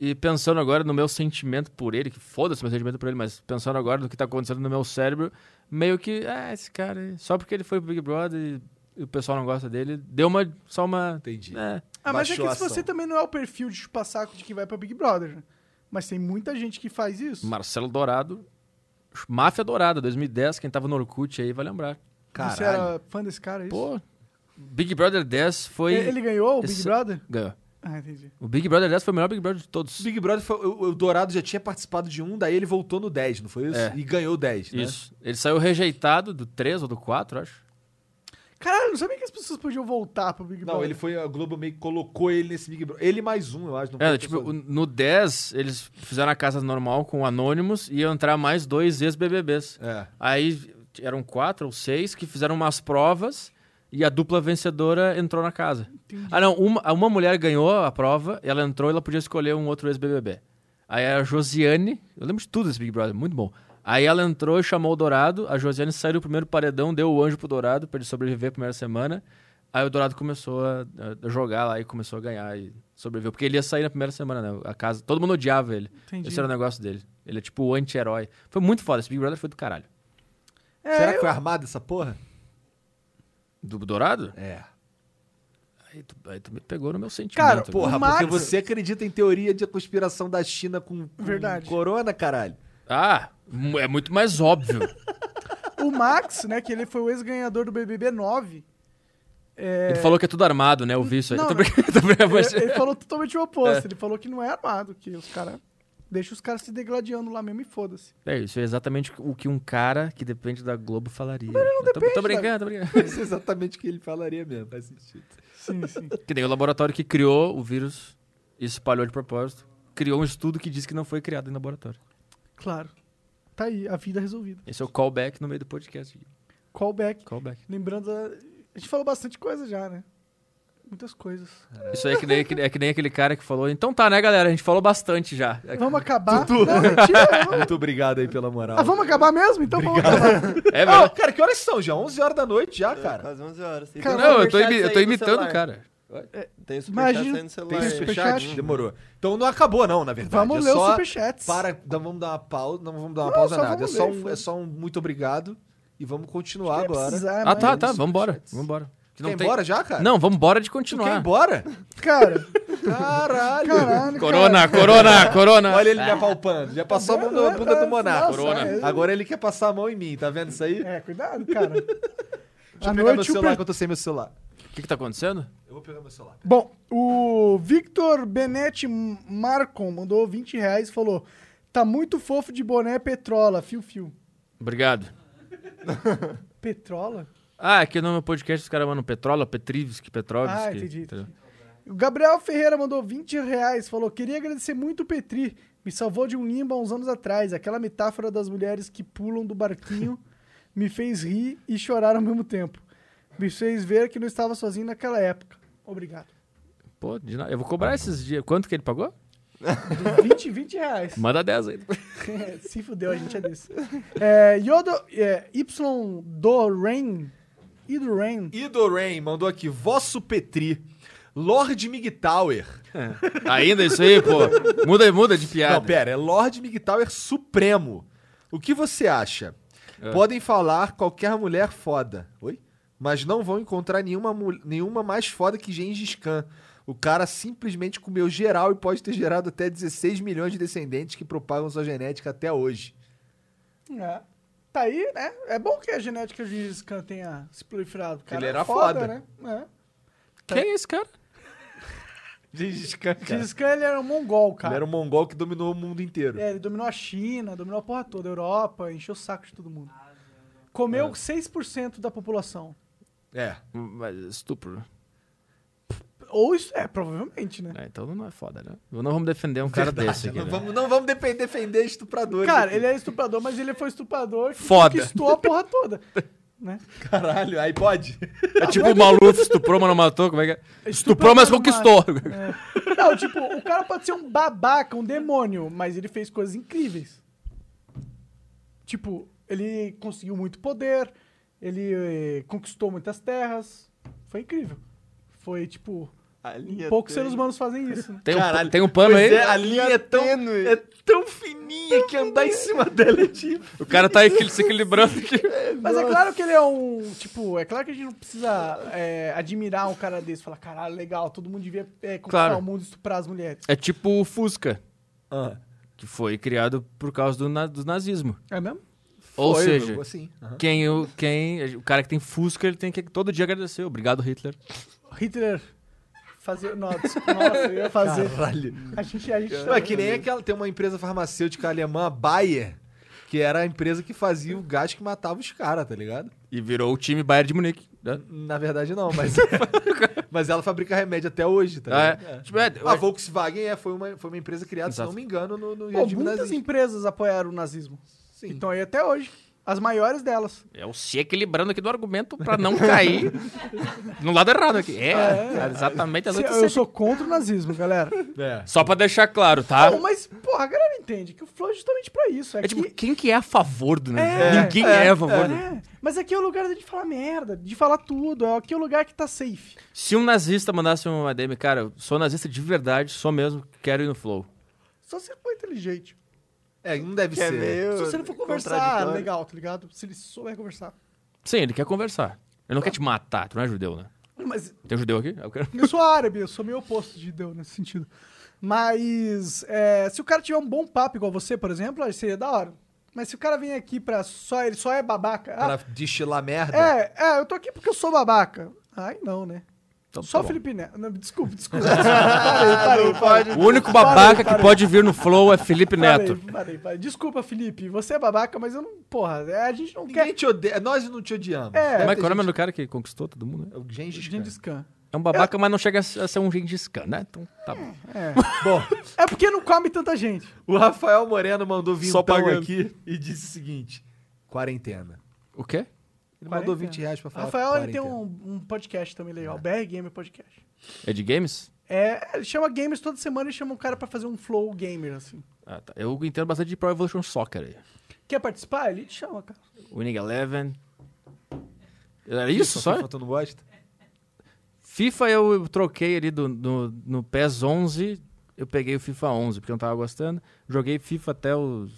C: E pensando agora no meu sentimento por ele, que foda-se meu sentimento por ele, mas pensando agora no que tá acontecendo no meu cérebro, meio que, ah, esse cara, aí, só porque ele foi pro Big Brother e o pessoal não gosta dele, deu uma, só uma...
B: Entendi.
C: É,
A: Ah, mas é
B: Baixou
A: que
B: a
A: se você
B: ação.
A: também não é o perfil de chupar saco de quem vai pra Big Brother. né? Mas tem muita gente que faz isso.
C: Marcelo Dourado, Máfia Dourada, 2010, quem tava no Orkut aí vai lembrar.
A: Você
B: Caralho.
A: era fã desse cara, é isso?
C: Pô, Big Brother 10 foi...
A: É, ele, ele ganhou o Big
C: esse-
A: Brother?
C: Ganhou.
A: Ah, entendi.
C: O Big Brother 10 foi o melhor Big Brother de todos.
B: Big Brother, foi, o, o Dourado já tinha participado de um, daí ele voltou no 10, não foi isso?
C: É.
B: E ganhou 10, né?
C: Isso. Ele saiu rejeitado do 3 ou do 4, acho.
A: Caralho, não sabia que as pessoas podiam voltar pro Big Brother.
B: Não, ele foi, a Globo meio que colocou ele nesse Big Brother. Ele mais um, eu acho. Não foi
C: É, tipo,
B: pessoa-
C: o- no 10, eles fizeram a casa normal com o Anonymous e iam entrar mais dois ex-BBBs.
B: É.
C: Aí eram quatro ou seis que fizeram umas provas e a dupla vencedora entrou na casa. Ah, não, uma, uma mulher ganhou a prova, ela entrou e ela podia escolher um outro ex-BBB. Aí a Josiane, eu lembro de tudo desse Big Brother, muito bom. Aí ela entrou e chamou o Dourado, a Josiane saiu do primeiro paredão, deu o anjo pro Dourado pra ele sobreviver a primeira semana. Aí o Dourado começou a, a jogar lá e começou a ganhar e sobreviveu. Porque ele ia sair na primeira semana, né? A casa, todo mundo odiava ele.
A: Entendi.
C: Esse era o negócio dele. Ele é tipo o anti-herói. Foi muito foda, esse Big Brother foi do caralho.
A: É,
B: Será que
A: eu-
B: foi armada essa porra?
C: Do Dourado?
B: É.
C: Aí tu, aí tu me pegou no meu sentimento.
A: Cara,
C: agora.
B: Porra,
A: O
B: porque
A: Max-
B: você acredita em teoria de conspiração da China com, com
A: Verdade.
B: corona, caralho.
C: Ah, mu- é muito mais óbvio.
A: O Max, né, que ele foi o ex-ganhador do BBB 9. É,
C: Ele falou que é tudo armado, né? Eu vi isso aí.
A: Não, É.
C: Eu tô brincando, tô brincando, mas-
A: ele, ele falou totalmente o oposto. Ele falou que não é armado, que os caras... Deixa os caras se degladiando lá mesmo e foda-se.
C: É isso, é exatamente o que um cara que depende da Globo falaria. Eu tô, tô brincando, tô brincando.
B: Isso é exatamente o que ele falaria mesmo, faz sentido.
A: Sim, sim.
C: Que daí o laboratório que criou o vírus e espalhou de propósito, criou um estudo que diz que não foi criado em laboratório.
A: Claro. Tá aí, a vida resolvida.
C: Esse é o callback no meio do podcast.
A: Callback.
C: Callback.
A: Lembrando, a... a gente falou bastante coisa já, né? Muitas coisas.
C: Isso aí é que, nem, é que nem aquele cara que falou. Então tá, né, galera? A gente falou bastante já. É,
A: Vamos acabar. Não, mentira. vamos-
B: Muito obrigado aí pela moral.
A: Ah, vamos acabar mesmo? Então vamos acabar.
C: É,
B: Ah,
C: mas...
B: cara, que horas são já? 11 horas da noite já,
D: Cara,
B: cara.
D: quase 11 horas. E
A: Cara,
D: tem
C: Não, eu tô,
D: superchat
C: imi- eu tô
D: saindo no
C: imitando o
D: celular.
C: cara.
D: Tem superchat
A: Imagina-
D: saindo no
B: Tem
D: celular.
A: Tem
B: superchat?
A: superchat?
B: Demorou. Então não acabou, não, na verdade.
A: Vamos
B: É
A: ler os
B: só
A: superchats.
B: Para, não vamos dar uma pausa, não vamos dar uma
A: Não,
B: pausa
A: só
B: nada. É
A: vamos
B: só,
A: ler,
B: um,
A: foi.
B: é só um muito obrigado e vamos continuar
A: Não
B: agora.
A: precisar,
C: Ah,
A: É, mas-
C: tá, tá.
B: Superchats.
C: Vambora. Vambora. Que
B: Quer ir embora já, cara? é
C: Não, vambora de
B: Tu quer ir
C: continuar.
B: embora?
A: Cara,
B: Caralho.
A: caralho.
C: Corona, corona, corona.
B: Olha ele me apalpando. Já passou a mão na bunda do Monarca.
A: Nossa, Corona. é.
B: Agora ele quer passar a mão em mim, tá vendo isso aí?
A: cara. É, cuidado, cara.
B: Deixa
A: À
B: eu pegar meu
A: noite, o
B: celular
A: pre-
B: que eu tô sem meu celular.
C: O que, que tá acontecendo?
B: Eu vou pegar meu celular.
A: Bom, o Victor Benetti Marcon mandou 20 reais e falou: Tá muito fofo de boné Petrola, fio, fio.
C: Obrigado.
A: Petrola?
C: Ah, aqui no meu podcast os caras mandam Petrola, Petrivski, Petrovski.
A: Ah, entendi,
B: tá
A: entendi.
C: entendeu?
A: O Gabriel Ferreira mandou 20 reais, falou: queria agradecer muito o Petri, me salvou de um limbo há uns anos atrás. Aquela metáfora das mulheres que pulam do barquinho me fez rir e chorar ao mesmo tempo. Me fez ver que não estava sozinho naquela época. Obrigado.
C: Pô, de nada. eu vou cobrar esses dias. Quanto que ele pagou?
A: 20, 20 reais.
C: Manda 10 aí.
A: Se fudeu, a gente é desse. É, Yodo, é, y do Rain. E do Rain.
B: Idorain mandou aqui, vosso Petri, Lord Migtower.
C: Ainda isso aí, pô. Muda, muda de piada.
B: Não, pera, é Lord Migtower Supremo. O que você acha?
C: É.
B: Podem falar qualquer mulher foda. Oi? Mas não vão encontrar nenhuma, mul- nenhuma mais foda que Gengis Khan. O cara simplesmente comeu geral e pode ter gerado até 16 milhões de descendentes que propagam sua genética até hoje.
A: É. Tá aí, né? É bom que a genética de Gengis Khan tenha se proliferado. O Cara,
B: Ele era
A: é
B: foda.
A: né?
C: Quem é esse cara?
B: Gengis Khan,
A: É. Gengis Khan ele era um mongol, cara.
B: Ele era um mongol que dominou o mundo inteiro.
A: É, ele dominou a China, dominou a porra toda, a Europa, encheu o saco de todo mundo. Comeu 6% da população.
B: É.
C: Mas estupro. né?
A: Ou isso, é, provavelmente, né?
C: É, então não é foda, né? Não vamos defender um cara desse aqui.
B: não,
C: né?
B: vamos, não vamos depen- defender estupradores.
A: Cara,
B: aqui.
A: ele é estuprador, mas ele foi estuprador que
C: Foda.
A: conquistou a porra toda. Né?
B: Caralho, aí pode?
C: É tipo o Maluf estuprou, mas não matou. Como é que é? Estuprou, mas conquistou.
A: É. Não, tipo, o cara pode ser um babaca, um demônio, mas ele fez coisas incríveis. Tipo, ele conseguiu muito poder, ele eh, conquistou muitas terras. Foi incrível. Foi, tipo,
D: A linha é
A: poucos
D: tênue.
A: seres humanos fazem isso, né?
C: Tem,
B: Caralho.
C: um, tem um pano
B: Pois
C: aí?
B: é, a linha é tão,
D: tênue.
B: é tão fininha que andar em cima dela é tipo.
C: O cara tá equil- se equilibrando aqui.
A: Mas é claro que ele é um. Tipo, é claro que a gente não precisa eh, admirar um cara desse. Falar, caralho, legal, todo mundo devia eh, conquistar
C: Claro.
A: o mundo e estuprar as mulheres.
C: É tipo o Fusca,
B: Ah,
C: que foi criado por causa do, na- do nazismo.
A: É mesmo?
C: Ou
B: foi,
C: seja,
B: meu, assim. aham.
C: quem, o, quem, o cara que tem Fusca, ele tem que todo dia agradecer. Obrigado, Hitler.
A: Hitler. Fazer. Nossa, nossa, eu ia fazer.
B: Caralho.
A: A gente. tá A gente
B: Não, é que nem aquela. Tem uma empresa farmacêutica alemã, a Bayer, que era a empresa que fazia o gás que matava os caras, tá ligado?
C: E virou o time Bayern de Munique. né?
B: Na verdade, não, mas. mas ela fabrica remédio até hoje, tá
C: Ah,
B: ligado?
C: é.
B: É.
C: Tipo, é, eu
B: A
C: acho-
B: Volkswagen é, foi, uma, foi uma empresa criada,
C: Exato.
B: se não me engano, no, no
A: Pô,
B: regime
A: muitas
B: nazista.
A: empresas apoiaram o nazismo.
B: Sim.
A: Então aí até hoje. As maiores delas.
C: É o se equilibrando aqui do argumento pra não cair no lado errado aqui. É,
A: É.
C: exatamente. a
A: Se-
C: luta
A: eu
C: seca.
A: sou contra o nazismo, galera.
B: É.
C: Só pra deixar claro, tá?
A: Não, mas, porra, a galera entende que o Flow é justamente pra isso. É,
C: É tipo,
A: que-
C: quem que é a favor do negócio?
A: É,
C: Ninguém é, a favor. do-
A: É, mas aqui é o lugar de falar merda, de falar tudo. é Aqui é o lugar que tá safe.
C: Se um nazista mandasse um ADM, cara, eu sou nazista de verdade, sou mesmo, quero ir no Flow.
A: Só se você for inteligente.
B: É, não deve
D: Que é
B: ser. né?
D: meio
A: Se você não for conversar,
D: contraditório.
A: legal, tá ligado? Se ele souber conversar.
C: Sim, ele quer conversar. Ele não quer te matar, tu não é judeu, né?
A: Mas
C: Tem judeu aqui? Eu quero-
A: eu sou árabe, eu sou meio oposto de Deus nesse sentido. Mas é, se o cara tiver um bom papo igual você, por exemplo, aí seria da hora. Mas se o cara vem aqui pra só. Ele só é babaca. ah,
B: Pra destilar merda.
A: É, é, eu tô aqui porque eu sou babaca. Ai, não, né?
C: Então,
A: Só
C: tá
A: o
C: bom.
A: Felipe Neto. Não, desculpa, desculpa. parei, parei,
D: Não pode.
C: O único babaca
A: Parei, parei.
C: que pode vir no Flow é Felipe
A: parei,
C: Neto.
A: parei, parei, parei. Desculpa, Felipe. Você é babaca, mas eu não. Porra, é, a gente não
B: Ninguém te odeia. Nós não te odiamos.
A: É.
B: Deve
C: Como é
B: ter
C: que é o nome do cara que conquistou todo mundo? né?
B: gente-
A: quer.
B: Gengis Khan.
A: Gengis Khan.
C: É um babaca, mas não chega a ser a ser um Gengis Khan, né? Então tá bom.
A: É.
B: Bom,
A: é porque não come tanta gente.
B: o Rafael Moreno mandou
C: Só
B: vintão
C: pagando.
B: aqui e disse o seguinte: quarentena.
C: O quê?
B: Ele
A: Quarentena.
B: mandou 20 reais pra falar.
A: Rafael, ele tem
B: Ah, quarentena. É.
A: um, um podcast também legal. BR Gamer Podcast.
C: É de games?
A: É, ele chama gamers toda semana e chama um cara pra fazer um flow gamer, assim.
C: Ah, tá. Eu entendo bastante de Pro Evolution Soccer aí.
A: Quer participar? Ele te chama, cara.
C: Winning Eleven. Era isso,
B: Só
C: só?
B: FIFA Então, tu não gosta?
C: FIFA eu troquei ali do, do- no PES 11, eu peguei o FIFA 11, porque eu não tava gostando. Joguei FIFA até os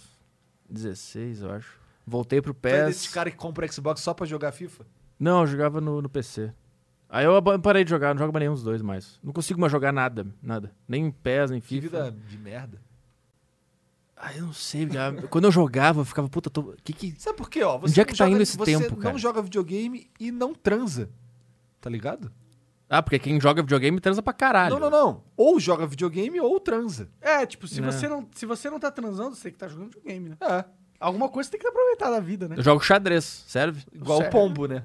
C: 16, eu acho. Voltei pro
B: Tu é desses
C: PES.
B: caras que compram Xbox só pra jogar FIFA?
C: Não, eu jogava no, no PC. Aí eu ab- parei de jogar, não jogo mais nenhum dos dois mais. Não consigo mais jogar nada, nada. Nem PES, nem
B: Que
C: FIFA.
B: vida de merda.
C: Ah, eu não sei, cara. Quando eu jogava, eu ficava, puta, tô... que que...
B: Sabe por quê, ó?
C: Onde é que
B: não
C: tá
B: joga-
C: indo esse
B: você
C: tempo,
B: não
C: cara?
B: joga videogame e não transa. Tá ligado?
C: Ah, porque quem joga videogame transa pra caralho.
B: Não, não, não. Ou joga videogame ou transa.
A: É, tipo, se,
C: Não.
A: Você, não, se você não tá transando, você tem que tá jogando videogame, né?
B: É.
A: Alguma coisa você tem que aproveitar da vida, né?
C: Eu jogo xadrez, serve?
B: Igual o
A: Sério?
B: pombo, né?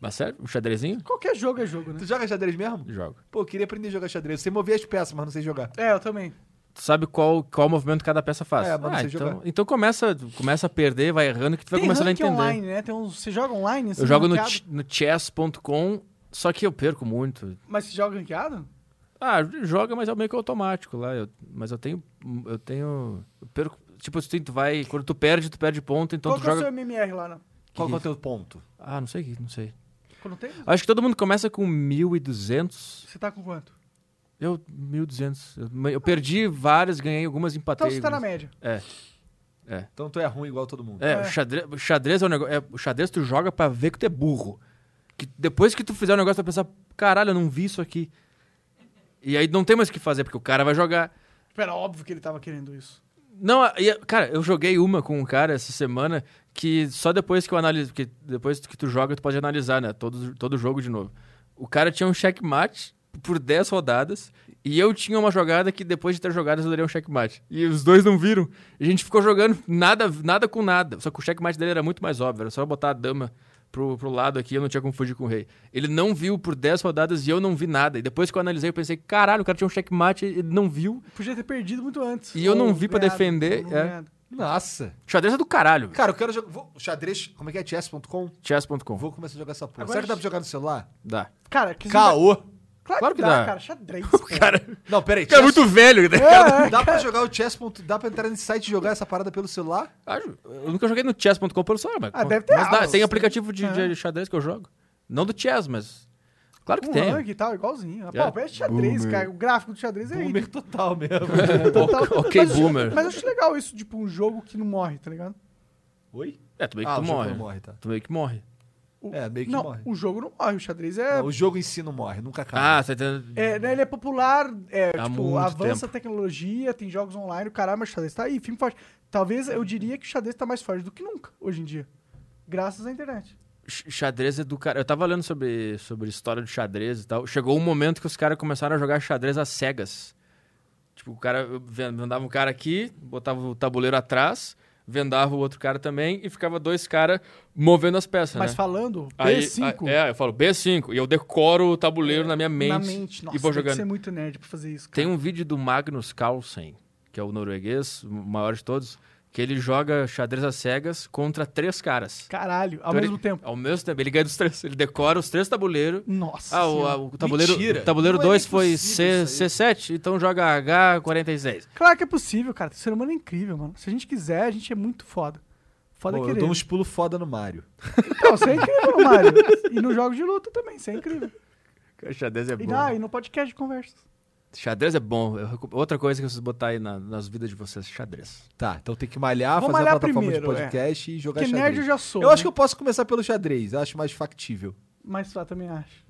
C: Mas sério? Um xadrezinho?
A: Qualquer jogo é jogo, né?
B: Tu joga xadrez mesmo?
C: Jogo.
B: Pô, eu queria aprender a jogar xadrez. Você movia as peças, mas não sei jogar.
A: É, eu também.
C: Tu sabe qual, qual movimento cada peça faz.
B: É, mas não
C: ah,
B: sei
C: então,
B: jogar.
C: então começa, começa a perder, vai errando que tu vai
A: Tem
C: começando a
A: ranking
C: entender.
A: online, né? Tem uns, você joga online?
C: Eu
A: assim,
C: jogo no,
A: ranqueado?
C: ch- no chess.com, só que eu perco muito.
A: Mas você joga ranqueado?
C: Ah, joga, mas é meio que automático lá. Eu- mas eu tenho. Eu tenho. Eu perco. Tipo, assim, tu vai. Quando tu perde, tu perde ponto, então
A: Qual
C: tu
A: que é o
C: joga.
A: seu MMR lá? Não?
B: Qual
C: Que
B: que é o teu ponto?
C: Ah, não sei, não sei.
A: Quando tem?
C: Acho que todo mundo começa com 1.200.
A: Você tá com quanto?
C: Eu, 1.200. Eu, eu perdi várias, ganhei algumas, empatei.
A: Então você tá na
C: algumas.
A: média.
B: Então tu é ruim igual todo mundo.
C: É, O, xadrez, o xadrez é um negócio. o xadrez tu joga pra ver que tu é burro. Que depois que tu fizer o negócio, tu vai pensar, caralho, eu não vi isso aqui. E aí não tem mais o que fazer, porque o cara vai jogar.
A: Era óbvio que ele tava querendo isso.
C: Não, a- e a- cara, eu joguei uma com um cara essa semana que só depois que eu analiso, que depois que tu joga, tu pode analisar, né? Todo, todo jogo de novo. O cara tinha um checkmate por 10 rodadas e eu tinha uma jogada que depois de ter jogadas eu daria um checkmate. E os dois não viram. E a gente ficou jogando nada, nada com nada. Só que o checkmate dele era muito mais óbvio, era só botar a dama pro, pro lado aqui, eu não tinha como fugir com o rei. Ele não viu por 10 rodadas e eu não vi nada. E depois que eu analisei, eu pensei, caralho, o cara tinha um checkmate, ele não viu.
A: Podia ter perdido muito antes.
C: E eu não
A: Ou
C: vi pra
A: ganhado,
C: defender,
A: ou
C: é.
A: ganhado.
B: Nossa.
C: Xadrez é do caralho.
B: Cara, eu quero jogar. vou- Xadrez. Como é que é? Chess.com?
C: Chess.com.
B: Vou começar a jogar essa porra.
A: Agora
B: Será que dá
A: é-
B: pra jogar no celular?
C: Dá.
A: Cara, que
B: Caô.
A: Claro,
C: Claro
A: que
C: que
A: dá,
C: dá.
A: cara. Xadrez. pô.
C: Cara,
B: Não, peraí.
C: cara é
B: chess-
C: muito velho. né?
B: Dá pra jogar o chess. ponto- Dá pra entrar nesse site e jogar essa parada pelo celular?
C: Acho- Eu nunca joguei no chess.com pelo celular, mas,
A: Ah, deve ter
C: mas dá.
A: aulas,
C: tem
A: né?
C: aplicativo de, de
A: É.
C: xadrez que eu jogo. Não do chess, mas... Claro que
A: Um
C: tem. É.
A: ranking e tal, igualzinho. A
C: Yeah.
A: palpete xadrez, cara. O gráfico do xadrez é ridículo.
B: Boomer total mesmo.
A: Total.
C: ok,
A: mas, eu acho-
C: boomer.
A: Mas eu acho legal isso, tipo, um jogo que não morre, tá ligado?
B: Oi?
C: É, tu meio que
B: Ah,
C: tu
B: o jogo
C: morre.
B: não morre, tá.
C: Tu meio que morre.
A: O-
B: É, meio que
A: não,
B: morre.
A: o jogo não morre, o xadrez é.
B: Não, o jogo em si não morre, nunca
C: Ah,
B: acaba.
C: você entendendo?
A: é, né, ele é popular, é,
C: Há
A: tipo,
C: muito
A: avança a tecnologia, tem jogos online, o caralho, mas o xadrez tá aí, firme e forte. Talvez eu diria que o xadrez tá mais forte do que nunca, hoje em dia. Graças à internet.
C: X- Xadrez é do cara. Eu tava lendo sobre, sobre história do xadrez e tal. Chegou um momento que os caras começaram a jogar xadrez às cegas. Tipo, o cara ven- vendava um cara aqui, botava o tabuleiro atrás, vendava o outro cara também e ficava dois caras movendo as peças.
A: Mas
C: né?
A: falando,
C: Aí,
A: P5
C: a- é, eu falo B5 e eu decoro o tabuleiro na minha mente,
A: É, na mente, nossa,
C: e vou
A: tem que
C: jogando.
A: ser muito nerd pra fazer isso, cara.
C: Tem um vídeo do Magnus Carlsen, que é o norueguês, o maior de todos, que ele joga xadrez às cegas contra três caras.
A: Caralho, ao
C: Então
A: mesmo
C: ele-
A: tempo.
C: Ao mesmo tempo, ele ganha dos três, ele decora os três tabuleiros.
A: Nossa.
C: Ah, o,
A: senhora.
C: a- o tabuleiro
B: Mentira.
C: o tabuleiro
B: Não é
C: 2
B: nem
C: foi
B: possível
C: C,
B: isso aí.
C: C7, então joga H46.
A: Claro que é possível, cara. O ser humano é incrível, mano. Se a gente quiser, a gente é muito foda. Foda
B: Pô, eu
A: querer.
C: um
B: dou uns pulos foda no Mario.
A: Não, você é incrível, Mário. E no jogo de luta também, você é incrível.
C: Xadrez é
A: E, ah, e no podcast de conversas.
C: Xadrez é bom. Eu recu- Outra coisa que vocês botar aí na- nas vidas de vocês, xadrez.
B: Tá, então tem que malhar,
A: Vou
B: fazer
A: malhar
B: uma plataforma
A: primeiro, é.
B: de podcast e jogar
A: Porque
B: xadrez.
A: nerd eu já sou.
B: Eu acho que
A: né?
B: eu posso começar pelo xadrez, eu acho mais factível.
A: Mas lá também acho.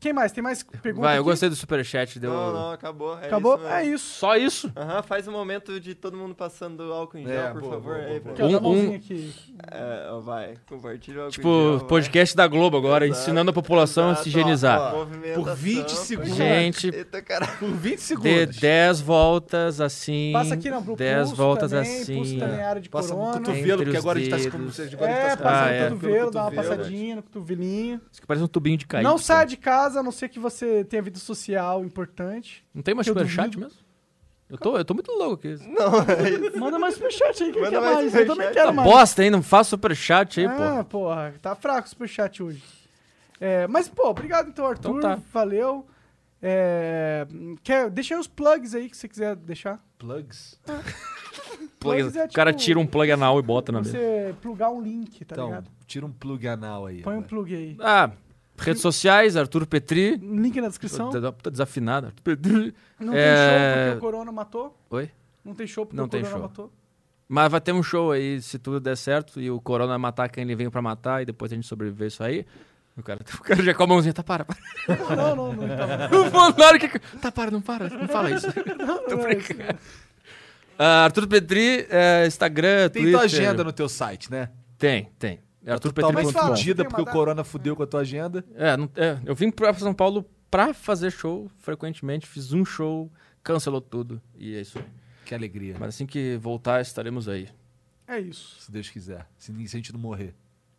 A: Quem mais? Tem mais perguntas?
C: Vai, eu gostei do superchat, deu...
D: Não, não, acabou. É
A: Acabou?
D: Isso
A: é
D: mesmo.
A: isso.
C: Só isso?
D: Aham, faz um momento de todo mundo passando álcool em
B: É,
D: gel, por
B: boa,
D: favor.
B: boa,
D: aí,
B: boa,
A: Aqui,
D: pra-
A: ó,
C: Um-
A: dá a mãozinha
C: um-
A: aqui.
D: É, ó, vai, compartilha o álcool em
C: Tipo,
D: gel.
C: podcast da Globo agora,
D: Exato,
C: ensinando a população a
D: exato,
C: se
D: ó,
C: higienizar.
D: ó, movimentação.
B: Por 20 segundos.
C: Gente,
D: Eita, caralho.
B: Por 20
C: dê
B: segundos.
C: 10 voltas assim.
A: Passa aqui na pro
C: 10
A: pulso
C: voltas
A: também,
C: assim.
A: Pulso também é área de
B: Passa no
A: corona.
B: cotovelo,
C: Entre
B: porque
C: os
B: agora a gente tá se
C: dedos.
B: como se- agora a gente
A: É,
B: tá se
A: passa
C: Ah,
A: no
C: é.
A: cotovelo, dá uma
B: Cotovelo,
A: passadinha no cotovelinho.
C: Isso que parece um tubinho de caído.
A: não saia de casa, a não ser que você tenha vida social importante.
C: Não tem mais
A: Eu
C: superchat
A: duvido.
C: mesmo? Eu tô, eu tô muito louco aqui.
D: Não, é isso.
A: Manda mais superchat aí, quem quer
D: Manda mais
A: mais? Eu também
D: superchat.
A: quero mais.
C: Tá Bosta, hein? Não faça superchat aí,
A: Ah,
C: pô.
A: porra, tá fraco o superchat hoje. É, mas, pô, obrigado então, Arthur.
C: Então tá.
A: Valeu. É, quer, deixa aí os plugs aí que você quiser deixar.
B: Plugs.
A: Tá Plugs é
C: o cara
A: tipo-
C: tira um plug anal e bota na mesa.
A: Você plugar um link, tá
B: Então, né?
A: ligado?
B: tira um plug anal aí.
A: Põe um
B: agora.
A: plug aí.
C: Ah, redes sociais, Arthur Petri.
A: Link na descrição.
C: Tá- Tá desafinado. Arthur Petri.
A: Não tem show
C: É.
A: porque o Corona matou.
C: Oi?
A: Não tem show porque
C: Não
A: o
C: tem
A: Corona
C: show.
A: matou.
C: Mas vai ter um show aí, se tudo der certo, e o Corona matar quem ele veio pra matar, e depois a gente sobreviver isso aí. O cara, o cara já com a mãozinha, tá, para, para.
A: Não, não, não. Então,
C: O Bolsonaro que... Tá, para, não para, não fala isso.
A: não, não é isso.
C: Ah, Arthur Petri, é, Instagram,
B: Tem
C: Twitter.
B: tua agenda no teu site, né?
C: Tem, tem. É
B: Totalmente
A: Mas é. fala,
C: arturpetri.com.
B: fudida,
A: tem uma
B: porque o
A: data.
B: corona fudeu com a tua agenda.
C: É, não- é, eu vim pra São Paulo pra fazer show frequentemente, fiz um show, cancelou tudo, e é isso aí.
B: Que alegria.
C: Mas assim que voltar, estaremos aí.
A: É isso.
B: Se Deus quiser. Se, se a gente não morrer.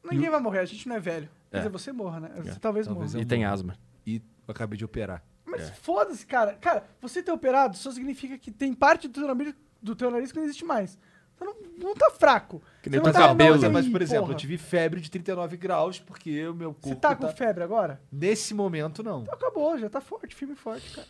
A: Ninguém vai morrer, a gente não é velho. Quer
C: É.
A: dizer, você morra, né? Você talvez,
B: Talvez
A: morra.
C: E tem asma.
B: E eu acabei de operar.
A: Mas
C: é.
A: foda-se, cara. Cara, você ter operado só significa que tem parte do teu nariz, do teu nariz que não existe mais. Você não, não tá fraco.
C: Que nem
A: Você não
C: teu
A: tá
C: cabelo. né?
A: enorme,
B: mas, por exemplo,
A: porra.
B: eu tive febre de 39 graus porque o meu corpo.
A: Você tá com
B: tá-
A: febre agora?
B: Nesse momento, não.
A: Acabou, já tá forte, firme e forte, cara.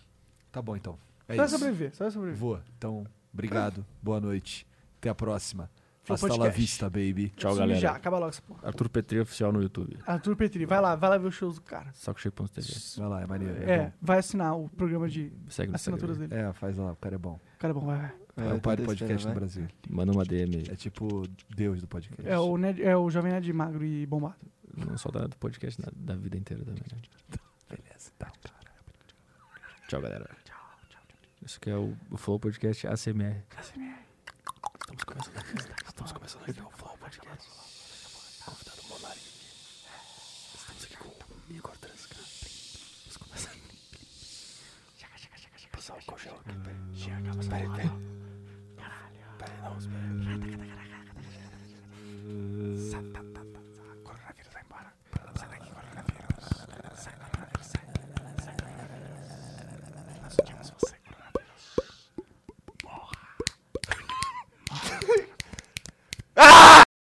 B: Tá bom, então. É
A: você vai
B: isso.
A: sobreviver, você vai sobreviver.
B: Vou. Então, obrigado. Boa noite. Até a próxima.
A: Flow
B: Hasta la
A: Podcast.
B: vista, baby.
C: Tchau,
A: Sumiu
C: galera.
A: Já, acaba logo essa porra.
C: Arthur Petri oficial no YouTube.
A: Arthur Petri, vai lá, vai lá ver os shows do cara.
C: Sacocheio.tv.
B: Vai lá, é maneiro. É,
A: É, vai assinar o programa de
C: Segue no
A: assinaturas
C: Instagram.
A: dele.
B: bom. É, faz lá, o cara é bom.
A: Cara, bom, vai, vai.
B: É o pai do podcast
A: né?
B: no
D: no
B: Brasil.
C: Manda uma DM aí.
B: É tipo Deus do podcast.
A: É o, nerd, é o Jovem Nerd Magro e Bombado.
C: Não só da, do podcast, na- da vida inteira também. né?
B: Beleza, tá, cara.
C: Tchau, galera. Isso que é o, o Flow Podcast ACMR.
A: ASMR. tá,